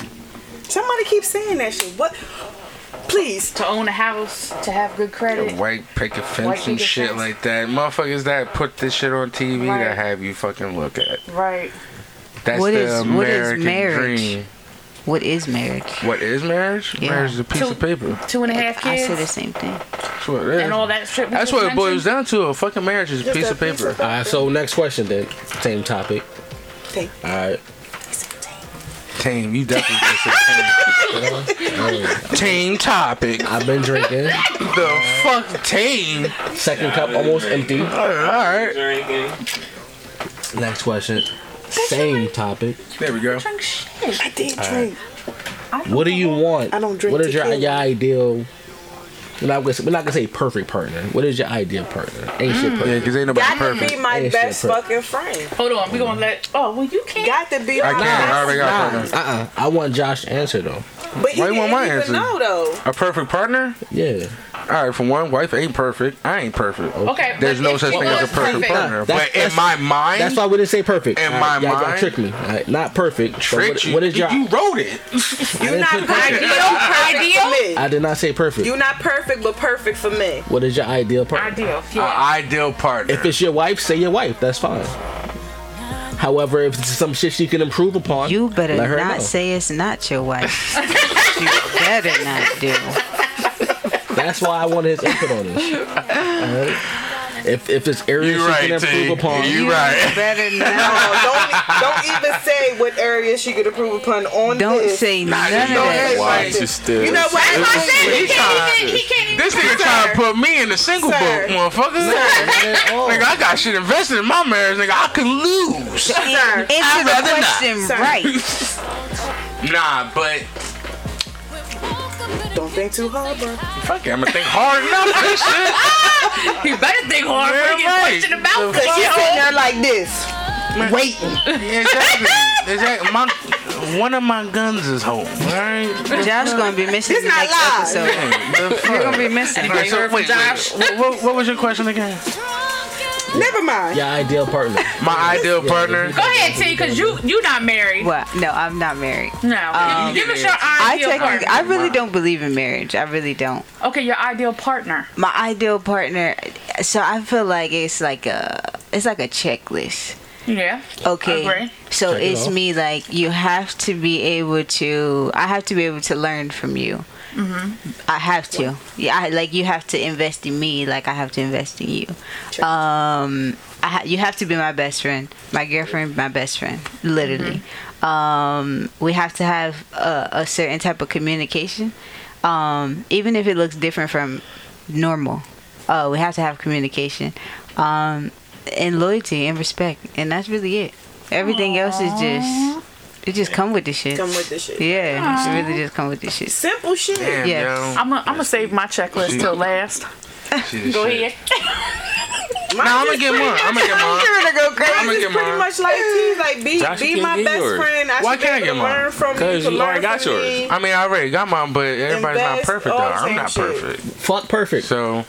Speaker 5: Somebody keeps saying that shit. What? Please.
Speaker 6: To own a house, to have good
Speaker 2: A
Speaker 6: credit.
Speaker 2: white picket fence
Speaker 6: White
Speaker 2: and
Speaker 6: picket
Speaker 2: shit
Speaker 6: fence.
Speaker 2: like that. Motherfuckers that put this shit on TV
Speaker 6: Right.
Speaker 2: to have you fucking look at.
Speaker 6: Right.
Speaker 2: That's
Speaker 7: What
Speaker 2: the
Speaker 7: is- what is
Speaker 2: American
Speaker 7: marriage?
Speaker 2: dream.
Speaker 7: What is marriage?
Speaker 2: What is marriage?
Speaker 7: Yeah.
Speaker 2: Marriage is a piece
Speaker 6: So-
Speaker 2: of paper.
Speaker 6: Two and a half
Speaker 7: I
Speaker 6: kids
Speaker 7: say the same thing.
Speaker 2: That's what it is.
Speaker 6: and all that shit. we
Speaker 2: That's
Speaker 6: just
Speaker 2: what it boils
Speaker 6: mentioned.
Speaker 2: down to. A fucking marriage is a
Speaker 5: Just
Speaker 2: piece of paper.
Speaker 1: All right. So next question then. Same topic.
Speaker 5: Okay.
Speaker 1: All right.
Speaker 2: Tame, you definitely just said tame. tame topic.
Speaker 1: I've been drinking.
Speaker 2: The fuck tame?
Speaker 1: Second cup almost empty.
Speaker 2: All right.
Speaker 3: Drinking.
Speaker 1: Next question. Same topic.
Speaker 2: There we go.
Speaker 5: I did drink.
Speaker 1: What do you want?
Speaker 5: I don't drink
Speaker 1: What is your,
Speaker 5: tequila.
Speaker 1: your ideal We're not gonna say, we're not gonna say perfect partner. What is your ideal partner? Ain't
Speaker 5: Mm.
Speaker 1: shit
Speaker 2: Yeah,
Speaker 1: perfect.
Speaker 2: because ain't nobody
Speaker 5: Got to be
Speaker 2: perfect.
Speaker 5: my
Speaker 1: Yeah, shit,
Speaker 5: best
Speaker 1: perfect.
Speaker 5: fucking friend.
Speaker 6: Hold on, we gonna let. Oh well, you can't.
Speaker 5: Got to be my
Speaker 2: I can't. I
Speaker 5: best.
Speaker 2: already got a partner.
Speaker 1: Uh uh I want Josh to answer though.
Speaker 5: But you
Speaker 2: Why you
Speaker 5: didn't
Speaker 2: want my
Speaker 5: even
Speaker 2: answer?
Speaker 5: know though.
Speaker 2: A perfect partner?
Speaker 1: Yeah.
Speaker 2: All right, for one, wife ain't perfect. I ain't perfect.
Speaker 6: Okay,
Speaker 2: There's
Speaker 6: but
Speaker 2: no
Speaker 6: if
Speaker 2: such
Speaker 6: she
Speaker 2: thing as a
Speaker 6: was
Speaker 2: perfect,
Speaker 6: perfect-
Speaker 2: partner.
Speaker 1: That's-
Speaker 2: but in
Speaker 1: that's-
Speaker 2: my mind,
Speaker 1: That's why we didn't say perfect.
Speaker 2: In
Speaker 1: All
Speaker 2: my
Speaker 1: y'all, y'all
Speaker 2: mind-
Speaker 1: tricked me. All right, not perfect. So
Speaker 2: tricked
Speaker 1: what,
Speaker 2: you.
Speaker 1: what is
Speaker 2: you,
Speaker 1: your?
Speaker 2: you wrote it.
Speaker 1: I,
Speaker 5: You're
Speaker 1: didn't
Speaker 5: not
Speaker 1: put perfect.
Speaker 5: perfect. Ideal, for me.
Speaker 1: I did not say perfect.
Speaker 5: You're not perfect, but perfect for me.
Speaker 1: what is your ideal partner?
Speaker 6: Ideal.
Speaker 2: A
Speaker 6: Yeah.
Speaker 2: ideal partner.
Speaker 1: If it's your wife, say your wife. That's fine. However, if it's some shit she can improve upon,
Speaker 7: You better
Speaker 1: let her
Speaker 7: not
Speaker 1: know.
Speaker 7: say it's not your wife. you better not do.
Speaker 1: That's why I wanted his input on this. Alright? If if it's areas
Speaker 2: you
Speaker 1: she
Speaker 2: right,
Speaker 1: can
Speaker 2: T.
Speaker 1: improve upon,
Speaker 2: You right.
Speaker 7: Better
Speaker 5: No,
Speaker 7: not.
Speaker 5: don't e- don't even say what area she could approve upon on
Speaker 7: Don't
Speaker 5: this.
Speaker 7: say none of
Speaker 2: no
Speaker 7: that.
Speaker 2: head.
Speaker 3: Why is she still?
Speaker 5: You know what?
Speaker 10: That's what I said. He
Speaker 2: He
Speaker 10: can't
Speaker 2: tried.
Speaker 10: even. He can't even.
Speaker 2: This nigga trying to put me in the single
Speaker 5: Sir.
Speaker 2: boat, motherfucker.
Speaker 1: not at all.
Speaker 2: Nigga, I got shit invested in my marriage, nigga. I could lose.
Speaker 5: Sir,
Speaker 7: Answer the
Speaker 2: rather not.
Speaker 7: question
Speaker 5: Sir.
Speaker 7: right.
Speaker 2: Nah, but
Speaker 5: don't think too hard, bro.
Speaker 2: fuck it, I'ma think hard enough. for This shit.
Speaker 10: You better think hard
Speaker 2: Yeah,
Speaker 10: before you get
Speaker 2: Ah. right.
Speaker 10: punched in the mouth.
Speaker 5: Cause she's sitting there like this, waiting.
Speaker 2: Yeah, exactly. Exactly. My, one of my guns is home. All right.
Speaker 7: Josh gonna be missing
Speaker 5: This
Speaker 7: the
Speaker 5: not
Speaker 7: next
Speaker 5: live.
Speaker 7: episode.
Speaker 2: The fuck?
Speaker 7: You're gonna be missing.
Speaker 2: Okay, so wait, wait,
Speaker 10: Josh.
Speaker 2: wait. What, what was your question again?
Speaker 5: Never mind.
Speaker 1: your ideal partner.
Speaker 2: My ideal partner.
Speaker 6: Go ahead, T, because you you not married.
Speaker 7: Well, no, I'm not married.
Speaker 6: No.
Speaker 2: Ah.
Speaker 6: give us your
Speaker 7: I
Speaker 6: ideal
Speaker 7: technically,
Speaker 6: partner.
Speaker 7: I really don't believe in marriage. I really don't.
Speaker 6: okay, your ideal partner.
Speaker 7: My ideal partner. So I feel like it's like a, it's like a checklist.
Speaker 6: Yeah.
Speaker 7: Okay.
Speaker 6: Agree.
Speaker 7: So
Speaker 1: Check it
Speaker 7: it's
Speaker 1: off.
Speaker 7: me like you have to be able to. I have to be able to learn from you. I have to. Yeah, I, like you have to invest in me. Like I have to invest in you. Um, I ha- you have to be my best friend, my girlfriend, my best friend, literally. Um, we have to have a, a certain type of communication, um, even if it looks different from normal. Uh, we have to have communication, um, and loyalty and respect, and that's really it. Everything else is just it just come with the shit.
Speaker 5: Come with this shit.
Speaker 7: Yeah, it really just come with the shit.
Speaker 5: Simple shit.
Speaker 2: Damn,
Speaker 7: Yes.
Speaker 6: I'm gonna I'm gonna save my checklist till last.
Speaker 2: yo.
Speaker 6: Go ahead.
Speaker 2: Nah, I'm gonna get mine. I'm gonna get mine.
Speaker 5: You're gonna go crazy.
Speaker 2: I'ma
Speaker 5: It's
Speaker 2: get
Speaker 5: pretty
Speaker 2: mine.
Speaker 5: much like T, like be
Speaker 3: Josh, you
Speaker 5: be
Speaker 3: can't
Speaker 5: my
Speaker 3: get
Speaker 5: best
Speaker 3: yours.
Speaker 5: friend. I
Speaker 2: Why
Speaker 5: should be
Speaker 2: can't I
Speaker 5: able
Speaker 2: get
Speaker 5: to
Speaker 2: mine?
Speaker 5: learn from you.
Speaker 3: Cause
Speaker 5: to
Speaker 3: you
Speaker 5: learn
Speaker 3: already got
Speaker 5: from
Speaker 3: yours.
Speaker 5: me.
Speaker 2: I mean, I already got mine, but everybody's not
Speaker 5: Invest,
Speaker 2: perfect, though.
Speaker 5: all
Speaker 2: I'm
Speaker 5: same
Speaker 2: not
Speaker 5: shit.
Speaker 2: perfect.
Speaker 1: Fuck perfect.
Speaker 2: So,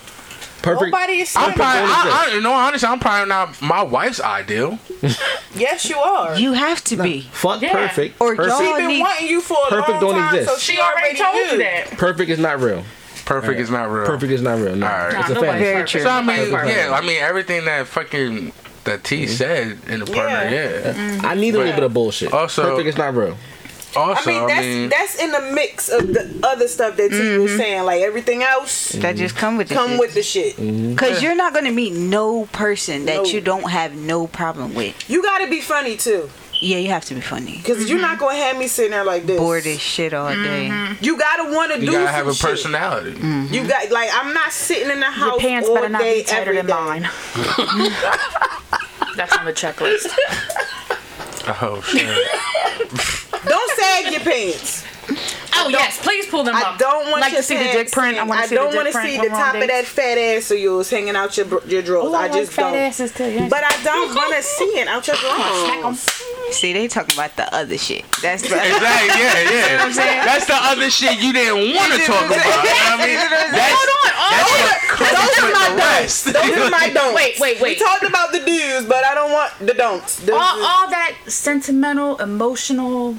Speaker 1: perfect.
Speaker 5: Nobody is
Speaker 2: I'm
Speaker 5: saying
Speaker 2: probably,
Speaker 1: goal is
Speaker 2: I, I, no, honestly, I'm probably not my wife's ideal.
Speaker 5: yes, you are.
Speaker 7: You have to be.
Speaker 1: Fuck
Speaker 6: Yeah.
Speaker 1: perfect.
Speaker 7: Or
Speaker 1: perfect.
Speaker 7: y'all-
Speaker 5: She's been
Speaker 7: need-
Speaker 5: wanting you for a
Speaker 1: Perfect
Speaker 5: long
Speaker 1: don't
Speaker 5: time,
Speaker 1: exist.
Speaker 5: so she, already
Speaker 6: told you
Speaker 5: knew.
Speaker 6: that.
Speaker 1: perfect is not real.
Speaker 2: Perfect is not real.
Speaker 1: Perfect is not real. No,
Speaker 2: Alright.
Speaker 1: it's a
Speaker 6: Nah, nobody's
Speaker 1: fantasy.
Speaker 7: Very
Speaker 6: perfect.
Speaker 7: true.
Speaker 2: So, I mean,
Speaker 1: Perfect.
Speaker 2: yeah, I mean, everything that fucking, that T said in the partner, yeah.
Speaker 1: I need a little
Speaker 2: But-
Speaker 1: bit of bullshit.
Speaker 2: Also-
Speaker 1: perfect is not real.
Speaker 5: I
Speaker 2: Also,
Speaker 5: mean, that's that's in the mix of the other stuff that T was
Speaker 6: Mm-hmm.
Speaker 5: saying. Like everything else,
Speaker 7: That just come with the
Speaker 5: come
Speaker 7: shit.
Speaker 5: with the shit.
Speaker 7: Cause you're not gonna meet no person that
Speaker 5: No.
Speaker 7: you don't have no problem with.
Speaker 5: You got to be funny too,
Speaker 7: Yeah, you have to be funny.
Speaker 5: because you're
Speaker 6: Mm-hmm.
Speaker 5: not gonna have me sitting there like this.
Speaker 7: Bored as shit all day.
Speaker 5: You gotta want to do
Speaker 2: you gotta have a
Speaker 5: some shit. Mm.
Speaker 2: personality.
Speaker 5: You got like I'm not sitting in the
Speaker 6: Your
Speaker 5: house
Speaker 6: pants
Speaker 5: all
Speaker 6: better not
Speaker 5: day
Speaker 6: be tighter
Speaker 5: every
Speaker 6: than
Speaker 5: day.
Speaker 6: mine. That's on the checklist.
Speaker 2: Oh, shit.
Speaker 5: Don't sag your pants.
Speaker 6: Oh yes, please pull them
Speaker 5: I
Speaker 6: up.
Speaker 5: don't want
Speaker 6: like
Speaker 5: your
Speaker 6: to see the
Speaker 5: sags
Speaker 6: dick print. I
Speaker 5: hanging.
Speaker 6: want to see
Speaker 5: don't
Speaker 6: the
Speaker 5: wanna
Speaker 6: dick print.
Speaker 5: see
Speaker 6: when
Speaker 5: the
Speaker 6: we're on
Speaker 5: top of that
Speaker 6: dates.
Speaker 5: fat ass of yours hanging out your br- your drawers.
Speaker 6: Ooh,
Speaker 5: I,
Speaker 6: like
Speaker 5: just
Speaker 6: fat
Speaker 5: don't.
Speaker 6: asses too. Yeah.
Speaker 5: But I don't want to see it out your
Speaker 6: Smack 'em.
Speaker 5: drawers.
Speaker 7: See, they talking about the other shit. That's the
Speaker 2: Exactly. Yeah, yeah. That's the other shit you didn't want to talk about. I mean, that's, that's what comes with the rest.
Speaker 5: Those are my don'ts.
Speaker 6: Wait, wait,
Speaker 5: We
Speaker 6: wait.
Speaker 5: talked about the do's, but I don't want the don'ts. The-
Speaker 6: all, all that sentimental, emotional,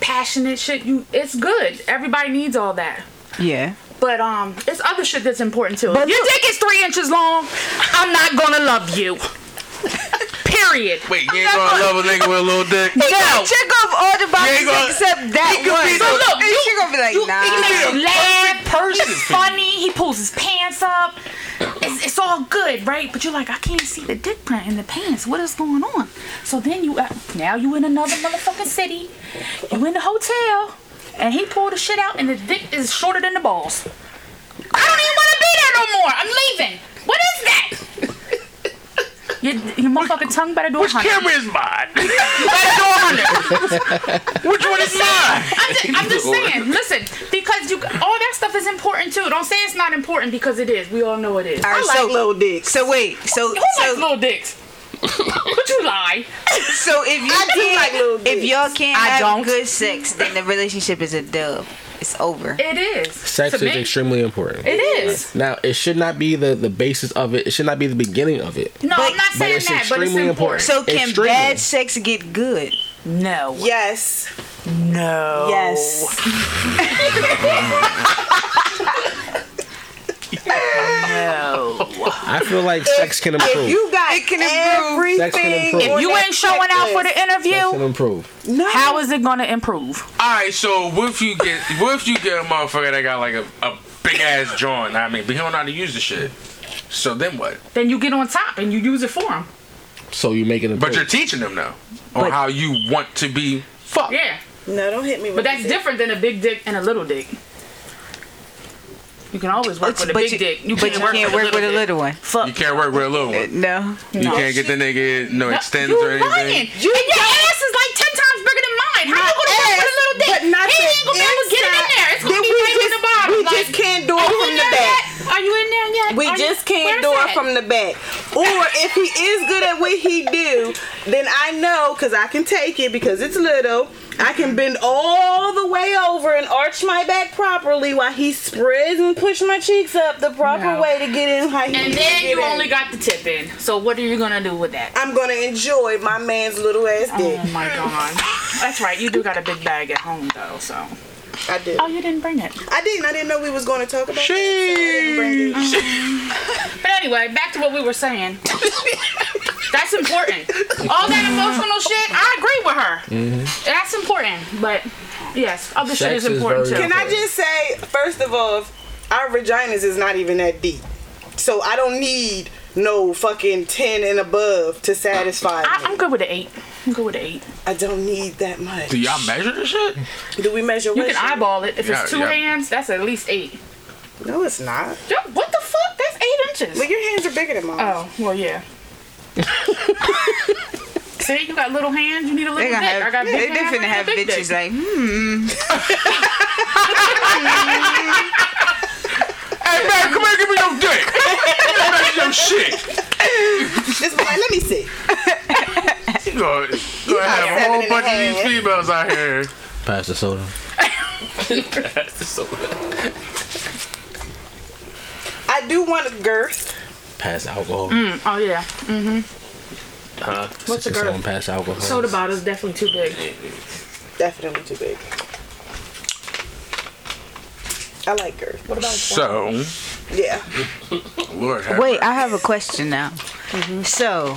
Speaker 6: passionate shit. You, it's good. Everybody needs all that.
Speaker 7: yeah.
Speaker 6: But um, it's other shit that's important too. If your
Speaker 7: look-
Speaker 6: dick is three inches long, I'm not gonna love you. Period.
Speaker 2: Wait, you ain't gonna love a nigga with a little dick?
Speaker 6: No.
Speaker 7: Check off all the
Speaker 2: You
Speaker 7: boxes
Speaker 2: ain't gonna-
Speaker 7: except that
Speaker 2: could be
Speaker 7: one.
Speaker 2: the- So
Speaker 6: look,
Speaker 7: and
Speaker 6: you-
Speaker 7: she gonna be like,
Speaker 6: You, he
Speaker 7: nah.
Speaker 6: makes you laugh.
Speaker 2: person
Speaker 6: He's
Speaker 2: for you.
Speaker 6: funny. He pulls his pants up. It's, it's all good, right? But you're like, I can't see the dick print in the pants. What is going on? So then you uh, now you in another motherfucking city. You in the hotel, and he pulled the shit out, and the dick is shorter than the balls. I don't even want to be there no more. I'm leaving. What is that? Your, your motherfucking tongue better do a
Speaker 2: Which
Speaker 6: hundred.
Speaker 2: camera is mine? That's your hundred. Which one is mine?
Speaker 6: I'm just, I'm just saying. Listen, because you all that stuff is important too. Don't say it's not important because it is. We all know it is.
Speaker 7: All
Speaker 5: I
Speaker 7: right,
Speaker 5: like
Speaker 7: so,
Speaker 5: little dicks.
Speaker 7: so wait, so
Speaker 6: Who likes
Speaker 7: so
Speaker 6: little dicks? Would you lie?
Speaker 7: so if you
Speaker 5: I do like
Speaker 7: can't,
Speaker 5: little
Speaker 7: if
Speaker 5: dicks.
Speaker 7: y'all can't
Speaker 6: I
Speaker 7: have
Speaker 6: don't.
Speaker 7: good sex, then the relationship is a dub. It's over.
Speaker 6: It is.
Speaker 1: Sex
Speaker 6: To
Speaker 1: is
Speaker 6: me,
Speaker 1: extremely important.
Speaker 6: It is.
Speaker 1: Now, it should not be the, the basis of it. It should not be the beginning of it.
Speaker 6: No,
Speaker 7: But-
Speaker 6: I'm not
Speaker 1: but
Speaker 6: saying
Speaker 1: it's
Speaker 6: that, but it's
Speaker 1: extremely
Speaker 6: important.
Speaker 1: important.
Speaker 7: So can
Speaker 1: Extremely.
Speaker 7: bad sex get good?
Speaker 6: No.
Speaker 5: Yes.
Speaker 6: No.
Speaker 5: Yes.
Speaker 6: No.
Speaker 1: I feel like sex can improve.
Speaker 5: If you got everything,
Speaker 1: Sex can improve.
Speaker 5: on
Speaker 6: You
Speaker 5: that
Speaker 6: ain't showing out for the
Speaker 1: sex can
Speaker 6: interview.
Speaker 1: improve.
Speaker 5: No.
Speaker 6: How is it gonna improve?
Speaker 2: All right, so what if you get what if you get a motherfucker that got like a, a big ass joint? I mean, but he don't know how to use the shit. So then what?
Speaker 6: Then you get on top and you use it for him.
Speaker 1: So you make it improve.
Speaker 2: But you're teaching them now on how you want to be fucked.
Speaker 6: Yeah,
Speaker 5: No, don't hit me.
Speaker 6: but that's different than a big dick and a little dick. You can always work with a big dick. You
Speaker 7: but
Speaker 6: can't
Speaker 7: you
Speaker 6: work,
Speaker 7: can't work with a little one.
Speaker 2: You can't work with a little one.
Speaker 7: No.
Speaker 2: You can't get the nigga no extends
Speaker 6: you
Speaker 2: or anything.
Speaker 6: lying. You and your ass is like ten times bigger than mine. How you gonna work with a little dick?
Speaker 5: but not
Speaker 6: he
Speaker 5: the
Speaker 6: ain't gonna be able to get it in there. It's gonna
Speaker 5: Then
Speaker 6: be
Speaker 5: we
Speaker 6: right in
Speaker 5: just-
Speaker 6: the bottom.
Speaker 5: we
Speaker 6: like,
Speaker 5: just can't do it
Speaker 6: are you
Speaker 5: from
Speaker 6: in
Speaker 5: the
Speaker 6: there
Speaker 5: back.
Speaker 6: yet? Are you in there yet?
Speaker 5: We
Speaker 6: Are you-
Speaker 5: just can't
Speaker 6: Where's
Speaker 5: do it
Speaker 6: that?
Speaker 5: from the back. Or if he is good at what he do, then I know because I can take it because it's little. I can bend all the way over and arch my back properly while he spreads and push my cheeks up the proper
Speaker 6: No.
Speaker 5: way to get in. How he
Speaker 6: And
Speaker 5: needs to
Speaker 6: then
Speaker 5: get
Speaker 6: you
Speaker 5: in.
Speaker 6: only got the tip in. So what are you gonna do with that?
Speaker 5: I'm gonna enjoy my man's little ass dick.
Speaker 6: Oh my god. That's right. You do got a big bag at home though, so.
Speaker 5: I did.
Speaker 6: Oh, you didn't bring it.
Speaker 5: I didn't. I didn't know we was gonna talk about. that, so I didn't bring it.
Speaker 6: But anyway, back to what we were saying. That's important. All that emotional shit, I agree with her. That's important. But yes, other shit
Speaker 1: Sex
Speaker 6: is
Speaker 1: is
Speaker 6: important
Speaker 1: very
Speaker 6: too.
Speaker 5: Can I just say, first of all, our vaginas is not even that deep, so I don't need no fucking ten and above to satisfy
Speaker 6: I,
Speaker 5: me.
Speaker 6: I'm good with the eight. I'm good with the eight.
Speaker 5: I don't need that much.
Speaker 2: Do y'all measure the shit?
Speaker 5: Do we measure?
Speaker 6: You
Speaker 5: what
Speaker 6: can eyeball it. If
Speaker 2: Yeah,
Speaker 6: it's two
Speaker 2: yeah.
Speaker 6: hands, that's at least eight.
Speaker 5: No, it's not.
Speaker 6: Yo, what the fuck? That's eight inches.
Speaker 5: But your hands are bigger than mine.
Speaker 6: Oh, well, yeah. See, you got little hands. You need a little
Speaker 7: They're
Speaker 6: dick.
Speaker 7: gonna
Speaker 6: I got
Speaker 7: have,
Speaker 6: big
Speaker 7: they're
Speaker 6: hands,
Speaker 7: definitely
Speaker 6: I
Speaker 7: have
Speaker 6: got big dick.
Speaker 7: bitches like, hmm,
Speaker 2: Hey man, come here, give me your dick. Measure your shit.
Speaker 5: It's like, let me see.
Speaker 2: You gonna, you gonna have a
Speaker 5: seven
Speaker 2: whole
Speaker 5: and a
Speaker 2: bunch of these
Speaker 5: half.
Speaker 2: females out here.
Speaker 1: Pass the soda.
Speaker 5: I do want a girth.
Speaker 1: Pass alcohol.
Speaker 6: Oh yeah,
Speaker 1: What's
Speaker 6: a girl?
Speaker 1: Pass alcohol.
Speaker 6: soda bottle's definitely too big.
Speaker 5: Definitely too big. I like girth. What about?
Speaker 2: So,
Speaker 5: Yeah.
Speaker 2: Lord have
Speaker 7: Wait, I have a question now.
Speaker 6: Mm-hmm.
Speaker 7: So,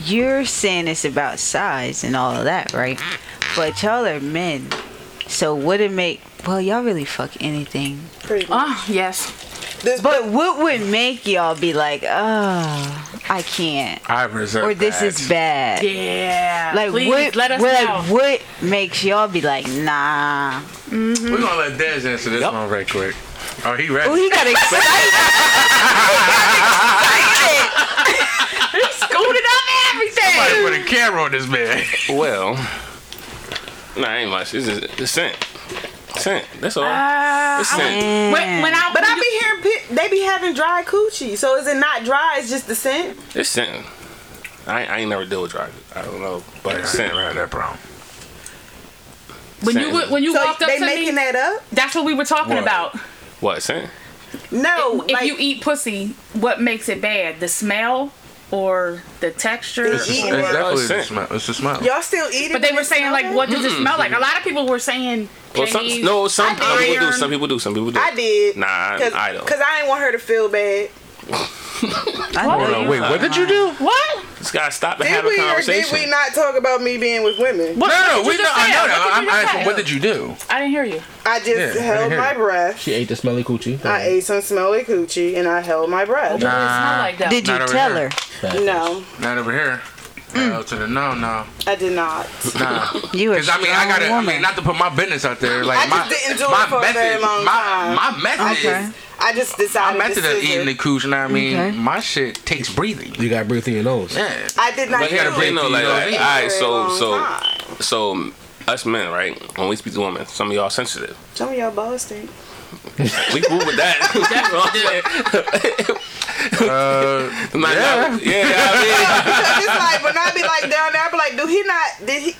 Speaker 7: you're saying it's about size and all of that, right? But y'all are men. So, would it make, well, y'all really fuck anything.
Speaker 5: Pretty much.
Speaker 6: Oh yes,
Speaker 5: This, but
Speaker 7: But what would make y'all be like, oh, I can't?
Speaker 2: I reserve.
Speaker 7: Or this is bad.
Speaker 6: yeah.
Speaker 7: Like
Speaker 6: Please,
Speaker 7: what?
Speaker 6: Let us
Speaker 7: like,
Speaker 6: know.
Speaker 7: what makes y'all be like, nah?
Speaker 2: We're gonna let Dez answer this one right quick. Oh, he ready.
Speaker 7: Oh, he got excited.
Speaker 6: Scooted up everything.
Speaker 2: Somebody put a camera on this man.
Speaker 3: Well, nah, ain't much. It's just the scent. Scent. That's all.
Speaker 5: Ah,
Speaker 6: Uh,
Speaker 3: It's scent.
Speaker 6: when, when I
Speaker 5: but I be hearing pe- they be having dry coochie. So is it not dry? It's just the scent.
Speaker 3: It's scent. I, I ain't never deal with drugs. I don't know, but it's
Speaker 2: Sent
Speaker 3: scent.
Speaker 2: right that problem.
Speaker 6: when you
Speaker 3: Same.
Speaker 6: wa- when you
Speaker 5: So
Speaker 6: walked up
Speaker 5: they
Speaker 6: to
Speaker 5: making
Speaker 6: me,
Speaker 5: that up?
Speaker 6: that's what we were talking
Speaker 3: What?
Speaker 6: about.
Speaker 3: What scent?
Speaker 5: No.
Speaker 6: if
Speaker 5: like,
Speaker 6: you eat pussy, what makes it bad? The smell or the texture?
Speaker 5: It's-
Speaker 2: It's
Speaker 5: Eating it.
Speaker 2: definitely the
Speaker 3: Scent.
Speaker 2: smell. It's the smell.
Speaker 5: y'all still eat it.
Speaker 6: But they
Speaker 5: when
Speaker 6: were
Speaker 5: it
Speaker 6: saying
Speaker 5: smell
Speaker 6: like,
Speaker 5: good?
Speaker 6: what does it smell like? A lot of people were saying.
Speaker 3: Well,
Speaker 6: can
Speaker 3: some,
Speaker 6: you-
Speaker 3: no, some,
Speaker 6: I
Speaker 3: some people do.
Speaker 6: iron.
Speaker 3: Some people do. Some people do.
Speaker 5: I did.
Speaker 3: Nah, I-
Speaker 5: Cause,
Speaker 3: I don't.
Speaker 5: Cause I didn't want her to feel bad.
Speaker 7: I know you-
Speaker 2: Wait, what did you do?
Speaker 6: What?
Speaker 3: Just gotta stop and
Speaker 5: Did
Speaker 3: have a
Speaker 5: we or did
Speaker 3: conversation.
Speaker 5: we not talk about me being with women?
Speaker 6: What-
Speaker 2: No,
Speaker 6: what
Speaker 2: no,
Speaker 6: did
Speaker 2: we
Speaker 6: you
Speaker 2: know.
Speaker 6: just
Speaker 2: I
Speaker 6: say?
Speaker 2: know that.
Speaker 6: What
Speaker 2: I'm
Speaker 6: did you just
Speaker 2: asking,
Speaker 6: say?
Speaker 2: what did you do?
Speaker 6: I didn't hear you.
Speaker 5: I just
Speaker 2: Yeah, I
Speaker 5: held
Speaker 2: didn't
Speaker 5: my
Speaker 2: hear you.
Speaker 5: breath.
Speaker 1: She ate the smelly coochie.
Speaker 5: I ate some smelly coochie and I held my breath.
Speaker 6: What did it smell like though?
Speaker 7: Did you
Speaker 2: Not over
Speaker 7: tell
Speaker 2: here.
Speaker 7: her?
Speaker 1: Pass.
Speaker 5: No,
Speaker 2: Not over here. No to the no, no,
Speaker 5: I did not.
Speaker 2: nah.
Speaker 7: You a
Speaker 2: Because I mean, I
Speaker 7: strong
Speaker 2: gotta. I
Speaker 7: woman.
Speaker 2: mean, not to put my business out there. Like
Speaker 5: I just
Speaker 2: my
Speaker 5: didn't do it
Speaker 2: my
Speaker 5: for a
Speaker 2: method,
Speaker 5: very long
Speaker 2: my,
Speaker 5: time.
Speaker 2: my method
Speaker 7: Okay.
Speaker 2: is
Speaker 5: I just decided
Speaker 2: I'm
Speaker 5: to
Speaker 2: after the
Speaker 5: scissor.
Speaker 2: eating the cooch, you know what I mean?
Speaker 7: Okay.
Speaker 2: My shit takes breathing.
Speaker 1: You gotta breathe through your nose.
Speaker 2: Yeah.
Speaker 5: I did not
Speaker 3: But you gotta
Speaker 5: know.
Speaker 3: breathe no like,
Speaker 2: You know what I
Speaker 3: like
Speaker 2: mean?
Speaker 3: all right, so
Speaker 5: Long
Speaker 3: so
Speaker 5: time.
Speaker 3: so us men, right? When we speak to women, some of y'all sensitive.
Speaker 5: Some of y'all balls stink.
Speaker 3: We cool with that. That's what I'm saying.
Speaker 2: Uh,
Speaker 3: Not-
Speaker 2: yeah.
Speaker 3: not- yeah, I mean,
Speaker 5: Because it's like when I be like down there, I be like, do he not? Did he?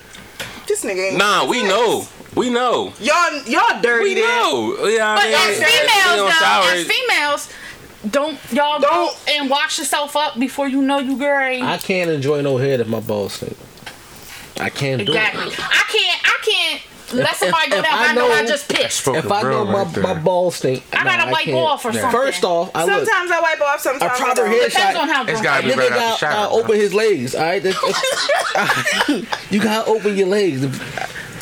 Speaker 5: This nigga ain't.
Speaker 3: nah, we know. We know.
Speaker 5: Y'all, y'all dirty.
Speaker 3: We
Speaker 5: then.
Speaker 3: know. Yeah, I
Speaker 6: But
Speaker 3: mean,
Speaker 6: as
Speaker 3: yeah, we
Speaker 6: females,
Speaker 3: on
Speaker 6: though, as
Speaker 3: showers.
Speaker 6: females, don't y'all
Speaker 5: Don't.
Speaker 6: go and wash yourself up before you know you gray.
Speaker 1: I can't enjoy no head if my balls stink. I can't do
Speaker 6: Exactly.
Speaker 1: it.
Speaker 6: I can't. I can't let
Speaker 1: If-
Speaker 6: somebody
Speaker 1: if-
Speaker 6: go
Speaker 1: if
Speaker 6: down.
Speaker 1: I
Speaker 6: I know I
Speaker 1: know-
Speaker 6: just pissed.
Speaker 1: If I know my, my balls stink,
Speaker 6: I
Speaker 1: nah,
Speaker 6: gotta wipe
Speaker 1: can't.
Speaker 6: off or something.
Speaker 1: First off, I look.
Speaker 5: Sometimes I wipe off. Sometimes
Speaker 1: A proper
Speaker 5: I don't.
Speaker 1: head
Speaker 6: Depends
Speaker 1: shot.
Speaker 6: on how
Speaker 2: It's
Speaker 6: drunk
Speaker 2: gotta
Speaker 6: I
Speaker 2: be
Speaker 6: am.
Speaker 1: Nigga
Speaker 2: right
Speaker 1: got
Speaker 2: out the shower.
Speaker 1: uh, open his legs. All right, That's- that's- you gotta open your legs.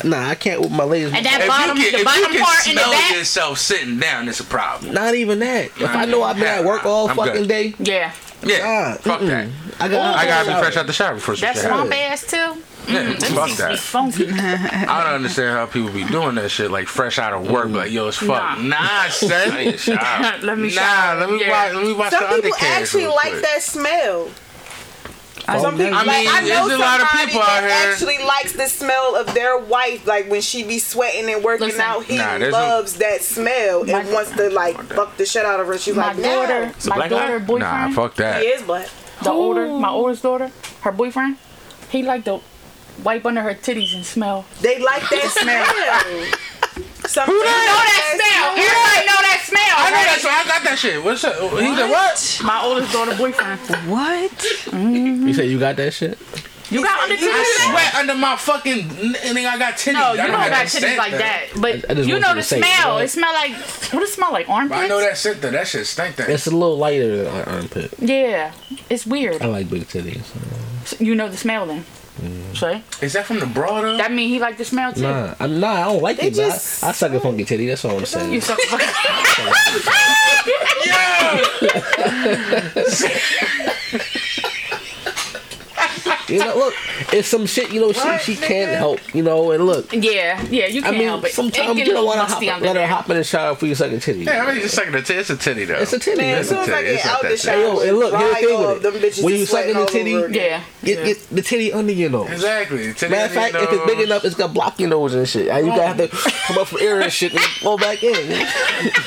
Speaker 1: Nah, I can't open my legs.
Speaker 6: And that
Speaker 2: If
Speaker 6: bottom,
Speaker 2: you can,
Speaker 6: the
Speaker 2: if you
Speaker 6: bottom
Speaker 2: can
Speaker 6: part in the
Speaker 2: smell
Speaker 6: back.
Speaker 2: yourself sitting down, it's a problem.
Speaker 1: Not even that. If I know I've been at work all
Speaker 2: I'm good.
Speaker 1: fucking day,
Speaker 6: Yeah,
Speaker 2: Yeah,
Speaker 1: God,
Speaker 2: fuck that.
Speaker 1: mm-mm. I got.
Speaker 2: I gotta be fresh out the shower before some
Speaker 6: that
Speaker 2: shit happens.
Speaker 6: swamp ass too.
Speaker 2: Yeah, fuck
Speaker 6: Be
Speaker 2: that.
Speaker 6: funky.
Speaker 2: I don't understand how people be doing that shit like fresh out of work, like yo, it's fuck. Nah,
Speaker 3: I
Speaker 2: son.
Speaker 3: need a shower.
Speaker 6: let me
Speaker 2: Nah,
Speaker 6: shower.
Speaker 2: let me
Speaker 6: Yeah.
Speaker 2: watch. Let me watch
Speaker 5: Some
Speaker 2: the
Speaker 5: people
Speaker 2: undercarriage
Speaker 5: actually
Speaker 2: real
Speaker 5: like
Speaker 2: quick.
Speaker 5: that smell. Some people,
Speaker 2: I mean,
Speaker 5: like, I know
Speaker 2: there's a lot of
Speaker 5: somebody
Speaker 2: people
Speaker 5: that
Speaker 2: out here-
Speaker 5: actually likes the smell of their wife, like when she be sweating and working
Speaker 6: Listen.
Speaker 5: out. He
Speaker 2: Nah, there's no-
Speaker 5: loves that smell and
Speaker 6: My-
Speaker 5: wants to like fuck the shit out of her. She's
Speaker 6: My
Speaker 5: like, no.
Speaker 6: daughter,
Speaker 3: a
Speaker 6: my
Speaker 3: black guy?
Speaker 6: daughter, boyfriend.
Speaker 2: Nah, fuck that.
Speaker 5: He is black.
Speaker 6: the older, my oldest daughter, her boyfriend, he liked to wipe under her titties and smell.
Speaker 5: They like that smell. Some Who
Speaker 6: Everybody know that smell.
Speaker 2: I know that shit. I got that shit. What's up? He said what?
Speaker 6: My oldest daughter boyfriend.
Speaker 7: What?
Speaker 1: You say you got that shit?
Speaker 6: You got under titties?
Speaker 2: Sweat under my fucking n- and then I got titties.
Speaker 6: No,
Speaker 2: I
Speaker 6: you don't
Speaker 2: have
Speaker 6: got titties
Speaker 2: scent,
Speaker 6: like
Speaker 2: though.
Speaker 6: that.
Speaker 1: I
Speaker 6: But
Speaker 1: just
Speaker 6: you
Speaker 1: want
Speaker 6: know
Speaker 1: you
Speaker 6: the
Speaker 1: to say it,
Speaker 6: smell.
Speaker 1: right?
Speaker 6: It smell like what does it smell like? Armpits?
Speaker 2: But I know that scent though. That shit stink that.
Speaker 1: It's a little lighter than our armpit.
Speaker 6: Yeah, it's weird.
Speaker 1: I like big titties.
Speaker 6: You know the smell then. See?
Speaker 2: Is that from the broad up?
Speaker 6: That mean he like the smell too.
Speaker 1: Mm. Nah, I'm nah. I don't like
Speaker 5: They
Speaker 1: it. but I-
Speaker 5: just-
Speaker 1: I, suck a funky titty. That's all I'm
Speaker 6: You
Speaker 1: saying.
Speaker 6: suck.
Speaker 1: You know, look, it's some shit. You know, she she can't help. You know, and look.
Speaker 6: yeah, yeah, you
Speaker 1: I
Speaker 6: can't
Speaker 1: mean,
Speaker 6: help it.
Speaker 1: sometimes
Speaker 6: it
Speaker 1: you
Speaker 6: get a
Speaker 1: don't
Speaker 6: little
Speaker 1: want to
Speaker 6: musty
Speaker 1: hop,
Speaker 6: under
Speaker 1: let her
Speaker 6: there.
Speaker 1: hop in the shower for you sucking titty.
Speaker 2: yeah, I mean, just like a titty. It's a titty though.
Speaker 1: It's a titty.
Speaker 5: Man,
Speaker 1: man.
Speaker 5: as soon as I
Speaker 2: titty.
Speaker 5: get
Speaker 2: It's
Speaker 5: out
Speaker 2: not
Speaker 5: the
Speaker 2: that
Speaker 1: Hey, yo,
Speaker 5: shower,
Speaker 1: and look, here's
Speaker 5: dry
Speaker 1: the thing
Speaker 5: off,
Speaker 1: with
Speaker 5: them
Speaker 1: it.
Speaker 5: bitches
Speaker 1: When
Speaker 5: is
Speaker 1: you sucking
Speaker 5: sweating
Speaker 1: the
Speaker 5: all
Speaker 1: titty,
Speaker 5: over again.
Speaker 6: Yeah.
Speaker 1: get, get the titty under your nose.
Speaker 2: exactly. Titty
Speaker 1: Matter of
Speaker 2: on
Speaker 1: fact,
Speaker 2: your
Speaker 1: if it's big
Speaker 2: nose.
Speaker 1: enough, it's gonna block your nose and shit. And You gotta have to come up from air and shit and go back in.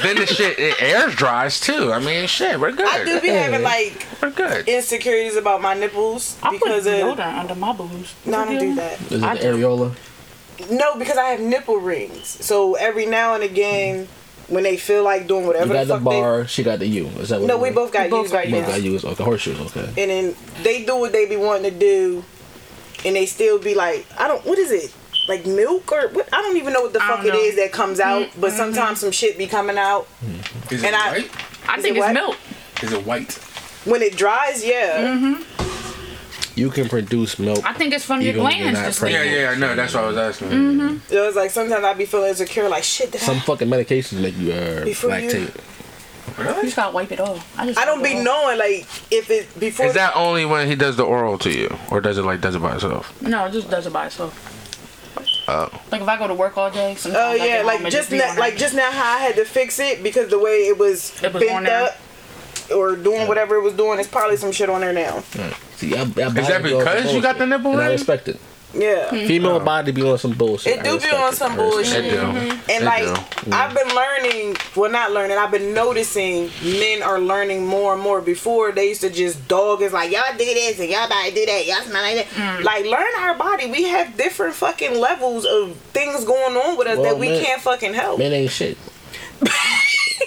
Speaker 2: then the shit it air dries too. I mean, shit, we're good.
Speaker 5: I do be having like
Speaker 2: We're good.
Speaker 5: insecurities about my nipples
Speaker 6: I put
Speaker 5: because of.
Speaker 6: deodorant under my boobs.
Speaker 5: No, I don't do that.
Speaker 1: Is it the areola?
Speaker 5: No, because I have nipple rings. So every now and again, when they feel like doing
Speaker 1: You
Speaker 5: whatever
Speaker 1: got
Speaker 5: the
Speaker 1: the
Speaker 5: fuck
Speaker 1: bar. She got the U. Is that
Speaker 5: they.
Speaker 1: what?
Speaker 5: No,
Speaker 1: it
Speaker 5: we
Speaker 1: is?
Speaker 5: both got
Speaker 6: We both
Speaker 5: used right
Speaker 1: Both
Speaker 5: now.
Speaker 1: got U's. Okay, horseshoes. Okay.
Speaker 5: And then they do what they be wanting to do, and they still be like, I don't. What is it? Like milk or what? I don't even know what the
Speaker 6: I
Speaker 5: fuck
Speaker 6: don't
Speaker 5: it
Speaker 6: know. Mm-hmm.
Speaker 5: is that comes out. But sometimes some shit be coming out
Speaker 2: Is it
Speaker 5: and I-
Speaker 2: white?
Speaker 6: I
Speaker 5: Is
Speaker 6: think
Speaker 5: it
Speaker 6: it's
Speaker 5: what?
Speaker 6: milk.
Speaker 2: Is it white?
Speaker 5: when it dries.
Speaker 6: Mm-hmm.
Speaker 5: Yeah,
Speaker 1: You can produce milk.
Speaker 6: I think it's from
Speaker 1: You
Speaker 6: your
Speaker 1: gonna be
Speaker 6: glands.
Speaker 1: not
Speaker 6: Just
Speaker 2: Yeah,
Speaker 1: pregnant.
Speaker 2: yeah, I know. That's what I was asking.
Speaker 1: Mm-hmm.
Speaker 5: it was like sometimes I be feeling insecure. Like shit, did
Speaker 1: Some
Speaker 5: I?
Speaker 1: fucking medications make you uh,
Speaker 5: Before you-
Speaker 1: lactate.
Speaker 6: you just gotta wipe it off. I, just
Speaker 5: I don't
Speaker 6: wipe
Speaker 5: be
Speaker 6: it off.
Speaker 5: knowing like if it before.
Speaker 2: Is that only when he does the oral to you, or does it like does it by itself?
Speaker 6: No, it just does it by itself.
Speaker 2: Oh.
Speaker 6: Like if I go to work all day. sometimes
Speaker 5: Oh
Speaker 6: I get
Speaker 5: yeah,
Speaker 6: home
Speaker 5: like
Speaker 6: and
Speaker 5: just
Speaker 6: be
Speaker 5: now,
Speaker 6: on that.
Speaker 5: like just now how I had to fix it because the way it was,
Speaker 6: It was on
Speaker 5: bent
Speaker 6: there.
Speaker 5: up or doing whatever it was doing, it's probably some shit on there now.
Speaker 1: See, I, I
Speaker 2: Is that because you got the nipple
Speaker 1: And I
Speaker 2: ring?
Speaker 1: respect it.
Speaker 5: Yeah,
Speaker 1: Female body be on some bullshit.
Speaker 5: Oh. It
Speaker 1: I
Speaker 5: do be
Speaker 1: respect
Speaker 5: on some
Speaker 1: I respect
Speaker 5: bullshit.
Speaker 2: It do.
Speaker 1: Mm-hmm.
Speaker 2: It
Speaker 5: and like
Speaker 2: do.
Speaker 5: I've been learning, well not learning, I've been noticing men are learning more and more. Before they used to just dog is like y'all do this and y'all about to do that, y'all smell like that.
Speaker 6: Hmm.
Speaker 5: Like learn our body. We have different fucking levels of things going on with us
Speaker 1: Well,
Speaker 5: that we
Speaker 1: man-
Speaker 5: can't fucking help.
Speaker 1: Men ain't shit.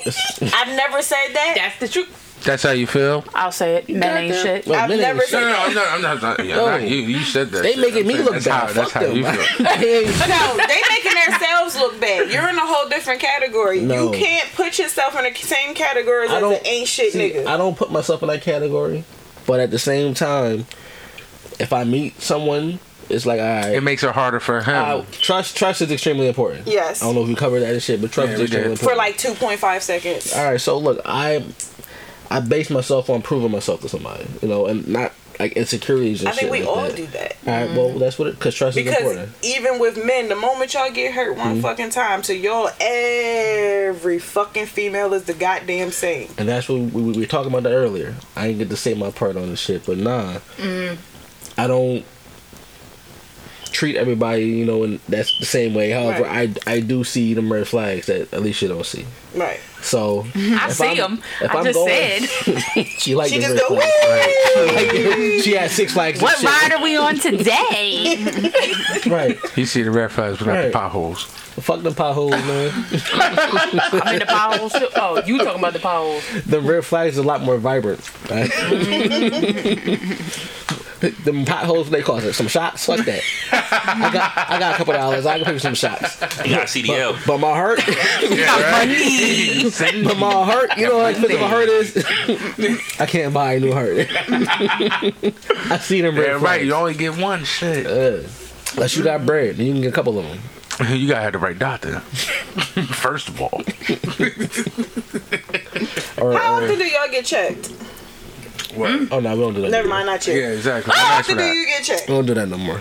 Speaker 5: I've never said that.
Speaker 6: That's the truth.
Speaker 2: That's how you feel?
Speaker 6: I'll say it. Men ain't
Speaker 1: Goddamn.
Speaker 6: shit.
Speaker 1: Look,
Speaker 5: I've
Speaker 1: men ain't
Speaker 5: never
Speaker 1: shit.
Speaker 2: No,
Speaker 5: said
Speaker 2: no, no,
Speaker 5: that.
Speaker 2: I'm not, I'm not, yeah,
Speaker 1: No.
Speaker 2: not you. You said that.
Speaker 1: They
Speaker 2: shit.
Speaker 1: making
Speaker 2: I'm
Speaker 1: me
Speaker 2: saying
Speaker 1: look
Speaker 2: that's
Speaker 1: bad.
Speaker 2: How, that's
Speaker 1: Fuck
Speaker 2: how you
Speaker 1: them.
Speaker 2: feel.
Speaker 1: They ain't shit.
Speaker 5: No, they making themselves look bad. You're in a whole different category.
Speaker 1: No.
Speaker 5: You can't put yourself in the same category as
Speaker 1: I
Speaker 5: an
Speaker 1: don't
Speaker 5: ain't shit
Speaker 1: see,
Speaker 5: nigga.
Speaker 1: I don't put myself in that category, but at the same time, if I meet someone, it's like I.
Speaker 2: It makes it harder for him.
Speaker 1: I trust trust is extremely important.
Speaker 5: Yes.
Speaker 1: I don't know if you covered that and shit, but trust
Speaker 2: Yeah,
Speaker 1: is
Speaker 2: we
Speaker 1: extremely
Speaker 2: did.
Speaker 5: for
Speaker 1: important.
Speaker 5: like 2.5 seconds.
Speaker 1: all right, so look, I I base myself on proving myself to somebody, you know, and not like insecurities and
Speaker 5: I think
Speaker 1: shit
Speaker 5: we
Speaker 1: like
Speaker 5: all
Speaker 1: that.
Speaker 5: do that.
Speaker 1: All right, well that's what it because trust is
Speaker 5: Because
Speaker 1: important.
Speaker 5: even with men, the moment y'all get hurt one
Speaker 1: Mm-hmm.
Speaker 5: fucking time, to y'all, every fucking female is the goddamn same.
Speaker 1: And that's what we, we were talking about that earlier. I ain't get to say my part on the shit, but nah,
Speaker 10: Mm.
Speaker 1: I don't treat everybody, you know, and that's the same way. However, I I do see them red flags that Alicia don't see.
Speaker 5: Right.
Speaker 1: So
Speaker 10: I
Speaker 1: if
Speaker 10: see
Speaker 1: I'm-
Speaker 10: them. I
Speaker 1: if I'm
Speaker 10: just
Speaker 1: going-
Speaker 10: said,
Speaker 1: she like
Speaker 5: She
Speaker 1: the
Speaker 5: just
Speaker 1: red
Speaker 5: go,
Speaker 1: flags.
Speaker 5: "Wee!"
Speaker 1: she had six flags. and
Speaker 10: "What
Speaker 1: shit.
Speaker 10: ride are we on today?"
Speaker 1: Right.
Speaker 2: You see the red flags, but not
Speaker 1: Right.
Speaker 2: the potholes.
Speaker 1: Fuck them potholes, man.
Speaker 6: I'm in the potholes. too. Oh, you talking about the potholes?
Speaker 1: the red flags are a lot more vibrant. the potholes they cause it. Some shots, fuck that. I got I got a couple dollars. I can pay for some shots.
Speaker 3: You got CDL.
Speaker 1: But my heart, but my heart, you know how expensive my heart is. I can't buy a new heart. I see them
Speaker 2: Yeah,
Speaker 1: red
Speaker 2: right.
Speaker 1: flags.
Speaker 2: You only get one shit.
Speaker 1: Uh, unless you got bread, then you can get a couple of them.
Speaker 2: You gotta have the right doctor. First of all,
Speaker 1: Or,
Speaker 5: How often
Speaker 1: or,
Speaker 5: do y'all get checked?
Speaker 1: oh no, we don't do that. no
Speaker 5: Never
Speaker 1: more.
Speaker 5: mind, not
Speaker 2: yeah,
Speaker 5: checked.
Speaker 2: exactly.
Speaker 5: How
Speaker 2: Don't ask
Speaker 5: often do
Speaker 2: for that.
Speaker 5: you get checked?
Speaker 1: We don't do that no more.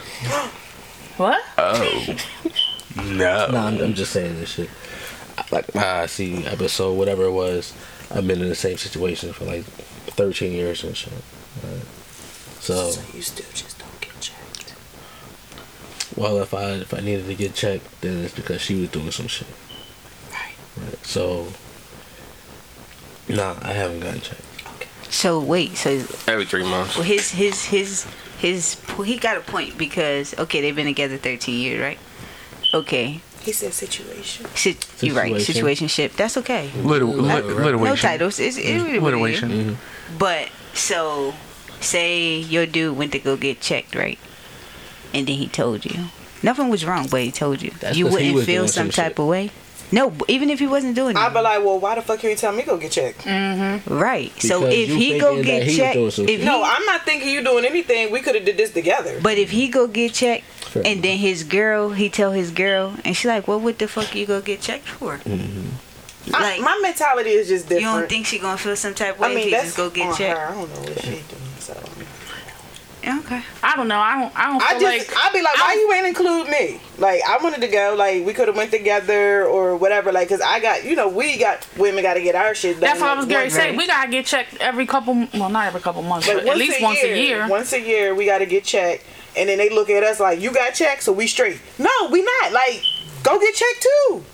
Speaker 6: What?
Speaker 2: No.
Speaker 1: No, I'm, I'm just saying this shit. I- Like my IC episode, whatever it was, I've been in the same situation for like 13 years and shit. Right? So,
Speaker 5: So you still just don't get checked.
Speaker 1: well, if I if I needed to get checked, then it's because she was doing some shit.
Speaker 5: Right.
Speaker 1: Right. So, nah, I haven't gotten checked.
Speaker 7: So wait, so
Speaker 3: Every three months.
Speaker 7: Well, his his his his po- he got a point because okay, they've been together 13 years, right? Okay,
Speaker 5: He said situation.
Speaker 7: Sit, you're right.
Speaker 1: Situation.
Speaker 7: Situationship. That's okay.
Speaker 2: Little,
Speaker 7: Right.
Speaker 2: little, little
Speaker 7: No titles. It's it is what it is.
Speaker 2: Little
Speaker 7: But so, say your dude went to go get checked, right? And then he told you nothing was wrong, but he told you
Speaker 1: That's
Speaker 7: you
Speaker 1: 'cause he
Speaker 7: wouldn't
Speaker 1: was
Speaker 7: feel
Speaker 1: doing
Speaker 7: some
Speaker 1: some
Speaker 7: type
Speaker 1: shit.
Speaker 7: of way. No, b- even if he wasn't doing
Speaker 5: I'd be
Speaker 7: it
Speaker 5: like, well, why the fuck you ain't tell me go get checked?
Speaker 7: right. So
Speaker 1: Because
Speaker 7: if
Speaker 1: you
Speaker 7: he go
Speaker 1: thinking
Speaker 7: get
Speaker 1: that he was
Speaker 7: checked,
Speaker 1: doing some
Speaker 7: if
Speaker 1: shit.
Speaker 5: No,
Speaker 7: he-
Speaker 5: I'm not thinking you doing anything. We could have did this together.
Speaker 7: But if he go get checked,
Speaker 1: Fair
Speaker 7: and then his girl, he tell his girl, and she like, "What? What the fuck you go get checked for?"
Speaker 5: I-
Speaker 7: Like,
Speaker 5: my mentality is just
Speaker 7: you
Speaker 5: different.
Speaker 7: don't think she gonna feel some type of way
Speaker 5: I
Speaker 7: if
Speaker 5: mean,
Speaker 7: he
Speaker 5: that's
Speaker 7: just go get
Speaker 5: on
Speaker 7: checked?
Speaker 5: her. I don't know what she doing. So
Speaker 7: Okay.
Speaker 6: I don't know. I don't. I don't
Speaker 5: I
Speaker 6: feel
Speaker 5: just,
Speaker 6: like.
Speaker 5: I'd be like, why you ain't include me? Like, I wanted to go. Like, we could have went together or whatever. Like, cause I got, you know, we got women got to get our shit done.
Speaker 6: That's what I was
Speaker 5: like,
Speaker 6: Gary
Speaker 5: once-
Speaker 6: saying. We gotta get checked every couple. Well, not every couple months,
Speaker 5: like,
Speaker 6: but at least once a year.
Speaker 5: Once a year, we got to get checked, and then they look at us like, you got checked, so we straight. No, we not. Like, go get checked too.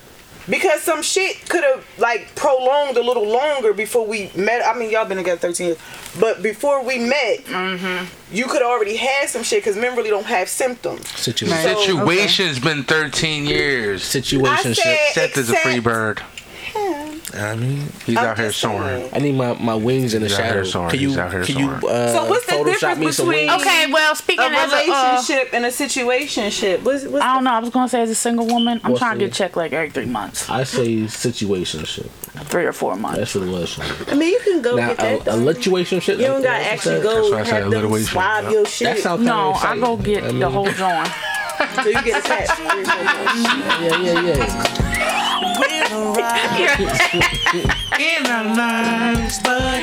Speaker 5: Because some shit could have like prolonged a little longer before we met. I mean, y'all been together 13 years, but before we met,
Speaker 6: Mm-hmm.
Speaker 5: you could already had some shit. Because men really don't have symptoms.
Speaker 1: Situation.
Speaker 7: Right.
Speaker 2: Situation's been 13 years.
Speaker 1: Situation.
Speaker 5: said-
Speaker 2: Seth is a free
Speaker 5: Except-
Speaker 2: bird.
Speaker 1: I mean,
Speaker 2: He's
Speaker 5: I'm
Speaker 2: out here
Speaker 5: just saying.
Speaker 2: soaring.
Speaker 1: I need my, my wings in the
Speaker 2: He's out here
Speaker 1: shadow.
Speaker 2: soaring.
Speaker 1: Can you
Speaker 2: He's out here
Speaker 1: can you
Speaker 2: soaring.
Speaker 1: uh,
Speaker 5: So what's the
Speaker 1: Photoshop
Speaker 5: difference
Speaker 1: me some
Speaker 5: between-
Speaker 1: wings?
Speaker 6: Okay. Well, speaking
Speaker 5: A
Speaker 6: as a, uh, Um,
Speaker 5: relationship and a situationship. What's, what's
Speaker 6: I don't know. I was gonna say as a single woman, I'm
Speaker 1: What's
Speaker 6: trying to
Speaker 1: the-
Speaker 6: get checked like every three months,
Speaker 1: I say situation shit.
Speaker 6: three or four months.
Speaker 1: That's what it was. for me.
Speaker 5: I mean, you can go
Speaker 1: Now,
Speaker 5: get that.
Speaker 1: a, a lituation shit.
Speaker 5: you don't got to
Speaker 1: That's
Speaker 5: actually
Speaker 1: what
Speaker 5: go
Speaker 2: uh, That's why I
Speaker 5: have
Speaker 2: said a little
Speaker 5: them
Speaker 2: way
Speaker 5: swab
Speaker 2: from-
Speaker 5: your
Speaker 1: That
Speaker 5: shit
Speaker 1: sounds
Speaker 6: No, I go get the whole joint.
Speaker 5: so you get attached.
Speaker 1: Yeah, yeah, yeah.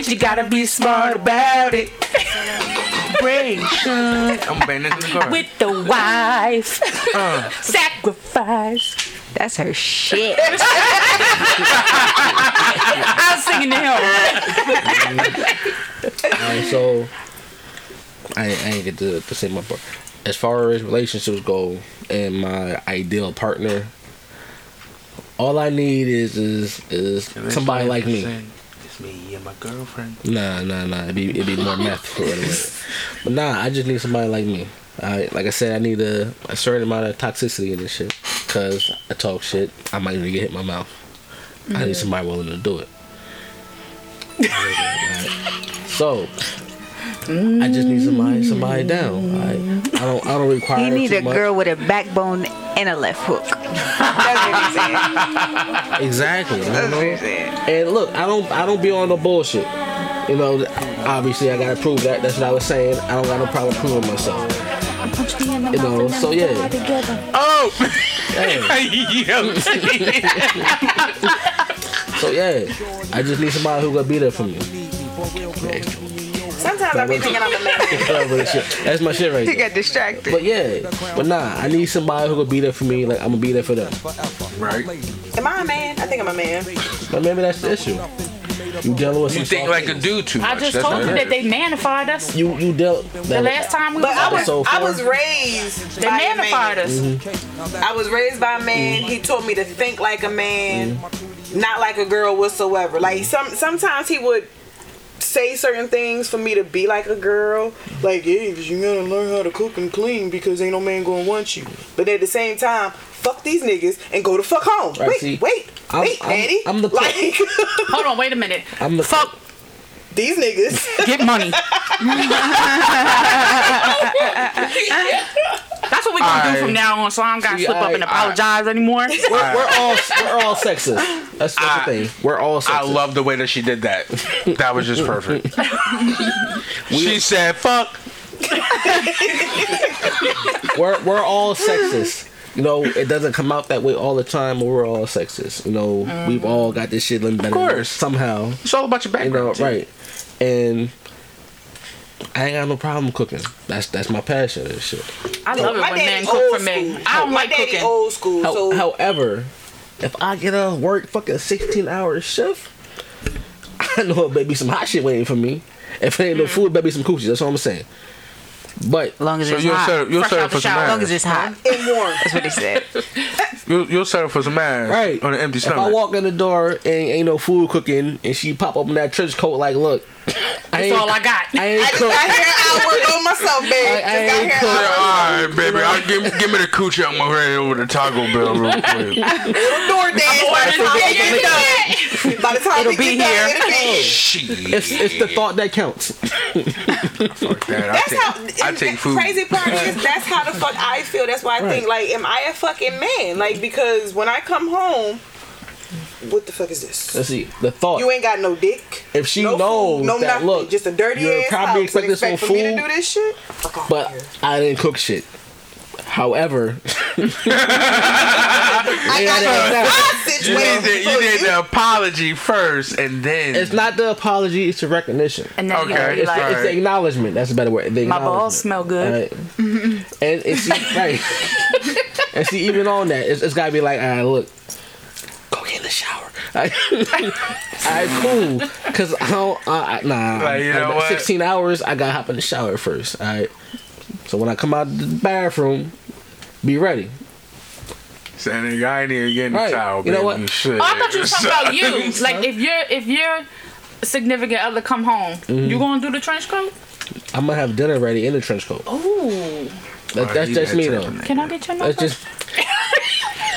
Speaker 6: You gotta be smart about it
Speaker 2: I'm banging in the car.
Speaker 6: with the wife. Uh. Sacrifice.
Speaker 7: That's her shit.
Speaker 6: I was singing to him.
Speaker 1: Alright, so I, I ain't get to, to say my part. As far as relationships go, and my ideal partner, all I need is is, is somebody like me.
Speaker 2: It's me and my girlfriend.
Speaker 1: Nah, nah, nah. It'd be it'd be more meth for whatever. But nah, I just need somebody like me. I like I said, I need a, a certain amount of toxicity in this shit. Cause I talk shit, I might even get hit in my mouth. I need somebody willing to do it. Alright. So I just need somebody somebody down. I, I don't I don't require
Speaker 7: He need
Speaker 1: too
Speaker 7: a
Speaker 1: much.
Speaker 7: girl with a backbone and a left hook. That's what he said.
Speaker 1: Exactly. you
Speaker 7: That's
Speaker 1: know?
Speaker 7: what he said.
Speaker 1: And look, I don't I don't be on the bullshit. You know, th- obviously I gotta prove that. That's what I was saying. I don't got no problem proving myself. You know, so yeah.
Speaker 2: Oh!
Speaker 1: Hey, so yeah, I just need somebody who gonna be there for me.
Speaker 5: Sometimes I be thinking I'm a man.
Speaker 1: That's my shit right
Speaker 7: He
Speaker 1: there.
Speaker 7: got distracted.
Speaker 1: But yeah, but nah, I need somebody who could be there for me. Like I'm gonna be there for them.
Speaker 5: Am I a man? I think I'm a man.
Speaker 1: But maybe that's the issue. You dealing with some
Speaker 2: You think
Speaker 1: soft
Speaker 2: like a
Speaker 1: things.
Speaker 2: dude too much.
Speaker 6: I just
Speaker 2: That's
Speaker 6: told
Speaker 2: not
Speaker 6: you that
Speaker 2: it.
Speaker 6: they manified us
Speaker 1: You you dealt.
Speaker 6: the last time we
Speaker 5: But
Speaker 6: was
Speaker 5: I
Speaker 6: out.
Speaker 5: was
Speaker 1: Episode
Speaker 5: I
Speaker 1: four.
Speaker 5: was raised
Speaker 6: They
Speaker 5: by a
Speaker 6: manified
Speaker 5: man. Mm-hmm.
Speaker 6: us.
Speaker 5: I was raised by a man.
Speaker 1: Mm-hmm.
Speaker 5: He told me to think like a man, not like a girl whatsoever. Like some sometimes he would say certain things for me to be like a girl. Like, yeah, 'cause you gotta learn how to cook and clean because ain't no man gonna want you. But at the same time, fuck these niggas and go to fuck home.
Speaker 1: Right,
Speaker 5: wait,
Speaker 1: see,
Speaker 5: wait,
Speaker 1: I'm-
Speaker 5: wait,
Speaker 1: I'm-
Speaker 5: daddy.
Speaker 1: I'm the-
Speaker 5: like
Speaker 6: Hold on, wait a minute.
Speaker 1: I'm the
Speaker 6: Fuck,
Speaker 5: these niggas.
Speaker 6: get money. That's what we gonna do from now on. So I don't gotta
Speaker 1: See,
Speaker 6: slip up
Speaker 1: I-
Speaker 6: and apologize anymore.
Speaker 1: We're, we're all we're all sexist. That's, that's
Speaker 2: I-
Speaker 1: the thing. We're all sexist.
Speaker 2: I love the way that she did that. That was just perfect. she said, "Fuck."
Speaker 1: we're we're all sexist. You know, it doesn't come out that way all the time, but we're all sexist. You know, we've all got this shit living better. Of
Speaker 2: course.
Speaker 1: somehow.
Speaker 2: It's all about your
Speaker 1: You know,
Speaker 2: background. too.
Speaker 1: right? And I ain't got no problem cooking. That's that's my passion and shit.
Speaker 6: I love it
Speaker 5: My
Speaker 6: when men
Speaker 5: daddy
Speaker 6: cook
Speaker 5: old
Speaker 6: for me.
Speaker 5: school.
Speaker 6: I don't
Speaker 5: My
Speaker 6: like
Speaker 5: daddy
Speaker 6: cooking.
Speaker 5: old school.
Speaker 1: How,
Speaker 5: so
Speaker 1: however, if I get a work fucking sixteen hour shift, I know it may be some hot shit waiting for me. If it ain't no food, it better be some coochie. That's all I'm saying. But
Speaker 7: As long as
Speaker 2: So
Speaker 7: it's
Speaker 2: you'll
Speaker 7: hot.
Speaker 2: settle, you'll
Speaker 6: Fresh
Speaker 2: settle
Speaker 6: out the
Speaker 2: for some
Speaker 6: shower.
Speaker 7: As long as
Speaker 2: ass.
Speaker 7: it's hot.
Speaker 5: and warm.
Speaker 7: That's what he said.
Speaker 2: You'll, you'll settle for some ass
Speaker 1: Right.
Speaker 2: on an empty
Speaker 1: If I
Speaker 2: stomach.
Speaker 1: walk in the door and ain't no food cooking, and she pop open that trench coat, like, look, I
Speaker 6: That's
Speaker 1: ain't,
Speaker 6: all I got.
Speaker 1: I ain't
Speaker 5: I just got
Speaker 1: cook.
Speaker 5: here I work on
Speaker 1: I-
Speaker 5: myself,
Speaker 1: I
Speaker 5: babe. Just
Speaker 1: ain't
Speaker 5: got here
Speaker 1: cook.
Speaker 5: I
Speaker 2: Yeah,
Speaker 5: work
Speaker 2: all right, baby. I give, give me the coochie. I'm gonna head over to Taco Bell real quick.
Speaker 5: DoorDash. By the time
Speaker 7: It'll
Speaker 5: we
Speaker 7: be
Speaker 5: get
Speaker 7: here.
Speaker 5: done, it'll be here.
Speaker 2: Shit.
Speaker 1: It's, it's the thought that counts.
Speaker 2: Fuck that. I
Speaker 5: That's
Speaker 2: take,
Speaker 5: how.
Speaker 2: I
Speaker 5: and
Speaker 2: take
Speaker 5: the
Speaker 2: food.
Speaker 5: Crazy part is that's how the fuck I feel. That's why I think like, am I a fucking man? Like because when I come home, what the fuck is this?
Speaker 1: Let's see, the thought.
Speaker 5: You ain't got no dick.
Speaker 1: If she
Speaker 5: no
Speaker 1: knows
Speaker 5: food, no
Speaker 1: that,
Speaker 5: nothing.
Speaker 1: look,
Speaker 5: just a dirty
Speaker 1: you're
Speaker 5: ass
Speaker 1: probably
Speaker 5: house and
Speaker 1: expecting some
Speaker 5: expect for me to
Speaker 1: food,
Speaker 5: do this shit. Fuck off
Speaker 1: but
Speaker 5: here.
Speaker 1: I didn't cook shit. However,
Speaker 5: I got
Speaker 1: Yeah,
Speaker 2: you
Speaker 5: a situation
Speaker 2: need, the,
Speaker 5: for
Speaker 2: you need the apology first, and then
Speaker 1: it's not the apology; it's the recognition.
Speaker 6: and then you
Speaker 2: Okay,
Speaker 6: gotta be
Speaker 2: it's
Speaker 6: like,
Speaker 2: alright.
Speaker 1: It's the acknowledgement. That's a better word. The
Speaker 6: My balls smell
Speaker 1: acknowledgement.
Speaker 6: good.
Speaker 1: All right. and it's right. and see, even on that, it's, it's gotta be like, all right, look, go get in the shower. all right, cool. Cause I don't, I, I, nah,
Speaker 2: Like, you
Speaker 1: I-
Speaker 2: know what?
Speaker 1: sixteen hours. I gotta hop in the shower first. All right. So when I come out the bathroom, be ready.
Speaker 2: saying nigga, I ain't even getting
Speaker 1: Right.
Speaker 2: the towel,
Speaker 1: You
Speaker 2: baby.
Speaker 1: know what?
Speaker 2: Shit.
Speaker 6: Oh, I thought you was talking about you. Like if your if your significant other come home,
Speaker 1: Mm-hmm.
Speaker 6: you gonna do the trench coat?
Speaker 1: I'm gonna have dinner ready in the trench coat.
Speaker 6: Oh. Ooh,
Speaker 1: That,
Speaker 2: Oh,
Speaker 1: that's
Speaker 2: he
Speaker 1: just
Speaker 2: that
Speaker 1: me
Speaker 2: type
Speaker 1: though.
Speaker 2: of nigga.
Speaker 6: can I get your number?
Speaker 1: That's just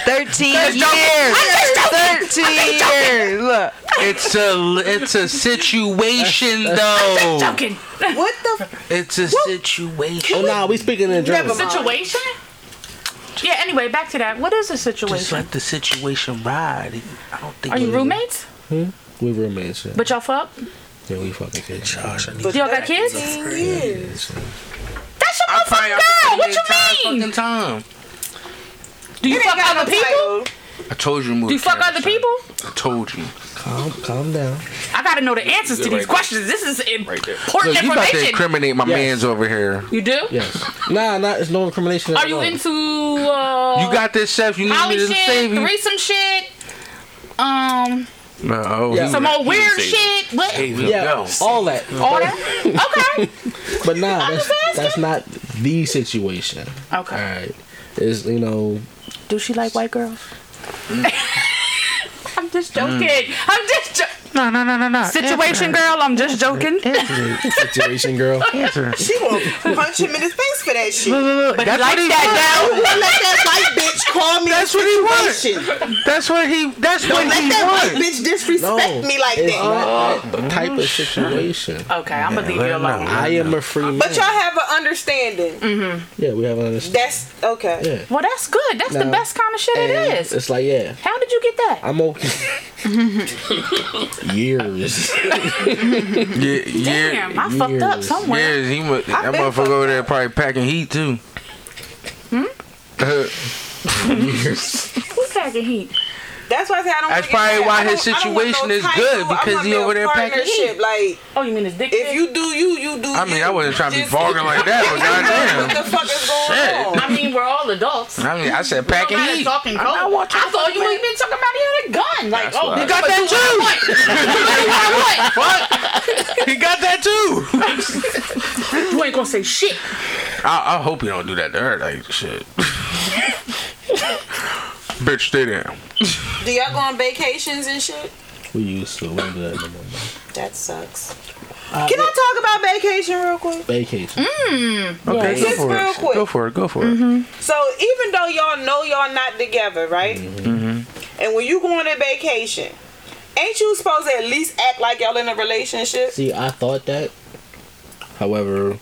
Speaker 7: 13 years. 13 years. Look.
Speaker 2: It's a it's a situation though.
Speaker 6: Joking.
Speaker 5: you. What the?
Speaker 2: It's a situation.
Speaker 1: oh nah, we speaking in German.
Speaker 5: mind.
Speaker 6: Situation? Yeah. Anyway, back to that. What is the situation?
Speaker 2: the situation ride. I don't think.
Speaker 6: Are you roommates?
Speaker 1: We roommates. Yeah,
Speaker 6: But y'all fuck?
Speaker 1: yeah we fucking kids.
Speaker 6: Do y'all got kids? That's your
Speaker 2: I probably
Speaker 6: motherfucking girl. What you mean?
Speaker 2: Fucking time.
Speaker 6: Do you fuck other people?
Speaker 2: I told you. to move
Speaker 6: Do you fuck
Speaker 2: camera
Speaker 6: other
Speaker 2: side.
Speaker 6: people?
Speaker 2: I told you.
Speaker 1: Calm, calm down.
Speaker 6: I gotta know the answers to
Speaker 3: Right
Speaker 6: these
Speaker 3: there.
Speaker 6: questions. This is
Speaker 2: So
Speaker 6: important
Speaker 2: you about to
Speaker 6: information.
Speaker 2: incriminate my
Speaker 1: Yes.
Speaker 2: man's over here.
Speaker 6: You do?
Speaker 1: Yes. Nah, not it's no incrimination. at
Speaker 6: Are you
Speaker 1: all.
Speaker 6: into uh,
Speaker 2: You got this, chef. You need
Speaker 6: poly
Speaker 2: me to
Speaker 6: shit,
Speaker 2: save you.
Speaker 6: threesome shit, um,
Speaker 2: No, oh,
Speaker 1: Yeah.
Speaker 2: he-
Speaker 6: some old weird
Speaker 3: save
Speaker 6: shit? What?
Speaker 2: Hey, we
Speaker 1: Yeah,
Speaker 2: go.
Speaker 1: all that.
Speaker 6: All that? Okay.
Speaker 1: But nah, that's,
Speaker 6: just asking.
Speaker 1: that's not the situation. All
Speaker 6: Okay.
Speaker 1: right. It's you know
Speaker 6: Do she like white girls? I'm just joking. I'm just jo-
Speaker 2: Mm. No, no, no, no, no.
Speaker 6: situation girl. I'm just joking.
Speaker 1: situation, girl.
Speaker 5: She won't punch him in his face for that shit.
Speaker 2: But that's
Speaker 6: like
Speaker 2: what he
Speaker 6: that,
Speaker 2: want.
Speaker 5: Don't let that white bitch call me.
Speaker 2: That's what he wants. That's what he. That's what
Speaker 5: Don't let
Speaker 2: he
Speaker 5: that white
Speaker 2: wants.
Speaker 5: bitch disrespect me like
Speaker 1: it's
Speaker 5: that.
Speaker 1: not that type of situation.
Speaker 6: Okay, I'm gonna leave you alone.
Speaker 1: I am a free man.
Speaker 5: But y'all have an understanding.
Speaker 2: Mm.
Speaker 1: yeah, we have an understanding.
Speaker 5: That's okay.
Speaker 1: Yeah.
Speaker 6: Well, that's good. That's the
Speaker 1: No.
Speaker 6: best kind of shit it is.
Speaker 1: It's like yeah,
Speaker 6: How did you get that?
Speaker 1: I'm okay. Years.
Speaker 2: Yeah, yeah.
Speaker 6: Damn, I fucked up
Speaker 1: years.
Speaker 6: somewhere.
Speaker 2: Yes, he mu- that
Speaker 5: been
Speaker 2: motherfucker
Speaker 5: fucked
Speaker 2: over there probably packing heat too. Uh, Hmm?
Speaker 6: Who's packing heat?
Speaker 5: That's why I say I don't.
Speaker 2: That's
Speaker 5: wanna get
Speaker 2: probably
Speaker 5: that.
Speaker 2: why
Speaker 5: I
Speaker 2: his
Speaker 5: don't- I don't want
Speaker 2: situation
Speaker 5: no
Speaker 2: is
Speaker 5: title.
Speaker 2: good,
Speaker 5: I
Speaker 2: because
Speaker 5: want
Speaker 2: he
Speaker 5: no
Speaker 2: over there packing
Speaker 5: partnership.
Speaker 6: heat.
Speaker 5: Like
Speaker 6: Oh, you mean his dick?
Speaker 5: if
Speaker 6: pic?
Speaker 5: you do you, you do.
Speaker 2: I mean,
Speaker 5: you.
Speaker 2: I wasn't trying to be
Speaker 5: Just-
Speaker 2: vulgar like
Speaker 5: What
Speaker 2: that,
Speaker 5: the
Speaker 2: but
Speaker 5: fuck is going
Speaker 2: Shit.
Speaker 5: on?
Speaker 6: I mean, we're all adults.
Speaker 2: goddamn. I mean, I said
Speaker 6: We
Speaker 2: packing
Speaker 6: don't gotta
Speaker 2: heat.
Speaker 6: talk and code. I thought you even been talking about he had a gun. Like,
Speaker 3: That's
Speaker 6: oh,
Speaker 3: why.
Speaker 6: you got that too.
Speaker 2: He got that too.
Speaker 6: You ain't gonna say shit.
Speaker 2: I, I hope he don't do that to her. Like shit. Bitch, stay down.
Speaker 5: Do y'all go on vacations and shit?
Speaker 1: We used to. We don't do that no more.
Speaker 5: That sucks. Can I talk about vacation real quick?
Speaker 1: Vacation.
Speaker 2: Okay,
Speaker 5: Just
Speaker 2: go for
Speaker 5: real
Speaker 2: it.
Speaker 5: quick.
Speaker 2: Go for it. Go for it.
Speaker 6: Mm-hmm.
Speaker 5: So even though y'all know y'all not together, right?
Speaker 1: Mm-hmm.
Speaker 5: Mm-hmm. And when you go on a vacation, ain't you supposed to at least act like y'all in a relationship?
Speaker 1: See, I thought that. However,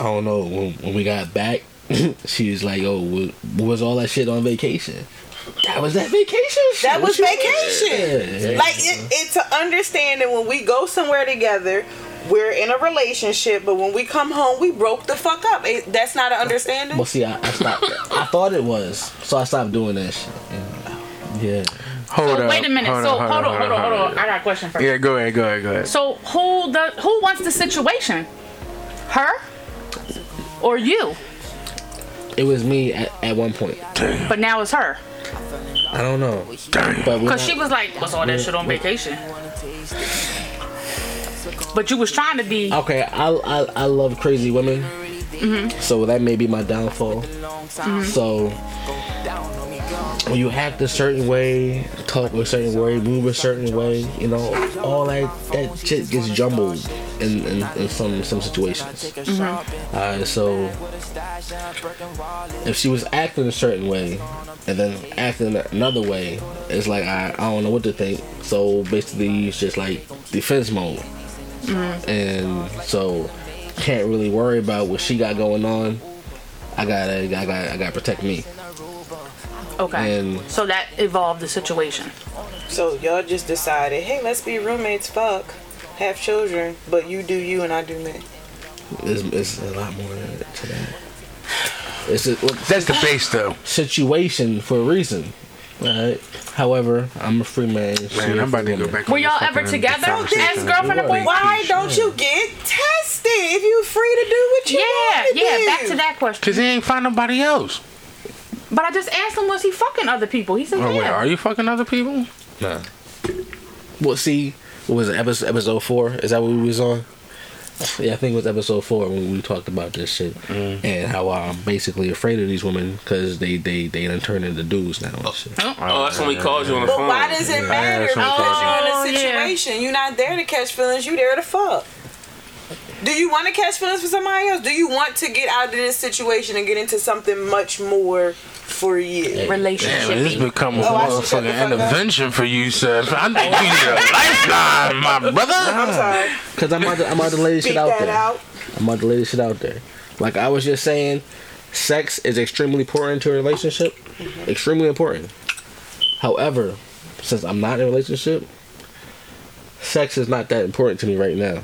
Speaker 1: I don't know. When, when we got back, she was like, "Oh, wa- was all that shit on vacation? That was that vacation. shit.
Speaker 5: That
Speaker 1: What
Speaker 5: was
Speaker 1: you-
Speaker 5: vacation.
Speaker 1: Yeah. Mm-hmm.
Speaker 5: Like it, it's to understand that when we go somewhere together, we're in a relationship, but when we come home, we broke the fuck up. It, that's not an understanding.
Speaker 1: Well, see, I, I stopped. I thought it was, so I stopped doing that shit. Yeah.
Speaker 2: Hold up.
Speaker 6: Wait a minute.
Speaker 2: Hold
Speaker 6: so
Speaker 2: up,
Speaker 6: hold on, hold on, hold on. I got a question first.
Speaker 2: Yeah, go ahead. Go ahead. Go ahead.
Speaker 6: So who does who wants the situation? Her or you?
Speaker 1: It was me at, at one point.
Speaker 6: But now it's her.
Speaker 1: I don't know.
Speaker 2: Damn.
Speaker 1: But we not-
Speaker 6: Cause she was like, "What's all that shit on vacation?" But you was trying to be.
Speaker 1: okay, I, I I love crazy women. So that may be my downfall. So when you act a certain way, talk a certain way, move a certain way, you know, all that that shit gets jumbled in, in, in some some situations. Alright, so if she was acting a certain way and then acting another way, it's like I, I don't know what to think. So basically, it's just like defense mode and so can't really worry about what she got going on. I gotta, I gotta, I gotta protect me.
Speaker 6: Okay.
Speaker 1: And-
Speaker 6: so that evolved the situation.
Speaker 5: So y'all just decided, hey, let's be roommates, fuck, have children, but you do you and I do me.
Speaker 1: It's, it's a lot more to that. It's a well,
Speaker 2: That's the base, though.
Speaker 1: situation for a reason. Alright. However, I'm a free man. She
Speaker 2: Man,
Speaker 1: a
Speaker 2: I'm about
Speaker 1: free
Speaker 2: to go
Speaker 1: woman.
Speaker 2: back.
Speaker 6: Were
Speaker 2: on
Speaker 6: y'all
Speaker 2: this
Speaker 6: ever
Speaker 2: fucking
Speaker 6: together?
Speaker 2: conversation.
Speaker 6: As girlfriend and boyfriend?
Speaker 5: Why don't you get tested if you free to do what you
Speaker 6: Yeah,
Speaker 5: want to
Speaker 6: yeah.
Speaker 5: do?
Speaker 6: Back to that question.
Speaker 2: Cause he ain't find nobody else.
Speaker 6: But I just asked him, was he fucking other people? He said,
Speaker 2: Oh wait,
Speaker 6: yeah.
Speaker 2: are you fucking other people?
Speaker 3: Oh,
Speaker 1: Well, see, what was it episode episode four? Is that what we was on? Yeah, I think it was episode four when we talked about this shit
Speaker 2: Mm.
Speaker 1: and how I'm basically afraid of these women because they they they done turned into dudes now. and shit.
Speaker 3: Oh, that's when we called you on the
Speaker 5: But
Speaker 3: phone.
Speaker 5: why does it matter?
Speaker 2: that's what I'm
Speaker 5: Because
Speaker 6: talking
Speaker 5: you're in a
Speaker 6: about. Oh, yeah.
Speaker 5: situation. You're not there to catch feelings. You're there to fuck. Do you want to catch feelings for somebody else? Do you want to get out of this situation and get into something much more for you?
Speaker 2: Damn,
Speaker 6: Relationship.
Speaker 2: this become a
Speaker 5: Oh, I should shut the
Speaker 2: motherfucking
Speaker 5: fuck up.
Speaker 2: intervention for you, sir. I think you need a lifeline, my brother.
Speaker 5: I'm
Speaker 6: Ah.
Speaker 5: sorry.
Speaker 1: Cause I'm about to, I'm about to lay this
Speaker 5: Beat
Speaker 1: shit out
Speaker 5: that
Speaker 1: there.
Speaker 5: out.
Speaker 1: I'm about to lay this shit out there. Like I was just saying, sex is extremely important to a relationship. Extremely important. However, since I'm not in a relationship, sex is not that important to me right now.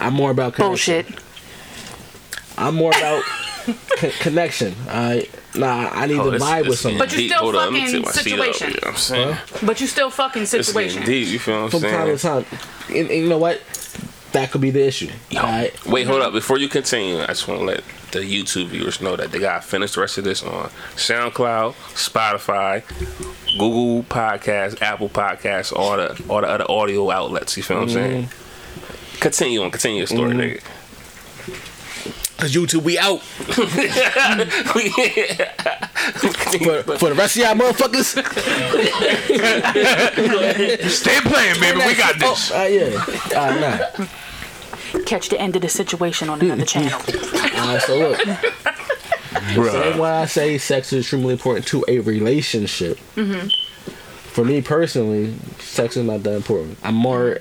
Speaker 1: I'm more about connection.
Speaker 6: Bullshit.
Speaker 1: I'm more about con- connection. I nah, I need
Speaker 3: Oh,
Speaker 1: to
Speaker 3: it's-
Speaker 1: vibe with
Speaker 3: it's getting
Speaker 1: someone.
Speaker 6: But you
Speaker 3: deep.
Speaker 6: still
Speaker 3: Hold on, let me
Speaker 6: fucking
Speaker 3: take my seat up,
Speaker 6: situation.
Speaker 3: You know what I'm saying?
Speaker 6: But you still fucking
Speaker 3: It's getting
Speaker 6: situation.
Speaker 3: deep. You feel what I'm
Speaker 1: From time
Speaker 3: saying?
Speaker 1: to time, and, and you know what? That could be the issue. Alright?
Speaker 3: Wait, hold up. Before you continue, I just want to let the YouTube viewers know that they got to finish the rest of this on SoundCloud, Spotify, Google Podcasts, Apple Podcasts, all the all the other audio outlets. You feel
Speaker 6: Mm-hmm.
Speaker 3: what I'm saying? Continue on. Continue your story,
Speaker 1: Cause YouTube, we out
Speaker 3: nigga.
Speaker 1: for, for the rest of y'all motherfuckers.
Speaker 2: Stay playing, baby. We got this.
Speaker 1: Uh, yeah. Uh, nah.
Speaker 6: Catch the end of the situation on another channel.
Speaker 1: Alright, so look. Same why I say sex is extremely important to a relationship. For me personally, sex is not that important. I'm more.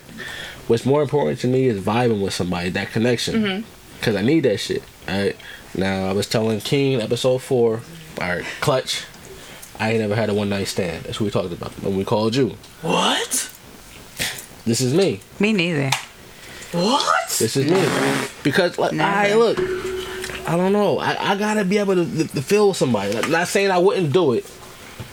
Speaker 1: What's more important to me is vibing with somebody, that connection, because I need that shit. All right. Now I was telling King episode four. All right, clutch. I ain't never had a one night stand. That's what we talked about when we called you.
Speaker 5: What?
Speaker 1: This is me.
Speaker 7: Me neither.
Speaker 5: What?
Speaker 1: This is me. Because like I
Speaker 7: Never.
Speaker 1: look, I don't know. I, I gotta be able to, to, to feel somebody. Like, not saying I wouldn't do it,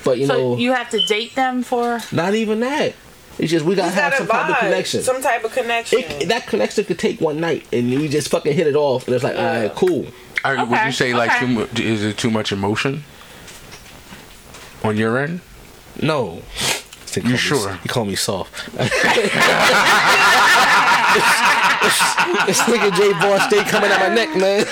Speaker 1: But you
Speaker 6: so
Speaker 1: know,
Speaker 6: you have to date them for.
Speaker 1: not even that. It's just we gotta
Speaker 5: You
Speaker 1: have
Speaker 5: gotta
Speaker 1: some type of
Speaker 5: vibe,
Speaker 1: connection.
Speaker 5: Some type of connection.
Speaker 1: It, that connection could take one night, and we just fucking hit it off, and it's like, all right, cool.
Speaker 2: Are- Would
Speaker 6: Okay,
Speaker 2: you say like
Speaker 6: okay.
Speaker 2: too mu- is it too much emotion on your end?
Speaker 1: No. You
Speaker 2: You sure?
Speaker 1: you call me soft. this nigga J Boss stay coming out my neck, man.
Speaker 5: No,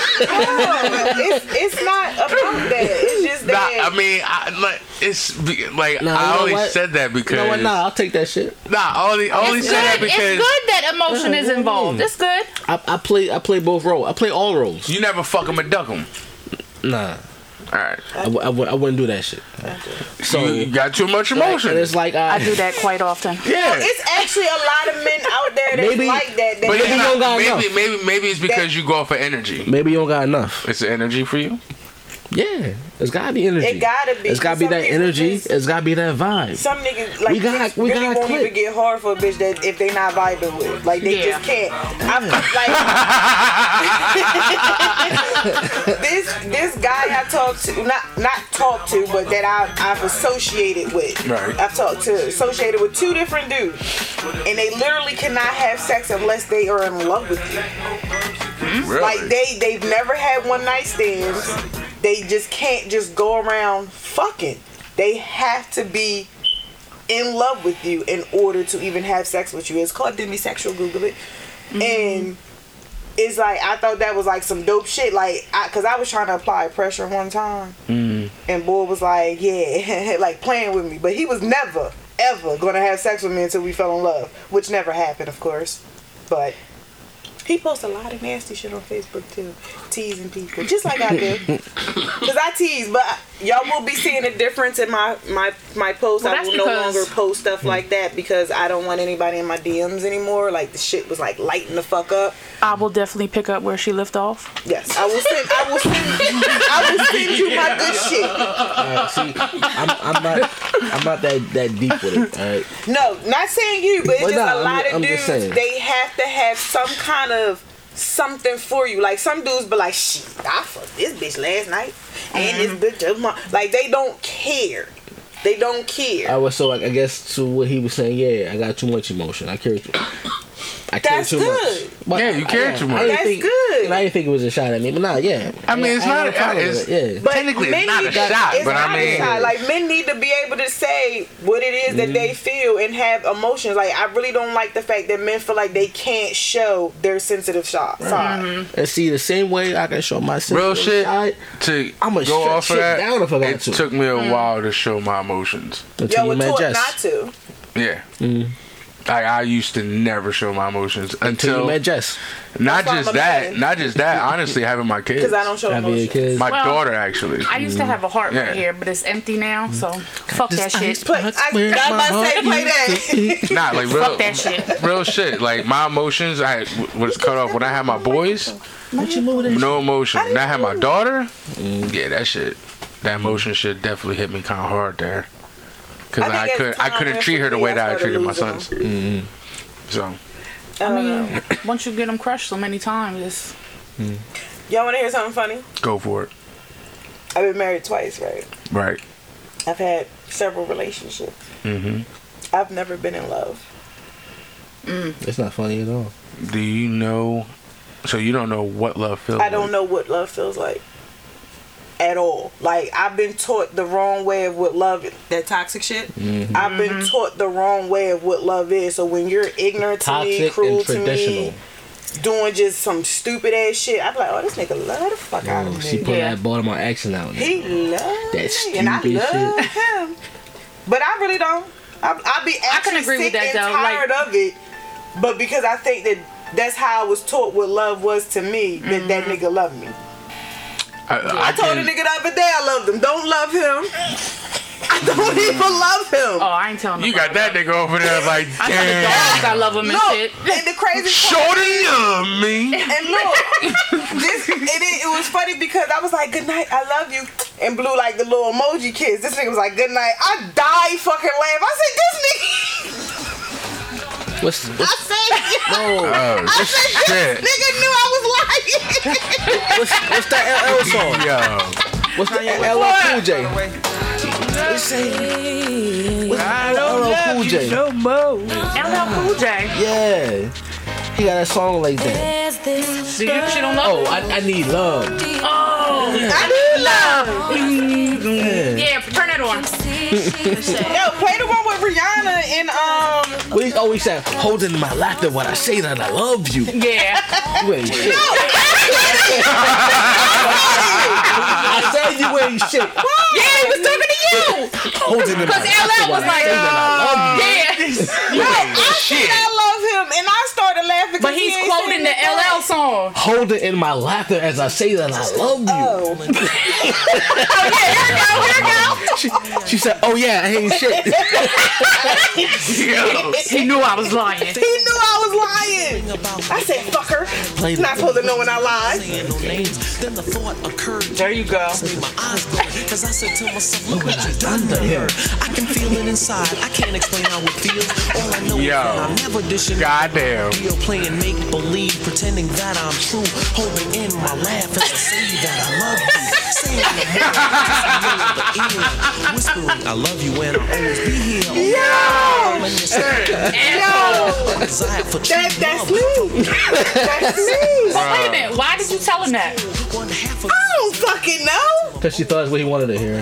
Speaker 5: it's, it's not about that. It's just
Speaker 2: Nah,
Speaker 5: that.
Speaker 2: I mean, I, like it's be- like
Speaker 1: Nah, you
Speaker 2: I
Speaker 1: know
Speaker 2: only
Speaker 1: what?
Speaker 2: said that
Speaker 1: You
Speaker 2: because
Speaker 1: know what? Nah, I'll take that shit.
Speaker 2: nah, I only I only
Speaker 6: It's
Speaker 2: said that
Speaker 6: good. It's
Speaker 2: because
Speaker 6: good that emotion is involved. It's good.
Speaker 1: I, I play. I play both roles. I play all roles.
Speaker 2: you never fuck 'em or duck 'em.
Speaker 1: Nah,
Speaker 2: All right,
Speaker 1: I, w- I, w- I wouldn't do that shit. So
Speaker 2: you you got too much
Speaker 1: like,
Speaker 2: emotion.
Speaker 1: and it's like uh, I,
Speaker 6: I do that quite often.
Speaker 2: yeah,
Speaker 5: it's actually a lot of men out there that's
Speaker 1: Maybe-
Speaker 5: like that. that
Speaker 2: but
Speaker 1: maybe
Speaker 2: it's
Speaker 1: you
Speaker 2: not-
Speaker 1: don't got
Speaker 2: maybe
Speaker 1: enough.
Speaker 2: maybe maybe it's because you go off for energy.
Speaker 1: Maybe you don't got enough.
Speaker 2: It's the energy for you.
Speaker 1: Yeah, it's gotta be energy.
Speaker 5: It gotta be,
Speaker 1: It's gotta be
Speaker 5: some
Speaker 1: that
Speaker 5: people
Speaker 1: energy.
Speaker 5: just-
Speaker 1: It's gotta be that vibe.
Speaker 5: some niggas like
Speaker 1: We got-
Speaker 5: chicks
Speaker 1: we
Speaker 5: really
Speaker 1: got
Speaker 5: won't
Speaker 1: click.
Speaker 5: even get hard for a bitch that if they not vibing with. Like they
Speaker 6: Yeah.
Speaker 5: just can't. I'm like this this guy I talked to not not talked to but that I I've associated with.
Speaker 2: Right.
Speaker 5: I've talked to associated with two different dudes. And they literally cannot have sex unless they are in love with you.
Speaker 2: Really?
Speaker 5: Like they they've never had one night stands. They just can't just go around fucking. They have to be in love with you in order to even have sex with you. It's called demisexual. Google it. And it's like I thought that was like some dope shit. Like, I, cause I was trying to apply pressure one time, and boy was like, yeah, like playing with me. But he was never ever gonna have sex with me until we fell in love, which never happened, of course. But he posts a lot of nasty shit on Facebook too, teasing people, just like I do. Cause I tease, but y'all will be seeing a difference in my my my posts.
Speaker 6: Well,
Speaker 5: I
Speaker 6: that's
Speaker 5: will no
Speaker 6: because- Hmm.
Speaker 5: longer post stuff like that because I don't want anybody in my DMs anymore. Like the shit was like lighting the fuck up.
Speaker 6: I will definitely pick up where she left off.
Speaker 5: Yes, I will send. I will send. I will send you my good shit.
Speaker 1: Alright, see, I'm, I'm not. I'm not that that deep with it. All right.
Speaker 5: No, not saying you, but it's
Speaker 1: Well,
Speaker 5: just
Speaker 1: nah, I'm-
Speaker 5: a lot of
Speaker 1: I'm just
Speaker 5: dudes.
Speaker 1: saying.
Speaker 5: They have to have some kind of something for you. Like some dudes, be like, shit, I fucked this bitch last night,
Speaker 2: Mm-hmm.
Speaker 5: and this bitch, a mon-" like they don't care. They don't care.
Speaker 1: I was so. I, I guess to what he was saying. Yeah, I got too much emotion. I care too. I care
Speaker 5: That's
Speaker 1: too
Speaker 5: good.
Speaker 1: much. But
Speaker 2: Yeah, you care too much.
Speaker 1: didn't
Speaker 5: That's
Speaker 1: think,
Speaker 5: good.
Speaker 1: and I didn't think it was a shot at me, but nah, yeah.
Speaker 2: I mean, it's
Speaker 1: ain't
Speaker 2: not.
Speaker 1: no problem with
Speaker 2: It's,
Speaker 1: it, yeah.
Speaker 5: But
Speaker 2: technically, it's
Speaker 5: men
Speaker 2: not a
Speaker 5: need to-
Speaker 2: shot,
Speaker 5: it's
Speaker 2: but
Speaker 5: not
Speaker 2: I
Speaker 5: a
Speaker 2: mean,
Speaker 5: shot. like men need to be able to say what it is that
Speaker 1: Mm-hmm.
Speaker 5: they feel and have emotions. Like I really don't like the fact that men feel like they can't show their sensitive shot. side.
Speaker 2: Mm-hmm.
Speaker 1: And see, the same way I can show my
Speaker 2: real
Speaker 1: sensitive
Speaker 2: shit.
Speaker 1: side,
Speaker 2: to
Speaker 1: I'ma
Speaker 2: go
Speaker 1: shut
Speaker 2: off of
Speaker 1: shit
Speaker 2: that,
Speaker 1: down if I got
Speaker 2: it
Speaker 1: to.
Speaker 2: took me a
Speaker 6: Mm.
Speaker 2: while to show my emotions.
Speaker 1: until
Speaker 5: Yo,
Speaker 1: you
Speaker 5: we're
Speaker 1: met
Speaker 5: taught
Speaker 1: Jess.
Speaker 5: not to.
Speaker 2: Yeah. Like I used to never show my emotions
Speaker 1: Mm. Until
Speaker 2: until
Speaker 1: you met Jess.
Speaker 2: not
Speaker 5: That's why
Speaker 2: just
Speaker 5: I'm a
Speaker 2: that,
Speaker 5: man.
Speaker 2: not just that. Honestly, having my kids,
Speaker 5: Because I don't show
Speaker 1: I mean,
Speaker 5: emotions.
Speaker 1: because
Speaker 2: my
Speaker 6: Well,
Speaker 2: daughter actually.
Speaker 6: I used to have a heart
Speaker 2: Yeah.
Speaker 6: right here, but it's empty now. So fuck that shit.
Speaker 5: Play, I,
Speaker 1: Where's
Speaker 5: I
Speaker 1: my
Speaker 5: must say, play that.
Speaker 2: Nah, like real,
Speaker 6: Fuck that shit.
Speaker 2: real shit. Like my emotions, I w- was cut off when I had my boys.
Speaker 1: what you moving?
Speaker 2: No emotion. When I had my daughter,
Speaker 1: Mm.
Speaker 2: yeah, that shit, that emotion shit definitely hit me kind of hard there. Cause
Speaker 5: I think
Speaker 2: I,
Speaker 5: it's
Speaker 2: could, I
Speaker 5: time
Speaker 2: couldn't
Speaker 5: for
Speaker 2: treat her the
Speaker 5: me,
Speaker 2: way
Speaker 5: I
Speaker 2: that I
Speaker 5: started
Speaker 2: treated my
Speaker 5: losing
Speaker 2: sons.
Speaker 1: Mm-hmm.
Speaker 2: So
Speaker 6: I mean, once you get them crushed so many times, it's
Speaker 5: Y'all want to hear something funny?
Speaker 2: go for it.
Speaker 5: I've been married twice, right?
Speaker 2: Right.
Speaker 5: I've had several relationships. Mm-hmm. I've never been in love.
Speaker 1: It's not funny at all.
Speaker 2: Do you know? So you don't know what love feels.
Speaker 5: I don't know what love feels like at all. Like I've been taught the wrong way of what love that toxic shit.
Speaker 1: Mm-hmm.
Speaker 5: I've been
Speaker 6: Mm-hmm.
Speaker 5: taught the wrong way of what love is. So when you're ignorant to me,
Speaker 1: Toxic
Speaker 5: cruel
Speaker 1: and
Speaker 5: to me,
Speaker 1: traditional.
Speaker 5: doing just some stupid ass shit, I'm like, oh, this nigga love the fuck out
Speaker 1: Oh,
Speaker 5: of
Speaker 1: she
Speaker 5: me.
Speaker 1: put
Speaker 6: Yeah.
Speaker 1: that bottom on accent out.
Speaker 5: He loves
Speaker 1: That
Speaker 5: me, and I
Speaker 1: stupid
Speaker 5: love him, but I really don't. I, I be actually
Speaker 6: can agree with
Speaker 5: sick
Speaker 6: that,
Speaker 5: and
Speaker 6: though, like-
Speaker 5: tired of it, but because I think that that's how I was taught what love was to me, that that
Speaker 6: Mm-hmm.
Speaker 5: nigga loved me.
Speaker 2: I, I
Speaker 5: I told
Speaker 2: can-
Speaker 5: a nigga the other day I loved him. Don't love him. I don't even love him.
Speaker 6: oh, I ain't telling
Speaker 2: You got
Speaker 6: nobody.
Speaker 2: that nigga over there like
Speaker 6: I tell the
Speaker 2: damn.
Speaker 6: dogs I love them and
Speaker 5: look,
Speaker 6: shit.
Speaker 5: and the crazy
Speaker 2: Shorty love me.
Speaker 5: and look, this it, it, it was funny because I was like, "Good night, I love you," and blew like the little emoji kiss. This nigga was like, "Good night." I died fucking laugh. I said, "This nigga."
Speaker 1: What's,
Speaker 5: I
Speaker 1: what's,
Speaker 5: said,
Speaker 1: no,
Speaker 2: Oh
Speaker 5: I said,
Speaker 2: shit.
Speaker 5: "This nigga knew I was lying."
Speaker 1: what's, what's that LL song?
Speaker 2: Yo,
Speaker 1: What's the
Speaker 8: Kanye
Speaker 1: LL Cool J? What's
Speaker 2: I
Speaker 1: LL Cool J?
Speaker 2: more.
Speaker 6: LL Cool J.
Speaker 1: Yeah. He got a song like that.
Speaker 6: Do you shit on love?
Speaker 1: Oh, I, I need love. Yeah.
Speaker 6: Yeah, turn that on.
Speaker 5: Yo, play the one with Rihanna and um.
Speaker 1: What he always said, holding my laughter when I say that I love you.
Speaker 6: Yeah.
Speaker 1: You ain't shit. I said you ain't shit.
Speaker 6: Yeah, he was talking to you.
Speaker 1: Holding my
Speaker 6: Because LL was like, yeah.
Speaker 5: I said I love him, and I started laughing.
Speaker 6: But
Speaker 5: 'cause he
Speaker 6: he's
Speaker 5: ain't
Speaker 6: quoting
Speaker 5: singing
Speaker 6: the
Speaker 5: it.
Speaker 6: LL song.
Speaker 1: Hold it in my laughter as I say that I love you.
Speaker 6: Oh.
Speaker 1: She, she said, "Oh yeah, I ain't shit."
Speaker 2: Yo.
Speaker 6: He knew I was lying.
Speaker 5: He knew I was lying. I said, "Fucker, You're not supposed to know when I lie."
Speaker 9: saying no names. Then the thought occurred to
Speaker 5: There you go.
Speaker 9: me, my eyes glowed. Cause I said to myself, look what you done to her. I can feel it inside. I can't explain how it feels. All I know is
Speaker 2: Yo.
Speaker 9: that I'm never dishing.
Speaker 2: Goddamn.
Speaker 9: Real playing make believe, pretending that I'm true. Holding in my laugh as I say that I love you. Saying the more, the ill. Whispering, I love you and I'll always be here. Oh,
Speaker 5: Oh,
Speaker 9: Yo! Desire for true
Speaker 5: That, that's
Speaker 9: love.
Speaker 5: me. That's me.
Speaker 6: But wait a minute, why did you tell him that?
Speaker 9: One half of
Speaker 5: I don't fucking know.
Speaker 1: Because she thought it's what he wanted to hear.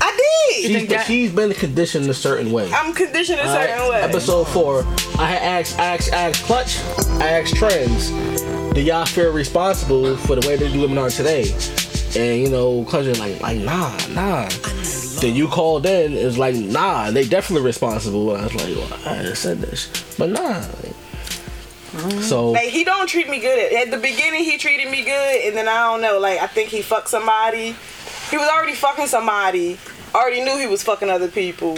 Speaker 5: I did.
Speaker 1: She's,
Speaker 6: that-
Speaker 1: she's been conditioned a certain way.
Speaker 5: I'm conditioned a certain
Speaker 1: Alright,
Speaker 5: way.
Speaker 1: Episode four. I had asked, asked, asked Clutch, I asked Trends, do y'all feel responsible for the way that women are today? And you know, Clutch is like, like nah, nah. Then you called in, it was like, nah, they definitely responsible. And I was like, well, I just said this, but nah. So
Speaker 5: Like he don't treat me good. At the beginning, he treated me good, and then I don't know. Like I think he fucked somebody. He was already fucking somebody. Already knew he was fucking other people.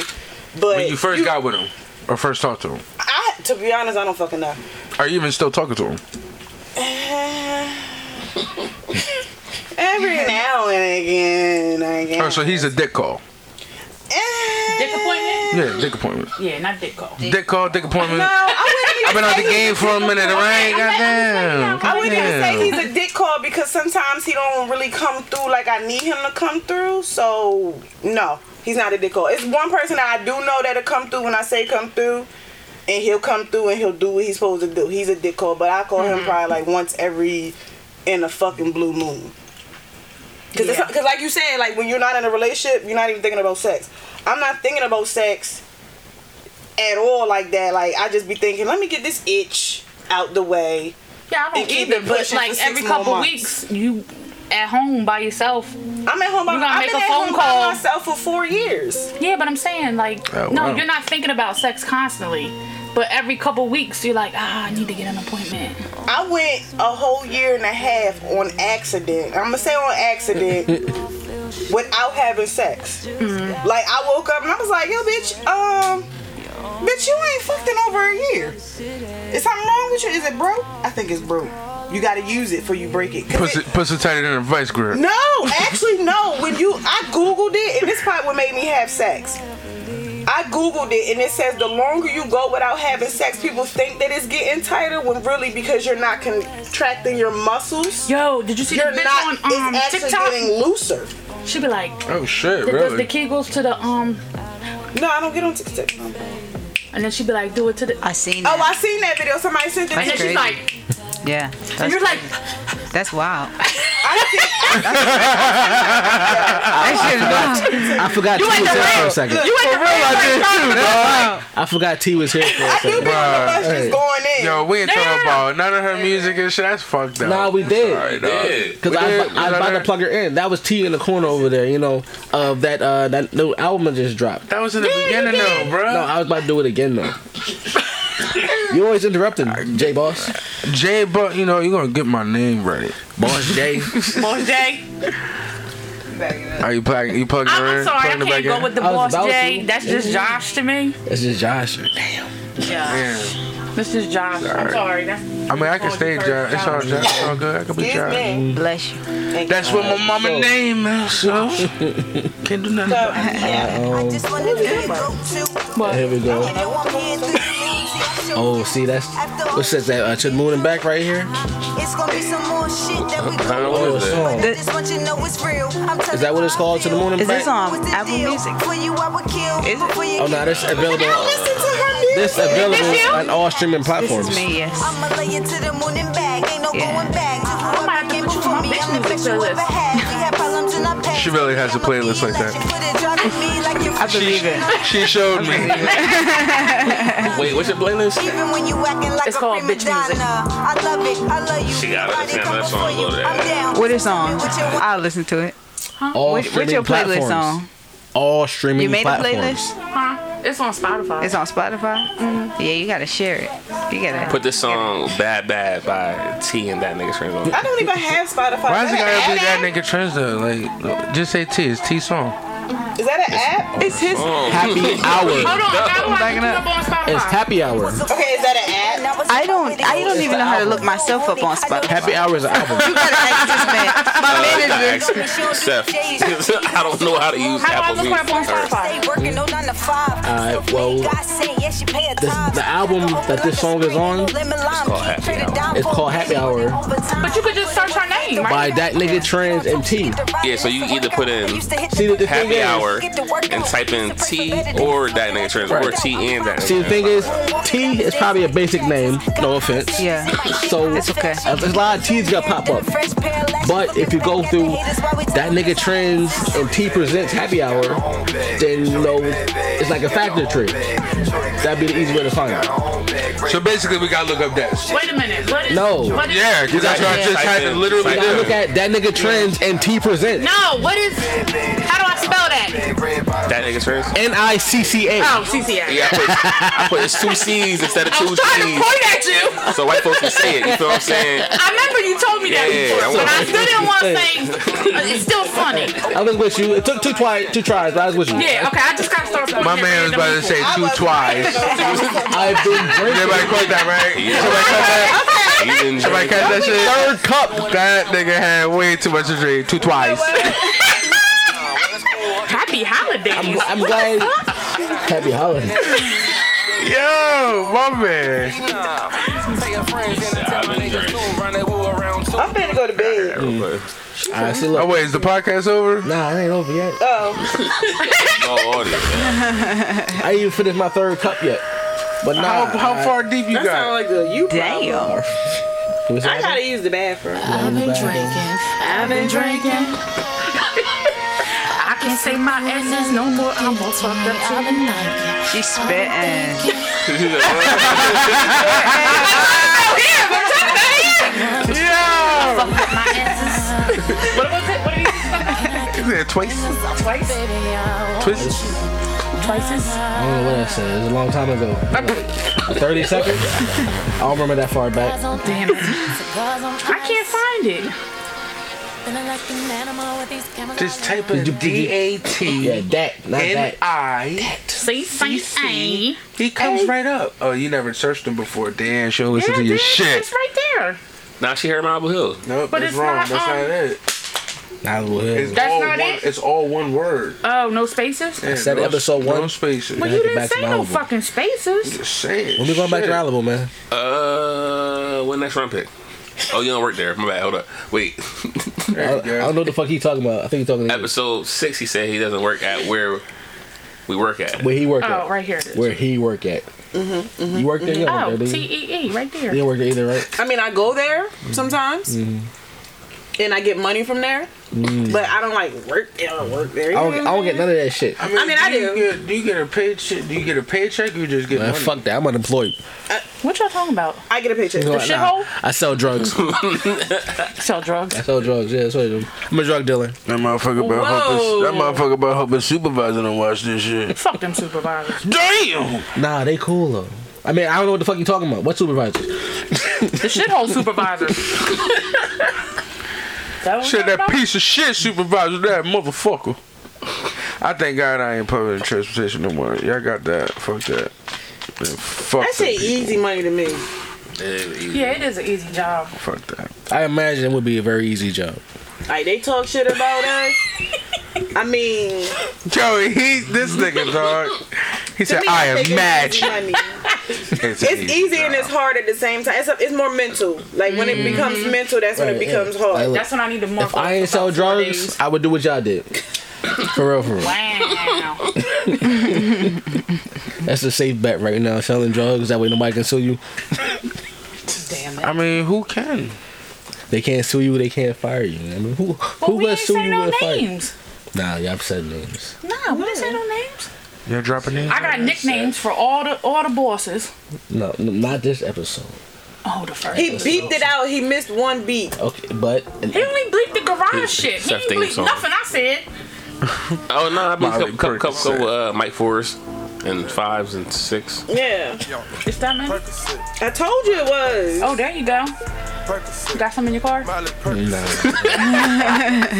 Speaker 5: But
Speaker 2: When you first got with him, or first talked to him,
Speaker 5: I to be honest, I don't fucking know.
Speaker 2: are you even still talking to him?
Speaker 5: Every now and again, I guess.
Speaker 2: Oh, so he's a dick call.
Speaker 5: Eh,
Speaker 6: Dick appointment?
Speaker 2: Yeah, dick appointment.
Speaker 6: Yeah, not dick call.
Speaker 2: Dick call, dick appointment.
Speaker 5: No, I wouldn't
Speaker 2: I've
Speaker 5: even
Speaker 2: been out the
Speaker 5: say
Speaker 2: game for a minute, right? Goddamn.
Speaker 5: I wouldn't even say
Speaker 2: Goddamn.
Speaker 5: he's a dick call because sometimes he don't really come through like I need him to come through. So no, he's not a dick call. It's one person that I do know that'll come through when I say come through, and he'll come through and he'll do what he's supposed to do. He's a dick call, but I call him probably like once every in a fucking blue moon. Cause, it's-
Speaker 6: Yeah.
Speaker 5: cause like you said, like when you're not in a relationship, you're not even thinking about sex. I'm not thinking about sex at all like that. Like I just be thinking, let me get this itch out the way.
Speaker 6: Yeah, I
Speaker 5: It
Speaker 6: don't
Speaker 5: keep
Speaker 6: either,
Speaker 5: it
Speaker 6: but
Speaker 5: pushing for
Speaker 6: like
Speaker 5: six
Speaker 6: every
Speaker 5: more
Speaker 6: couple
Speaker 5: months.
Speaker 6: weeks, you at home by yourself.
Speaker 5: I'm at home by
Speaker 6: You gotta
Speaker 5: myself. I've
Speaker 6: make
Speaker 5: been
Speaker 6: a
Speaker 5: at
Speaker 6: phone
Speaker 5: home
Speaker 6: call.
Speaker 5: by myself for four years.
Speaker 6: Yeah, but I'm saying like,
Speaker 2: Oh,
Speaker 6: no,
Speaker 2: wow.
Speaker 6: you're not thinking about sex constantly. But every couple weeks, you're like, ah, I need to get an appointment.
Speaker 5: I went a whole year and a half on accident. I'm gonna say on accident. Without having sex, like I woke up and I was like, "Yo, bitch, um, bitch, you ain't fucked in over a year. Is something wrong with you? Is it broke? I think it's broke. You gotta use it for you break it. 'Cause
Speaker 2: Pussy,
Speaker 5: it-
Speaker 2: pussy tighter than a vice grip.
Speaker 5: No, actually, no. When you, I googled it, and this part what made me have sex. I googled it, and it says the longer you go without having sex, people think that it's getting tighter, when really because you're not contracting your muscles,
Speaker 6: Yo, did you see
Speaker 5: you're
Speaker 6: the bitch
Speaker 5: not.
Speaker 6: on um,
Speaker 5: it's actually
Speaker 6: TikTok?
Speaker 5: getting looser.
Speaker 6: She be like,
Speaker 2: Oh shit,
Speaker 6: the, the, the
Speaker 2: really?
Speaker 6: key goes to the um,
Speaker 5: No, I don't get on TikTok. Oh,
Speaker 6: and then she be like, do it to the.
Speaker 7: I seen that.
Speaker 5: I seen that video. Somebody sent it.
Speaker 6: And
Speaker 5: to
Speaker 6: then
Speaker 7: That's
Speaker 5: me.
Speaker 6: she's
Speaker 7: crazy.
Speaker 6: like,
Speaker 7: yeah.
Speaker 6: and
Speaker 7: That's,
Speaker 6: you're like,
Speaker 7: that's wild.
Speaker 5: I seen-
Speaker 7: That shit is wild.
Speaker 1: I forgot T was
Speaker 6: ain't
Speaker 1: here
Speaker 6: the
Speaker 1: for a
Speaker 6: real-
Speaker 1: second.
Speaker 6: you ain't the real
Speaker 1: I forgot T was here for a
Speaker 5: I do be
Speaker 1: second.
Speaker 5: on the bus
Speaker 1: Hey.
Speaker 5: just going in.
Speaker 2: Yo, we ain't talking
Speaker 6: Damn.
Speaker 2: about none of her music and shit. That's fucked up.
Speaker 1: Nah, we did.
Speaker 2: Sorry, dog.
Speaker 1: Cause
Speaker 2: We
Speaker 1: I,
Speaker 2: did.
Speaker 1: was- I was about to plug her in. That was T in the corner over there, you know, of that uh that new album that just dropped.
Speaker 2: That was in the beginning though, bro.
Speaker 1: No, I was about to do it again though. you always interrupting, J Boss.
Speaker 2: J, but you know you gonna get my name right.
Speaker 1: Boss J.
Speaker 6: boss J.
Speaker 2: Are you plugging? You plugging
Speaker 6: I'm,
Speaker 2: her
Speaker 6: I'm
Speaker 2: in?
Speaker 6: sorry, I
Speaker 2: Plugging her
Speaker 6: can't
Speaker 2: back
Speaker 6: go
Speaker 2: in?
Speaker 6: with the
Speaker 1: I was
Speaker 6: boss
Speaker 1: about
Speaker 6: J.
Speaker 1: to.
Speaker 6: That's just Josh to me.
Speaker 1: That's just Josh. Damn.
Speaker 6: Yeah, that's just Josh. I'm sorry. That's,
Speaker 2: I mean, I can
Speaker 6: Oh,
Speaker 2: stay,
Speaker 6: you
Speaker 2: John.
Speaker 6: first,
Speaker 2: It's all, John. It's all good. I can be
Speaker 5: Excuse
Speaker 2: John.
Speaker 5: me.
Speaker 7: Bless you.
Speaker 2: That's what my mama
Speaker 1: so-
Speaker 2: name is. So can't do nothing. about
Speaker 5: Uh,
Speaker 2: it.
Speaker 1: Here we go. Oh, see that's what says that uh, to the moon and back right here.
Speaker 11: It's gonna be some more shit that we
Speaker 3: Huh,
Speaker 11: go
Speaker 3: what
Speaker 11: through.
Speaker 3: is that?
Speaker 1: Oh,
Speaker 11: But this much you know it's real. I'm
Speaker 1: Is that what it's called to the moon and
Speaker 7: Is
Speaker 1: back?
Speaker 7: this on
Speaker 11: telling
Speaker 7: Apple
Speaker 11: you
Speaker 7: Music?
Speaker 11: for you I would kill. Before you
Speaker 1: Oh no, that's available. uh, This
Speaker 11: you?
Speaker 1: available on all streaming platforms.
Speaker 7: This is me, yes.
Speaker 11: I'ma lay you to the moon and back. Ain't no
Speaker 7: Yeah.
Speaker 11: going back. If you ever came before me, I'm the best you ever had. We had problems in our past.
Speaker 2: She really has a playlist like that.
Speaker 11: I believe it.
Speaker 2: She showed me.
Speaker 3: Wait, what's your playlist?
Speaker 11: Even when you acting like
Speaker 6: It's
Speaker 11: a
Speaker 6: called
Speaker 11: prima
Speaker 6: bitch music.
Speaker 11: donna. I love it. I love you.
Speaker 3: She gotta
Speaker 11: Nobody
Speaker 3: listen to
Speaker 11: come
Speaker 3: that song,
Speaker 11: before you.
Speaker 3: go to
Speaker 11: I'm
Speaker 3: that.
Speaker 11: down.
Speaker 7: What is on?
Speaker 11: What you want.
Speaker 7: I'll listen to it.
Speaker 1: All
Speaker 7: What- what's
Speaker 1: streaming
Speaker 7: your playlist
Speaker 1: platforms.
Speaker 7: on?
Speaker 1: All streaming
Speaker 7: You made a
Speaker 1: platforms.
Speaker 7: playlist?
Speaker 6: Huh? It's on Spotify.
Speaker 7: It's on Spotify? Yeah, you gotta share it. You gotta.
Speaker 3: Put this song "Bad Bad" by T and that nigga Trans on.
Speaker 5: I don't even have Spotify.
Speaker 2: Why
Speaker 5: is
Speaker 2: does it gotta
Speaker 5: that
Speaker 2: be
Speaker 5: an
Speaker 2: that
Speaker 5: app?
Speaker 2: nigga trans though? Like, just say T. It's T song.
Speaker 5: Is that an app?
Speaker 7: It's his.
Speaker 1: Happy hour.
Speaker 6: Hold on,
Speaker 3: Uh,
Speaker 6: I gotta
Speaker 7: Backing
Speaker 6: look it up
Speaker 7: up.
Speaker 6: on Spotify.
Speaker 1: It's happy hour.
Speaker 5: Okay, is that an app?
Speaker 7: I don't. I don't even know how to look myself up on Spotify.
Speaker 1: Happy hour is an album.
Speaker 7: You gotta ask this man. My manager.
Speaker 3: Seth, I don't know how to use
Speaker 6: How do I
Speaker 3: Apple
Speaker 6: look her up on
Speaker 3: Music. Alright.
Speaker 6: Spotify?
Speaker 11: Alright,
Speaker 1: well,
Speaker 11: this,
Speaker 1: this- the album that this song is on, it's
Speaker 3: called Happy Hour.
Speaker 1: It's called Happy Hour.
Speaker 6: But you could just search her name, right?
Speaker 1: By that nigga trans and T.
Speaker 3: Yeah, so you either put in
Speaker 1: See, the thing
Speaker 3: happy
Speaker 1: is-
Speaker 3: hour and type in T or that nigga trans or T and that. Nigga
Speaker 1: See, the thing
Speaker 3: Trans.
Speaker 1: is, T is probably a basic name. No offense.
Speaker 7: Yeah.
Speaker 1: So
Speaker 7: It's okay.
Speaker 1: uh, There's a lot of T's gonna pop up. But if you go through that nigga trends uh, and T presents happy hour, then you know it's like a factor tree. That'd be the easy way to find it.
Speaker 2: So basically, we gotta look up that.
Speaker 6: Wait a minute. What is,
Speaker 1: No.
Speaker 6: What is,
Speaker 2: Yeah, because that's what I just
Speaker 3: Type
Speaker 2: had
Speaker 3: in-
Speaker 2: to literally
Speaker 1: You gotta look
Speaker 2: do.
Speaker 1: at that nigga trends and T presents.
Speaker 6: No, what is. How do I spell that?
Speaker 3: That nigga trans.
Speaker 1: N I C C A.
Speaker 6: Oh, CCA.
Speaker 3: Yeah, I put, I put it's two C's instead of
Speaker 6: I
Speaker 3: two
Speaker 6: was trying to
Speaker 3: C's.
Speaker 6: point at you.
Speaker 3: So white folks can say it. You feel what I'm saying?
Speaker 6: I remember you told me that
Speaker 3: Yeah, yeah,
Speaker 6: before,
Speaker 3: I
Speaker 6: but I
Speaker 3: was-
Speaker 6: still didn't want to say. but It's still funny.
Speaker 1: I was with you. It took two twi- two tries, but I was with you.
Speaker 6: Yeah, okay, I just gotta start pointing
Speaker 2: My
Speaker 6: at
Speaker 2: man was
Speaker 6: random
Speaker 2: about to say
Speaker 6: people.
Speaker 2: two twice.
Speaker 1: I've been
Speaker 2: Everybody
Speaker 1: drinking.
Speaker 2: caught that, right?
Speaker 3: Yeah.
Speaker 2: Somebody caught that.
Speaker 3: He's in
Speaker 2: Somebody
Speaker 3: Jamaica.
Speaker 2: caught that shit. Third cup. That nigga had way too much to drink. Two twice.
Speaker 6: Happy
Speaker 1: I'm,
Speaker 6: holidays.
Speaker 1: I'm glad. Happy holiday.
Speaker 2: Yo, my man.
Speaker 5: I'm finna go to bed.
Speaker 1: I see.
Speaker 2: Oh
Speaker 1: Look.
Speaker 2: wait, is the podcast over?
Speaker 1: Nah, it ain't over yet.
Speaker 5: Oh,
Speaker 3: No audio.
Speaker 1: I ain't even finished my third cup yet. But nah,
Speaker 2: How, how
Speaker 1: I-
Speaker 2: far deep you
Speaker 5: that sounds
Speaker 2: got?
Speaker 5: like a you problem.
Speaker 7: Damn.
Speaker 1: What's
Speaker 5: I
Speaker 1: happening?
Speaker 5: gotta use the bathroom.
Speaker 1: Down the back.
Speaker 6: I've been drinking. I can't say my essence no more. I'm all fucked up too.
Speaker 7: She's spitting.
Speaker 2: Yo,
Speaker 6: What was it? What are you
Speaker 2: is it twice?
Speaker 6: Twice?
Speaker 2: Twist.
Speaker 6: Twices?
Speaker 1: I don't know what I said. It was a long time ago. Thirty seconds. I don't remember that far back.
Speaker 6: Damn it. I can't find it.
Speaker 2: Just type
Speaker 1: Did you-
Speaker 2: in
Speaker 1: did you-
Speaker 2: D A
Speaker 1: Yeah,
Speaker 2: T
Speaker 1: that, not
Speaker 2: N
Speaker 1: that.
Speaker 2: I.
Speaker 6: See, Saint
Speaker 2: He comes right up. Oh, you never searched him before. Damn, she'll listen to your shit.
Speaker 6: It's right there.
Speaker 3: Now she heard Marble Hills.
Speaker 2: Nope,
Speaker 6: But
Speaker 2: that's
Speaker 6: it's
Speaker 2: wrong.
Speaker 6: not,
Speaker 2: that's
Speaker 6: um,
Speaker 1: Nah,
Speaker 2: not it.
Speaker 1: well, yeah.
Speaker 2: It's
Speaker 6: That's
Speaker 2: all
Speaker 6: not
Speaker 2: one,
Speaker 6: it?
Speaker 2: It's all one word.
Speaker 6: Oh, no spaces?
Speaker 2: Yeah,
Speaker 1: said episode
Speaker 2: No
Speaker 1: one.
Speaker 2: spaces.
Speaker 6: Well,
Speaker 1: gotta get
Speaker 6: you didn't
Speaker 1: back to
Speaker 6: say
Speaker 1: my
Speaker 6: no
Speaker 1: album.
Speaker 6: fucking spaces.
Speaker 2: Just say it.
Speaker 1: When we going back to
Speaker 2: Shit.
Speaker 1: Malibu, man?
Speaker 3: Uh, when next round pick? Oh, you don't work there. My bad. Hold up. Wait.
Speaker 1: I, I don't know what the fuck he talking about. I think he talking about
Speaker 3: Episode six. He said he doesn't work at where we work at.
Speaker 1: where he work at.
Speaker 6: Oh, right here it is.
Speaker 1: Where he work at. You work there? You don't
Speaker 6: Oh,
Speaker 1: work there, do
Speaker 6: T
Speaker 1: you?
Speaker 6: E E, right
Speaker 1: You
Speaker 6: there.
Speaker 1: don't work there either, right?
Speaker 5: I mean, I go there sometimes,
Speaker 1: Mm-hmm.
Speaker 5: and I get money from there, but I don't like work there or work there.
Speaker 1: Mm. I
Speaker 5: You
Speaker 1: don't,
Speaker 5: know
Speaker 1: I don't
Speaker 5: what
Speaker 1: get Mm-hmm. none of that shit.
Speaker 2: I mean,
Speaker 5: I mean, I
Speaker 2: you
Speaker 5: do.
Speaker 2: Get, do you get a paycheck? Do you get a paycheck? Or you just get
Speaker 1: Man,
Speaker 2: money?
Speaker 1: fuck that. I'm unemployed.
Speaker 6: What y'all talking about?
Speaker 5: I get a paycheck.
Speaker 1: You know what? Nah,
Speaker 6: shithole?
Speaker 1: I sell drugs.
Speaker 6: Sell drugs.
Speaker 1: I sell drugs. Yeah, that's what I do. I'm a drug dealer.
Speaker 2: That motherfucker about helping. That motherfucker about helping supervisor to watch this shit.
Speaker 6: Fuck them supervisors.
Speaker 2: Damn.
Speaker 1: Nah, they cool though. I mean, I don't know what the fuck you talking about. What supervisor?
Speaker 6: The shithole supervisors. That what
Speaker 2: Shit,
Speaker 6: we're
Speaker 2: that
Speaker 6: talking
Speaker 2: piece of shit supervisor, that motherfucker. I thank God I ain't public transportation no more. Y'all got that. Fuck that. Man, fuck
Speaker 5: That shit
Speaker 2: that.
Speaker 5: easy money to me.
Speaker 6: about? Yeah, it is an easy job.
Speaker 2: Fuck that.
Speaker 1: I imagine it would be a very easy job.
Speaker 5: Like they talk shit about us. I mean,
Speaker 2: Joey, he this nigga dog. He
Speaker 5: to
Speaker 2: said,
Speaker 5: me,
Speaker 2: "I am
Speaker 5: think
Speaker 2: mad."
Speaker 5: It's easy, money.
Speaker 2: It's
Speaker 5: It's easy and it's hard at the same time. It's, a, it's more mental. Like when it becomes mental, that's when it
Speaker 1: Mm-hmm. Right, yeah.
Speaker 5: becomes hard.
Speaker 1: Like, look,
Speaker 6: That's when I need to mark
Speaker 1: If I ain't sell drugs, I would do what y'all did. For real, for real.
Speaker 6: Wow.
Speaker 1: That's a safe bet right now. Selling drugs that way nobody can sue you.
Speaker 6: Damn it.
Speaker 2: I mean, who can?
Speaker 1: They can't sue you. They can't fire you. I mean, who
Speaker 6: But
Speaker 1: who
Speaker 6: we
Speaker 1: gonna
Speaker 6: ain't
Speaker 1: sue
Speaker 6: say
Speaker 1: you
Speaker 6: no
Speaker 1: and fight?
Speaker 6: names.
Speaker 1: Nah, y'all said names.
Speaker 6: Nah, we didn't say no names.
Speaker 2: You're dropping in.
Speaker 6: I got nicknames for all the all the bosses.
Speaker 1: No, n- not this episode.
Speaker 6: Oh, the first.
Speaker 5: He beeped it out. He missed one beat.
Speaker 1: Okay, but
Speaker 6: He only bleeped the garage shit. He
Speaker 3: Seth
Speaker 6: didn't bleep
Speaker 3: Davis on.
Speaker 6: nothing I said.
Speaker 3: Oh no,
Speaker 2: Molly
Speaker 3: I believe couple, couple,
Speaker 2: Perkins
Speaker 3: couple uh, Mike Forrest and fives and six.
Speaker 5: Yeah,
Speaker 6: It's that man.
Speaker 5: I told you it was.
Speaker 6: Oh, there you go. You got some in your car?
Speaker 1: nah.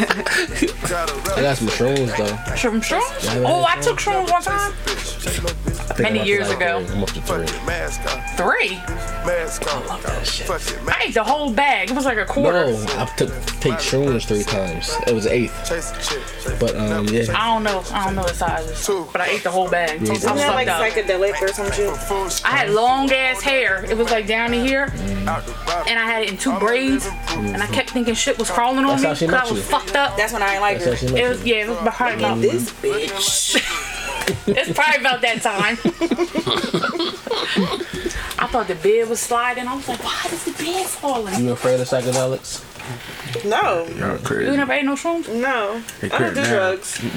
Speaker 1: I got some shrooms though. I
Speaker 6: Shroom shrooms? Oh, I took shrooms one time.
Speaker 1: think
Speaker 6: Many
Speaker 1: I'm up to
Speaker 6: years
Speaker 1: like
Speaker 6: ago.
Speaker 1: three. I'm up to three.
Speaker 6: Three.
Speaker 1: I love that shit.
Speaker 6: I ate the whole bag. It was like a quarter.
Speaker 1: No, I took take shrooms three times. It was eighth. But um, yeah.
Speaker 6: I don't know. I don't know the sizes, but I ate the whole bag. I was
Speaker 5: Isn't that like
Speaker 6: fucked up.
Speaker 5: psychedelic or some shit?
Speaker 6: I had long ass hair. It was like down to here, and I had it in two braids. And I kept thinking shit was crawling on
Speaker 1: That's how
Speaker 6: me
Speaker 1: she
Speaker 6: because
Speaker 1: met
Speaker 6: I was
Speaker 1: you.
Speaker 6: fucked up.
Speaker 5: That's when I ain't like
Speaker 1: That's how
Speaker 5: her.
Speaker 1: she
Speaker 6: It
Speaker 1: looks.
Speaker 6: was yeah, it was probably about
Speaker 5: This bitch.
Speaker 6: it's probably about that time. I thought the bed was sliding. I was like, why is the bed falling?
Speaker 1: You afraid of psychedelics?
Speaker 5: No,
Speaker 2: Y'all
Speaker 6: You
Speaker 2: crazy.
Speaker 6: never ate no shrooms?
Speaker 5: no. I
Speaker 2: quit
Speaker 5: don't do
Speaker 2: now.
Speaker 5: drugs.
Speaker 3: That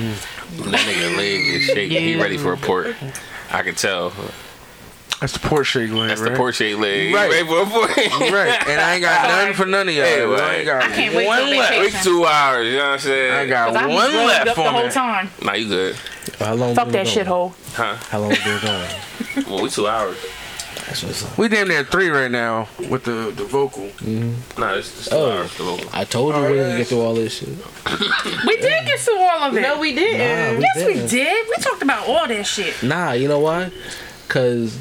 Speaker 3: nigga leg is shaking. He ready for a port. I can tell.
Speaker 2: That's the port shake leg,
Speaker 3: That's
Speaker 2: right?
Speaker 3: the port shake leg. He
Speaker 2: Right.
Speaker 3: Ready for a port.
Speaker 2: Right, and I ain't got none for none of y'all.
Speaker 3: Anyway.
Speaker 2: I ain't got
Speaker 6: I can't wait
Speaker 2: one
Speaker 6: till
Speaker 2: left.
Speaker 6: vacation.
Speaker 3: Wait two hours. You know what I'm
Speaker 2: I
Speaker 3: saying?
Speaker 2: got
Speaker 6: 'Cause I
Speaker 2: one
Speaker 6: was drugged
Speaker 2: left
Speaker 6: up the
Speaker 2: on
Speaker 6: whole
Speaker 2: it.
Speaker 6: time.
Speaker 3: nah, you good?
Speaker 1: How long?
Speaker 6: Fuck
Speaker 1: we
Speaker 6: that
Speaker 1: going?
Speaker 6: shithole.
Speaker 3: Huh?
Speaker 1: How long we been going?
Speaker 3: Well, we two hours.
Speaker 1: That's what's up.
Speaker 2: We damn near three right now with the the vocal.
Speaker 3: Nah, it's, it's two
Speaker 1: Oh.
Speaker 3: hours. The local.
Speaker 1: I told you we didn't get through all this shit.
Speaker 6: We did get through all of it.
Speaker 5: No, we didn't.
Speaker 6: yes, we
Speaker 1: didn't.
Speaker 6: did. We talked about all that shit.
Speaker 1: Nah, you know why? Cause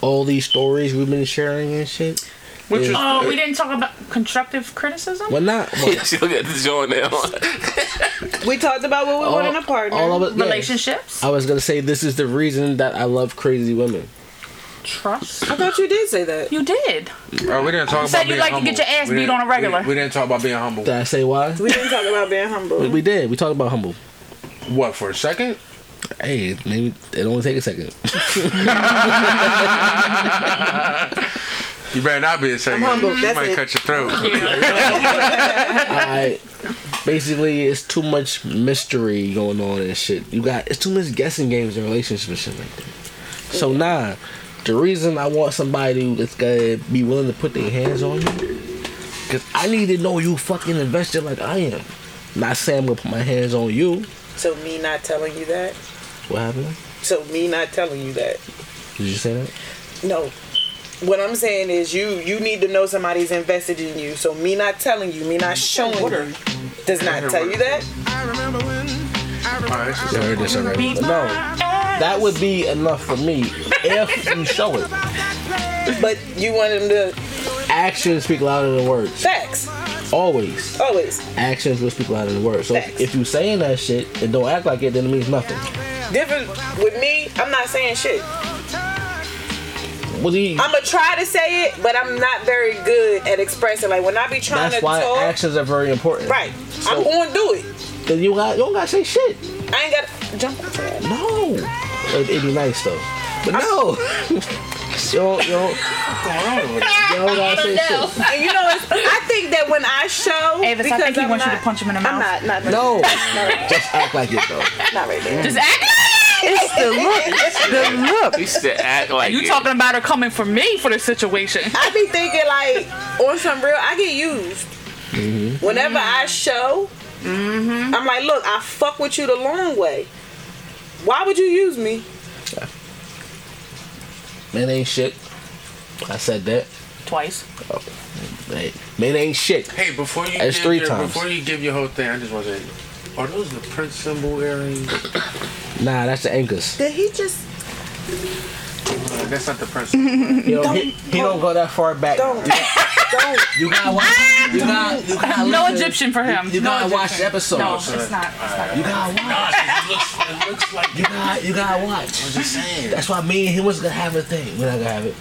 Speaker 1: all these stories we've been sharing and shit.
Speaker 2: Which
Speaker 1: is-
Speaker 2: is
Speaker 6: Oh, we didn't talk about constructive criticism.
Speaker 1: well, not well,
Speaker 3: she look at the joint now.
Speaker 5: We talked about what we
Speaker 1: all,
Speaker 5: want in a partner.
Speaker 1: all of it. yeah.
Speaker 6: Relationships,
Speaker 2: Uh,
Speaker 1: I was gonna say this is the reason that I love crazy women.
Speaker 6: trust.
Speaker 5: I thought you did say that.
Speaker 6: You did.
Speaker 2: oh, we didn't talk about
Speaker 6: said you
Speaker 2: being
Speaker 6: like to
Speaker 2: humble.
Speaker 6: get your ass
Speaker 2: We
Speaker 6: beat
Speaker 2: didn't-
Speaker 6: on a regular.
Speaker 2: We, we didn't talk about being humble.
Speaker 1: Did I say why?
Speaker 5: We didn't talk about being humble.
Speaker 1: We did. We talked about humble.
Speaker 2: What for a second?
Speaker 1: Hey, maybe it only take a second.
Speaker 2: You better not be a second.
Speaker 5: humble,
Speaker 2: You
Speaker 5: that's
Speaker 2: might
Speaker 5: it.
Speaker 2: cut your throat.
Speaker 1: I basically it's too much mystery going on and shit. You got it's too much guessing games in relationships and shit like that. So nah, the reason I want somebody that's gonna be willing to put their hands on you, cause I need to know you fucking invested like I am. Not saying I'm gonna put my hands on you.
Speaker 5: So me not telling you that.
Speaker 1: What happened?
Speaker 5: So me not telling you that.
Speaker 1: Did you say that?
Speaker 5: No. What I'm saying is you you need to know somebody's invested in you. So me not telling you, me not showing you does not tell you that.
Speaker 1: You heard this already. No, that would be enough for me if you show it.
Speaker 5: But you want them to
Speaker 1: Actions speak louder than words.
Speaker 5: facts.
Speaker 1: Always.
Speaker 5: Always.
Speaker 1: actions with people out of the word. So
Speaker 5: Facts.
Speaker 1: if, if you saying that shit and don't act like it, then it means nothing.
Speaker 5: Different with me, I'm not saying shit.
Speaker 1: What do you?
Speaker 5: I'ma try to say it, but I'm not very good at expressing. Like when I be trying
Speaker 1: That's
Speaker 5: to
Speaker 1: why
Speaker 5: talk
Speaker 1: actions are very important.
Speaker 5: Right.
Speaker 1: So-
Speaker 5: I'm gonna do it.
Speaker 1: Then you got you don't gotta say shit.
Speaker 5: I ain't gotta jump off that.
Speaker 1: No. It, it'd be nice though. But no. you don't, you don't, you don't gotta say shit.
Speaker 5: And you know, it's, I think that when I show,
Speaker 6: Avis, I
Speaker 5: because
Speaker 6: think he
Speaker 5: I'm
Speaker 6: wants you
Speaker 5: not-
Speaker 6: to punch him in the
Speaker 5: I'm
Speaker 6: mouth.
Speaker 5: not, not,
Speaker 1: No. Just act like it though.
Speaker 5: not right there.
Speaker 2: Hmm.
Speaker 6: Just act.
Speaker 7: It's the look. The
Speaker 3: He said act like
Speaker 6: You
Speaker 3: it.
Speaker 6: talking about her coming for me for the situation?
Speaker 5: I be thinking like on some real. I get used
Speaker 1: Mm-hmm.
Speaker 5: whenever I show.
Speaker 6: Mm-hmm.
Speaker 5: I'm like, look, I fuck with you the long way. Why would you use me?
Speaker 1: Man ain't shit. I said that.
Speaker 6: Twice.
Speaker 1: Hey, man ain't shit.
Speaker 2: Hey, before you
Speaker 1: That's
Speaker 2: give
Speaker 1: three
Speaker 2: your,
Speaker 1: times.
Speaker 2: before you give your whole thing, I just want to say, are those the Prince symbol earrings?
Speaker 1: Nah, that's the anchors.
Speaker 5: Did he just?
Speaker 2: Uh, That's not the person.
Speaker 1: You know, he, he don't go that far back. Don't.
Speaker 5: Don't.
Speaker 1: You gotta watch. You gotta. You gotta
Speaker 6: No
Speaker 1: listen.
Speaker 6: Egyptian for him.
Speaker 1: You, you
Speaker 6: No
Speaker 1: gotta watch the
Speaker 6: Egyptian.
Speaker 1: episode.
Speaker 6: No, it's not. It's not.
Speaker 1: You gotta watch.
Speaker 2: it looks like
Speaker 1: You gotta. You gotta watch. I'm just saying. That's why me and him was gonna have a thing. We're not gonna have it.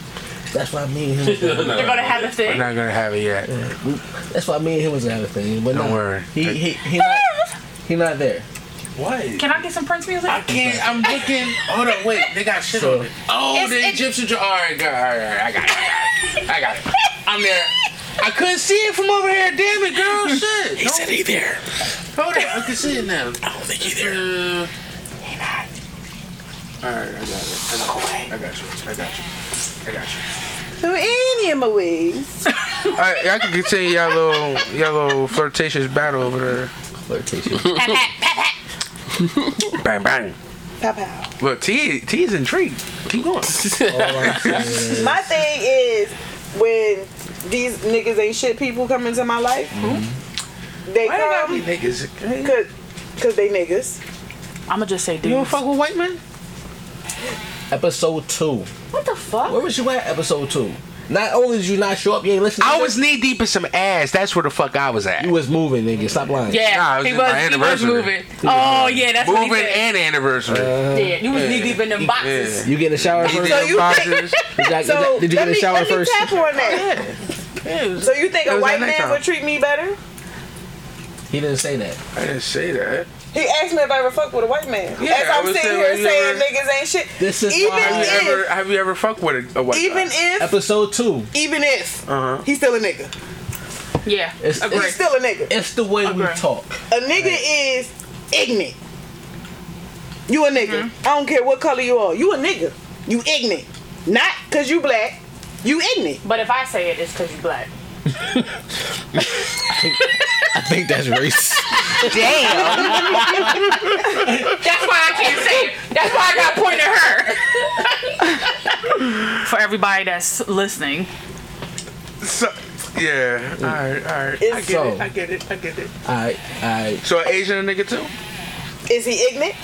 Speaker 1: That's why me and him. Was gonna
Speaker 6: They're gonna have a
Speaker 2: We're
Speaker 6: thing.
Speaker 2: not gonna have it yet.
Speaker 1: We- That's why me and him was gonna have a thing. But
Speaker 2: Don't
Speaker 1: nah,
Speaker 2: worry.
Speaker 1: He he he not, he not there.
Speaker 2: What?
Speaker 6: Can I get some Prince music?
Speaker 2: I can't. I'm looking. Hold on. Wait. They got shit
Speaker 1: So-
Speaker 2: on it. Oh,
Speaker 6: It's-
Speaker 2: the
Speaker 6: it's-
Speaker 2: Egyptian. All right, all right, all right. I got it. I got it. I got it. I'm there. I couldn't see it from over here. Damn it, girl. Shit. He said he there. Hold on. I can see it now. I don't think he there. Uh, he not. All right. I got it. I got it. I got you. I got you. I got you.
Speaker 5: Who in your ways?
Speaker 2: All right, y'all can continue y'all little, y'all little flirtatious battle over there.
Speaker 1: Flirtation.
Speaker 2: Bang, bang.
Speaker 5: Pow pow.
Speaker 2: Look, T, T is intrigued. Keep going.
Speaker 1: All I'm saying is-
Speaker 5: My thing is when these niggas ain't shit people come into my life. They
Speaker 2: Mm-hmm. Why they got me
Speaker 5: come
Speaker 2: niggas? Hey,
Speaker 5: cause, cause they niggas.
Speaker 6: I'ma just say
Speaker 2: You don't
Speaker 6: dudes.
Speaker 2: fuck with white men?
Speaker 1: episode two.
Speaker 6: What the
Speaker 1: Where
Speaker 6: fuck?
Speaker 1: was you at? Episode two. Not only did you not show up, you ain't listening.
Speaker 2: I was knee deep in some ass. That's where the fuck I was at.
Speaker 1: You was moving, nigga. Stop lying.
Speaker 6: Yeah,
Speaker 2: Nah, it was
Speaker 6: he
Speaker 2: just my
Speaker 6: was. He was
Speaker 2: anniversary.
Speaker 6: moving. Oh yeah, that's what he
Speaker 2: Moving
Speaker 6: said.
Speaker 2: and anniversary.
Speaker 6: yeah, you was knee deep in them boxes.
Speaker 1: You get in the shower
Speaker 2: Knee
Speaker 1: first.
Speaker 2: deep
Speaker 5: So
Speaker 2: in
Speaker 5: you
Speaker 2: boxes.
Speaker 5: think-
Speaker 1: Did, you-
Speaker 5: So
Speaker 1: did you
Speaker 5: let
Speaker 1: get in the
Speaker 5: me,
Speaker 1: shower
Speaker 5: let me
Speaker 1: first?
Speaker 5: tap on that.
Speaker 2: Yeah, it was-
Speaker 5: So you think
Speaker 2: it
Speaker 5: a
Speaker 2: was
Speaker 5: white
Speaker 2: that
Speaker 5: man
Speaker 2: nighttime.
Speaker 5: would treat me better?
Speaker 1: He didn't say that.
Speaker 2: I didn't say that.
Speaker 5: He asked me if I ever fucked with a white man.
Speaker 2: Yeah,
Speaker 5: As
Speaker 2: I
Speaker 5: I'm
Speaker 2: was
Speaker 5: sitting
Speaker 2: saying
Speaker 5: here
Speaker 2: you
Speaker 5: saying
Speaker 2: were-
Speaker 5: niggas ain't shit.
Speaker 1: This is
Speaker 5: even
Speaker 1: why-
Speaker 2: Have you
Speaker 5: if,
Speaker 2: ever have you ever fucked with a, a white
Speaker 5: even
Speaker 2: guy?
Speaker 5: if,
Speaker 1: Episode two.
Speaker 5: even if,
Speaker 2: Uh-huh.
Speaker 5: he's still a nigga.
Speaker 6: Yeah,
Speaker 1: It's,
Speaker 6: agree.
Speaker 5: He's
Speaker 1: it's,
Speaker 5: still a nigga.
Speaker 1: it's the way we
Speaker 6: Agree.
Speaker 1: talk.
Speaker 5: A nigga is ignorant. You a nigga.
Speaker 1: Mm-hmm.
Speaker 5: I don't care what color you are. You a nigga. You ignorant. Not cause you black. You ignorant.
Speaker 6: But if I say it, it's because you black.
Speaker 1: I think that's racist.
Speaker 7: Damn.
Speaker 6: That's why I can't say it. That's why I got pointed her. For everybody that's listening,
Speaker 2: So, yeah. All right. All right. I get
Speaker 1: so-
Speaker 2: it. I get it. I get it.
Speaker 1: all right, all right.
Speaker 2: So an Asian nigga too?
Speaker 5: Is he ignorant?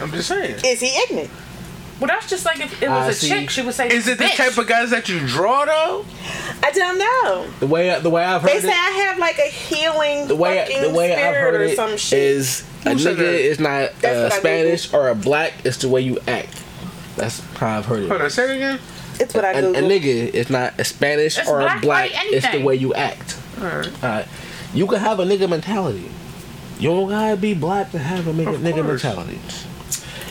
Speaker 2: I'm just saying.
Speaker 5: Is he ignorant?
Speaker 6: well, that's just like if it
Speaker 1: I
Speaker 6: was a
Speaker 1: see.
Speaker 6: chick, she would say,
Speaker 2: Is it the
Speaker 6: "Bitch."
Speaker 2: type of guys that you draw though?
Speaker 5: I don't know.
Speaker 1: The way the way I've
Speaker 5: They
Speaker 1: heard
Speaker 5: say I
Speaker 1: it,
Speaker 5: have like a healing
Speaker 1: the way
Speaker 5: fucking
Speaker 1: the way I've
Speaker 5: spirit
Speaker 1: heard
Speaker 5: or
Speaker 1: it
Speaker 5: some shit.
Speaker 1: is a
Speaker 2: Who said
Speaker 1: nigga
Speaker 2: that?
Speaker 1: is not
Speaker 5: That's
Speaker 1: uh,
Speaker 5: what I
Speaker 1: Spanish or a black. It's the way you act. That's how I've heard it.
Speaker 2: Hold on. Say it again.
Speaker 5: it's what I
Speaker 1: a, a
Speaker 5: Googled.
Speaker 1: nigga is not a Spanish
Speaker 6: It's
Speaker 1: or
Speaker 6: black,
Speaker 1: a black.
Speaker 6: white,
Speaker 1: It's the
Speaker 6: anything.
Speaker 1: way you act.
Speaker 2: All right.
Speaker 1: Alright. You can have a nigga mentality. You don't gotta be black to have a nigga,
Speaker 2: Of
Speaker 1: nigga
Speaker 2: course.
Speaker 1: mentality.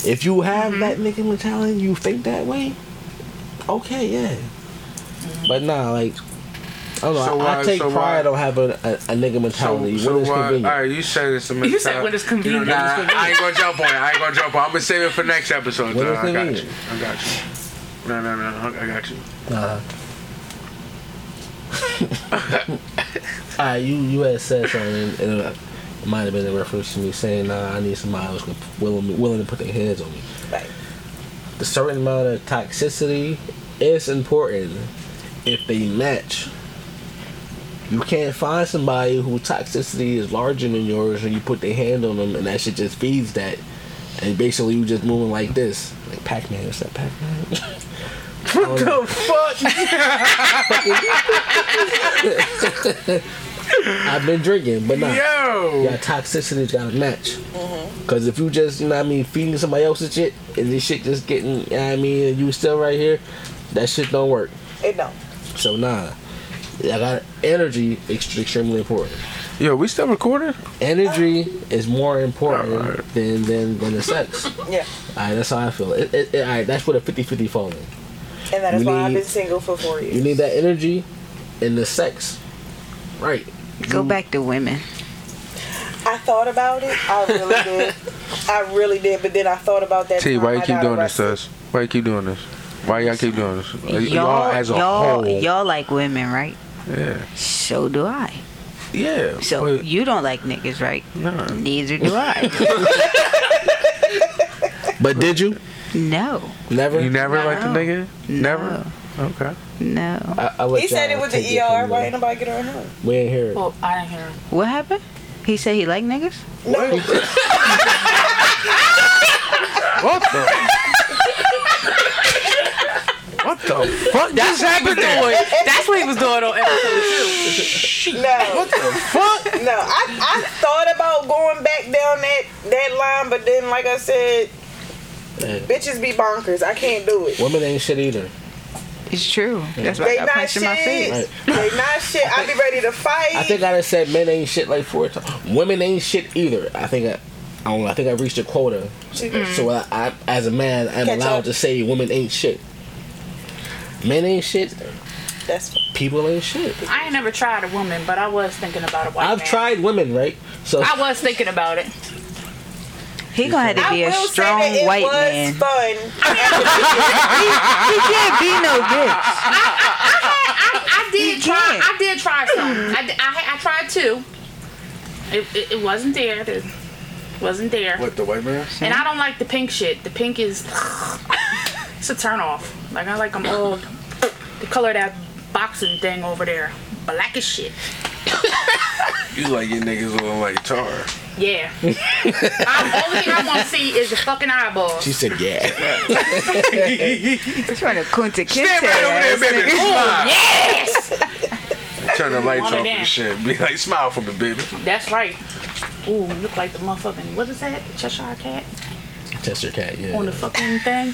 Speaker 1: If you have that nigga mentality, you think that way. Okay, yeah. But nah, like I don't know.
Speaker 2: So
Speaker 1: I, I
Speaker 2: why-
Speaker 1: take
Speaker 2: so why-
Speaker 1: pride on having a, a nigga mentality when it's
Speaker 2: why-
Speaker 1: convenient.
Speaker 2: All right, you said it's a
Speaker 6: You said when it's convenient.
Speaker 2: nah, I ain't gonna jump on it. I ain't gonna jump on. it. I'm gonna save it for next episode.
Speaker 1: When
Speaker 2: though.
Speaker 1: it's
Speaker 2: I got you.
Speaker 1: convenient.
Speaker 2: I got you. No, no, no. I got you.
Speaker 1: Nah. Alright, you you had said something and, and uh, it might have been a reference to me saying, nah, I need somebody who's gonna- willing willing to put their hands on me.
Speaker 5: Right.
Speaker 1: the certain amount of toxicity is important if they match. You can't find somebody who toxicity is larger than yours and you put their hand on them and that shit just feeds that. And basically you just moving like this. Like Pac Man, what's that Um, Pac Man?
Speaker 2: What the fuck?
Speaker 1: I've been drinking, but not.
Speaker 2: Yo.
Speaker 1: Yeah, toxicity's got to match. Because if you just, you know what I mean, feeding somebody else's shit and this shit just getting, you know what I mean, and you still right here, that shit don't work.
Speaker 5: It don't.
Speaker 1: So nah, I got energy ext- extremely important.
Speaker 2: Yo, we still recording?
Speaker 1: Energy is more important
Speaker 2: Alright.
Speaker 1: than than than the sex. all
Speaker 5: Yeah.
Speaker 1: right, that's how I feel. It, it, it- all right, that's what a 50-50 fall in.
Speaker 5: And that is
Speaker 1: You
Speaker 5: why I've
Speaker 1: need-
Speaker 5: been single for four years.
Speaker 1: You need that energy and the sex, right?
Speaker 7: Go back to women.
Speaker 5: I thought about it. I really did. I really did. But then I thought about that.
Speaker 2: T,
Speaker 5: time
Speaker 2: why you
Speaker 5: I
Speaker 2: keep
Speaker 5: got
Speaker 2: doing this,
Speaker 5: arrested.
Speaker 2: sus? Why you keep doing this? Why y'all keep doing this? Y'all,
Speaker 7: Y'all,
Speaker 2: as a
Speaker 7: y'all,
Speaker 2: whole.
Speaker 7: y'all like women, right?
Speaker 2: yeah.
Speaker 7: So do I.
Speaker 2: Yeah.
Speaker 7: So
Speaker 2: but-
Speaker 7: you don't like niggas, right?
Speaker 2: Nah.
Speaker 7: Neither do I.
Speaker 1: But did you
Speaker 7: no.
Speaker 1: never?
Speaker 2: you never liked the
Speaker 7: No.
Speaker 2: nigga? Never? Okay.
Speaker 7: No.
Speaker 1: I, I let
Speaker 5: He said
Speaker 1: y'all
Speaker 5: it with
Speaker 1: take
Speaker 5: the
Speaker 1: from
Speaker 5: ER.
Speaker 1: me.
Speaker 5: Why ain't nobody get around him?
Speaker 1: We ain't here.
Speaker 6: Well, I didn't hear. him.
Speaker 7: What happened? He said he liked niggas?
Speaker 2: What the? What the fuck just happened there?
Speaker 6: That's what he was doing on episode
Speaker 5: No. What the fuck? No, I, I thought about going back down that, that line, but then, like I said, bitches be bonkers. I can't do it.
Speaker 1: Women ain't shit either.
Speaker 7: It's true. That's
Speaker 5: they not shit. They not shit. I be ready to fight.
Speaker 1: I think I done said men ain't shit like four times. Women ain't shit either. I think I. I don't know, I think I reached a quota,
Speaker 5: Mhm.
Speaker 1: so I, I, as a man, I'm
Speaker 5: Catch
Speaker 1: allowed
Speaker 5: up.
Speaker 1: to say women ain't shit. Men ain't shit.
Speaker 5: That's
Speaker 1: people ain't shit.
Speaker 6: two. I ain't never tried a woman, but I was thinking about a white
Speaker 1: I've
Speaker 6: man.
Speaker 1: tried women, right? So
Speaker 6: I was thinking about it.
Speaker 7: He gonna have to be a
Speaker 6: will say
Speaker 7: strong
Speaker 6: that it
Speaker 7: white
Speaker 6: was
Speaker 7: man.
Speaker 5: Fun.
Speaker 7: he
Speaker 6: I did
Speaker 7: can't be no bitch.
Speaker 6: try. I did try some. I, d- I, had- I tried two. It, it, it wasn't there. It wasn't there.
Speaker 8: What, the white man?
Speaker 6: And I don't like the pink shit. The pink is it's a turn off. Like I like them old. The color of that boxing thing over there, black as shit.
Speaker 8: You like your niggas looking like tar.
Speaker 6: Yeah. I, only thing I want to see is the fucking eyeballs.
Speaker 1: she said, "Yeah."
Speaker 7: He's trying to kunta kinte.
Speaker 6: Stand right over there,
Speaker 8: baby.
Speaker 7: ass nigga.
Speaker 8: Smile.
Speaker 6: Yes.
Speaker 8: Turn the lights
Speaker 6: Wanna
Speaker 8: off and
Speaker 6: dance.
Speaker 8: shit. Be like, smile for me, baby.
Speaker 6: That's right. Ooh, look like the motherfucking what is that? The Cheshire cat
Speaker 1: Test your cat. Yeah.
Speaker 6: on the fucking thing.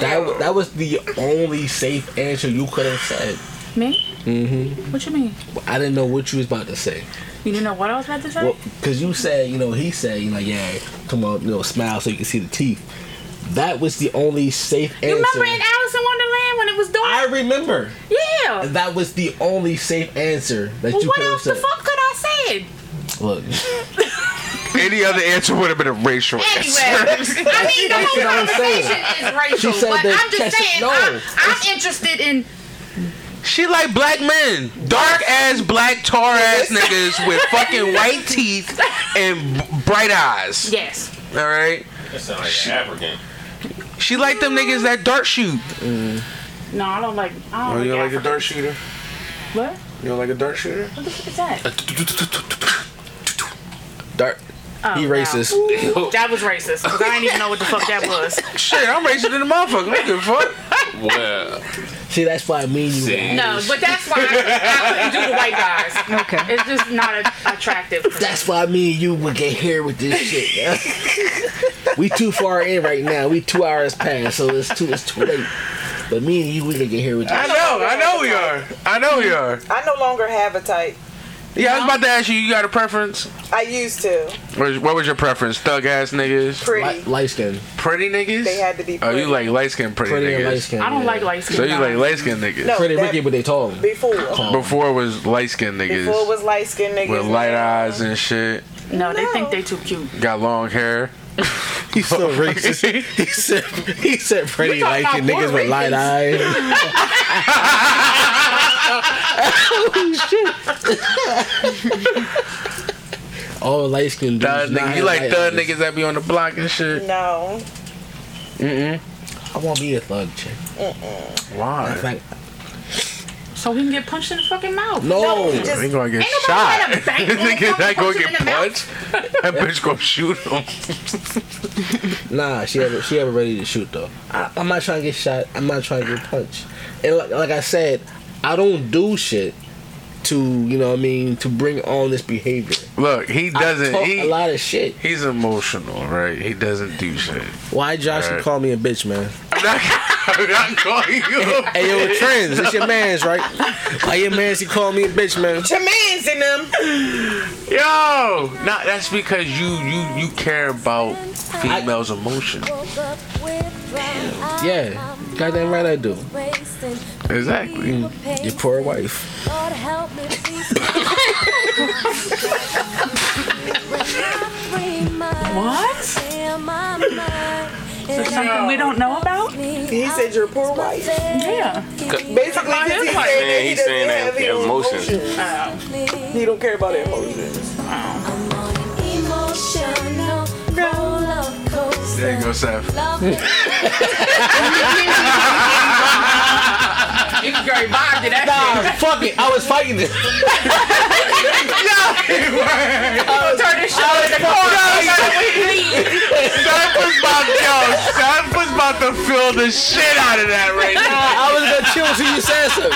Speaker 1: That wa- that was the only safe answer you could have said.
Speaker 6: Me?
Speaker 1: Mm-hmm.
Speaker 6: What you mean?
Speaker 1: I didn't know what you was about to say.
Speaker 6: You didn't know what I was about to say?
Speaker 1: Well, because you said, you know, he said, you know, yeah, come on, you know, smile so you can see the teeth. That was the only safe
Speaker 6: you
Speaker 1: answer.
Speaker 6: remember in Alice in Wonderland when it was dark?
Speaker 1: I remember.
Speaker 6: Yeah.
Speaker 1: That was the only safe answer that
Speaker 6: well,
Speaker 1: you
Speaker 6: what
Speaker 1: could have
Speaker 6: else the
Speaker 1: said.
Speaker 6: fuck could I say?
Speaker 1: Look,
Speaker 2: Any other answer would have been a racial
Speaker 6: Anyway,
Speaker 2: answer.
Speaker 6: I mean the
Speaker 1: That's
Speaker 6: whole
Speaker 1: what I'm saying.
Speaker 6: conversation is racial,
Speaker 2: She said
Speaker 6: but
Speaker 2: that
Speaker 6: I'm just
Speaker 2: Cheshire-
Speaker 6: saying
Speaker 2: no,
Speaker 6: I'm, I'm interested in
Speaker 2: She like black men, dark ass black tar ass niggas with fucking white teeth and b- bright eyes.
Speaker 6: Yes.
Speaker 2: All right.
Speaker 3: That sounds like an African.
Speaker 2: She like them niggas that dart shoot.
Speaker 6: No, I don't like I
Speaker 8: Oh,
Speaker 6: don't
Speaker 8: you
Speaker 6: like
Speaker 8: like a dart shooter?
Speaker 6: What?
Speaker 8: You don't like a dart shooter?
Speaker 6: What the fuck is that?
Speaker 1: Dart.
Speaker 6: Oh,
Speaker 1: Uh, he
Speaker 6: wow.
Speaker 1: racist.
Speaker 6: That was racist. 'cause I didn't even know what the fuck that was.
Speaker 2: Shit, I'm racist than a motherfucker. What the fuck?
Speaker 3: Well,
Speaker 1: See, that's why me and you. were
Speaker 6: No,
Speaker 1: Irish.
Speaker 6: but that's why I, I couldn't do the white guys. Okay. It's just not a, attractive.
Speaker 1: That's why me and you would get here with this shit. we too far in right now. We two hours past, so it's too it's too late. But me and you, we can get here with this.
Speaker 2: I know, I know we are. I know we are.
Speaker 5: I no longer have a type.
Speaker 2: Yeah, I was about to ask you. You got a preference?
Speaker 5: I used to.
Speaker 2: What what was your preference? Thug ass niggas,
Speaker 5: Pretty.
Speaker 1: light skin,
Speaker 2: pretty niggas.
Speaker 5: They had to be
Speaker 2: Oh,
Speaker 5: pretty.
Speaker 2: you like light skin pretty,
Speaker 1: Pretty and
Speaker 2: niggas.
Speaker 1: light-skinned,
Speaker 6: I don't like light skin.
Speaker 2: So you like light skin niggas.
Speaker 5: No,
Speaker 1: Pretty
Speaker 5: that-
Speaker 1: Ricky, but they tall.
Speaker 5: Before.
Speaker 2: Before it was light skinned niggas
Speaker 5: Before it was light skinned niggas.
Speaker 2: with light eyes and shit.
Speaker 6: No, they think they too cute.
Speaker 2: Got long hair.
Speaker 1: He's so racist. he said he said
Speaker 6: We
Speaker 1: pretty
Speaker 6: talking
Speaker 1: light skin
Speaker 6: about
Speaker 1: niggas with light eyes. Holy shit. All light skin dudes.
Speaker 2: Thug
Speaker 1: not
Speaker 2: niggas. You
Speaker 1: have
Speaker 2: like
Speaker 1: light
Speaker 2: thug
Speaker 1: eyes.
Speaker 2: niggas that be on the block and shit.
Speaker 5: No.
Speaker 2: Mm
Speaker 1: I want to be a thug chick.
Speaker 5: Mm-mm.
Speaker 2: mm. Why?
Speaker 1: It's like,
Speaker 6: So he can get punched in the fucking mouth.
Speaker 1: no.
Speaker 6: he just-
Speaker 2: They gonna get
Speaker 6: Ain't nobody
Speaker 2: shot.
Speaker 6: gonna bang him.
Speaker 2: Niggas not
Speaker 6: Punch
Speaker 2: gonna
Speaker 6: him in
Speaker 2: get
Speaker 6: the mouth.
Speaker 2: punched. That bitch gonna shoot him.
Speaker 1: Nah, she ever she ever ready to shoot though. I, I'm not trying to get shot. I'm not trying to get punched. And like, like I said, I don't do shit to you know what I mean to bring on this behavior.
Speaker 2: Look, he doesn't.
Speaker 1: I talk
Speaker 2: he,
Speaker 1: a lot of shit.
Speaker 2: He's emotional, right? He doesn't do shit.
Speaker 1: Why Josh
Speaker 2: Alright.
Speaker 1: call me a bitch, man?
Speaker 2: I'm not calling you. a
Speaker 1: Hey yo,
Speaker 2: bitch.
Speaker 1: trends, it's your man's right. Why your man's he call me a bitch, man?
Speaker 5: Your man's in them.
Speaker 2: Yo, not that's because you you you care about females' emotion.
Speaker 1: Yeah, goddamn right I do.
Speaker 2: Exactly.
Speaker 1: Your poor wife.
Speaker 6: What? Is there something we don't know about?
Speaker 5: He said your poor wife.
Speaker 6: Yeah.
Speaker 5: Basically,
Speaker 6: About his
Speaker 5: he's
Speaker 6: wife.
Speaker 5: saying that
Speaker 3: Man,
Speaker 5: he
Speaker 3: he's
Speaker 5: doesn't
Speaker 3: saying that
Speaker 5: have his
Speaker 3: emotions.
Speaker 5: emotions. He don't care about their emotions.
Speaker 11: Emotional roller coaster.
Speaker 2: There you go, Seth.
Speaker 11: Love it.
Speaker 6: You can go vibe to that
Speaker 1: Nah, fuck it. I was fighting this.
Speaker 2: Yo,
Speaker 10: Oh, turn this shit over to
Speaker 2: Son was about yo, son was about to fill the shit out of that right
Speaker 1: I
Speaker 2: now.
Speaker 1: was gonna chill till you said something.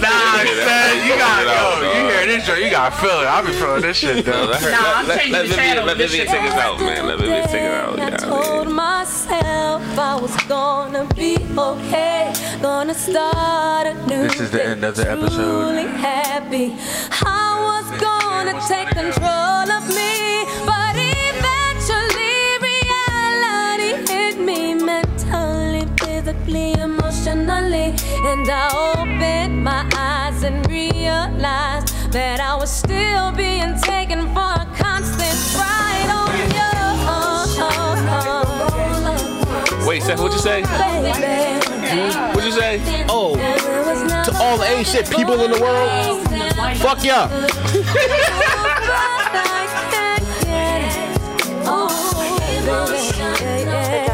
Speaker 2: Nah, son, you got yo, you hear this joint, you gotta feel it. I be feeling this shit though.
Speaker 3: Let her-
Speaker 10: Nah, I'm
Speaker 3: let-
Speaker 10: changing the
Speaker 3: let Vivian
Speaker 10: channel.
Speaker 3: let
Speaker 10: This
Speaker 3: Vivian
Speaker 10: shit
Speaker 3: take us out, man. Let Vivian take us out.
Speaker 11: I
Speaker 3: Yeah,
Speaker 11: told myself I was gonna be okay, gonna start a new
Speaker 2: This is the end of the episode.
Speaker 11: truly happy. I was gonna take control of me, but eventually reality hit me mentally, physically, emotionally, and I opened my eyes and realized that I was still being taken for a constant ride on your.
Speaker 3: Wait, Seth, what'd you say? What'd you say?
Speaker 1: Oh, to all the ancient people in the world, fuck y'all.
Speaker 11: Oh, yeah, yeah.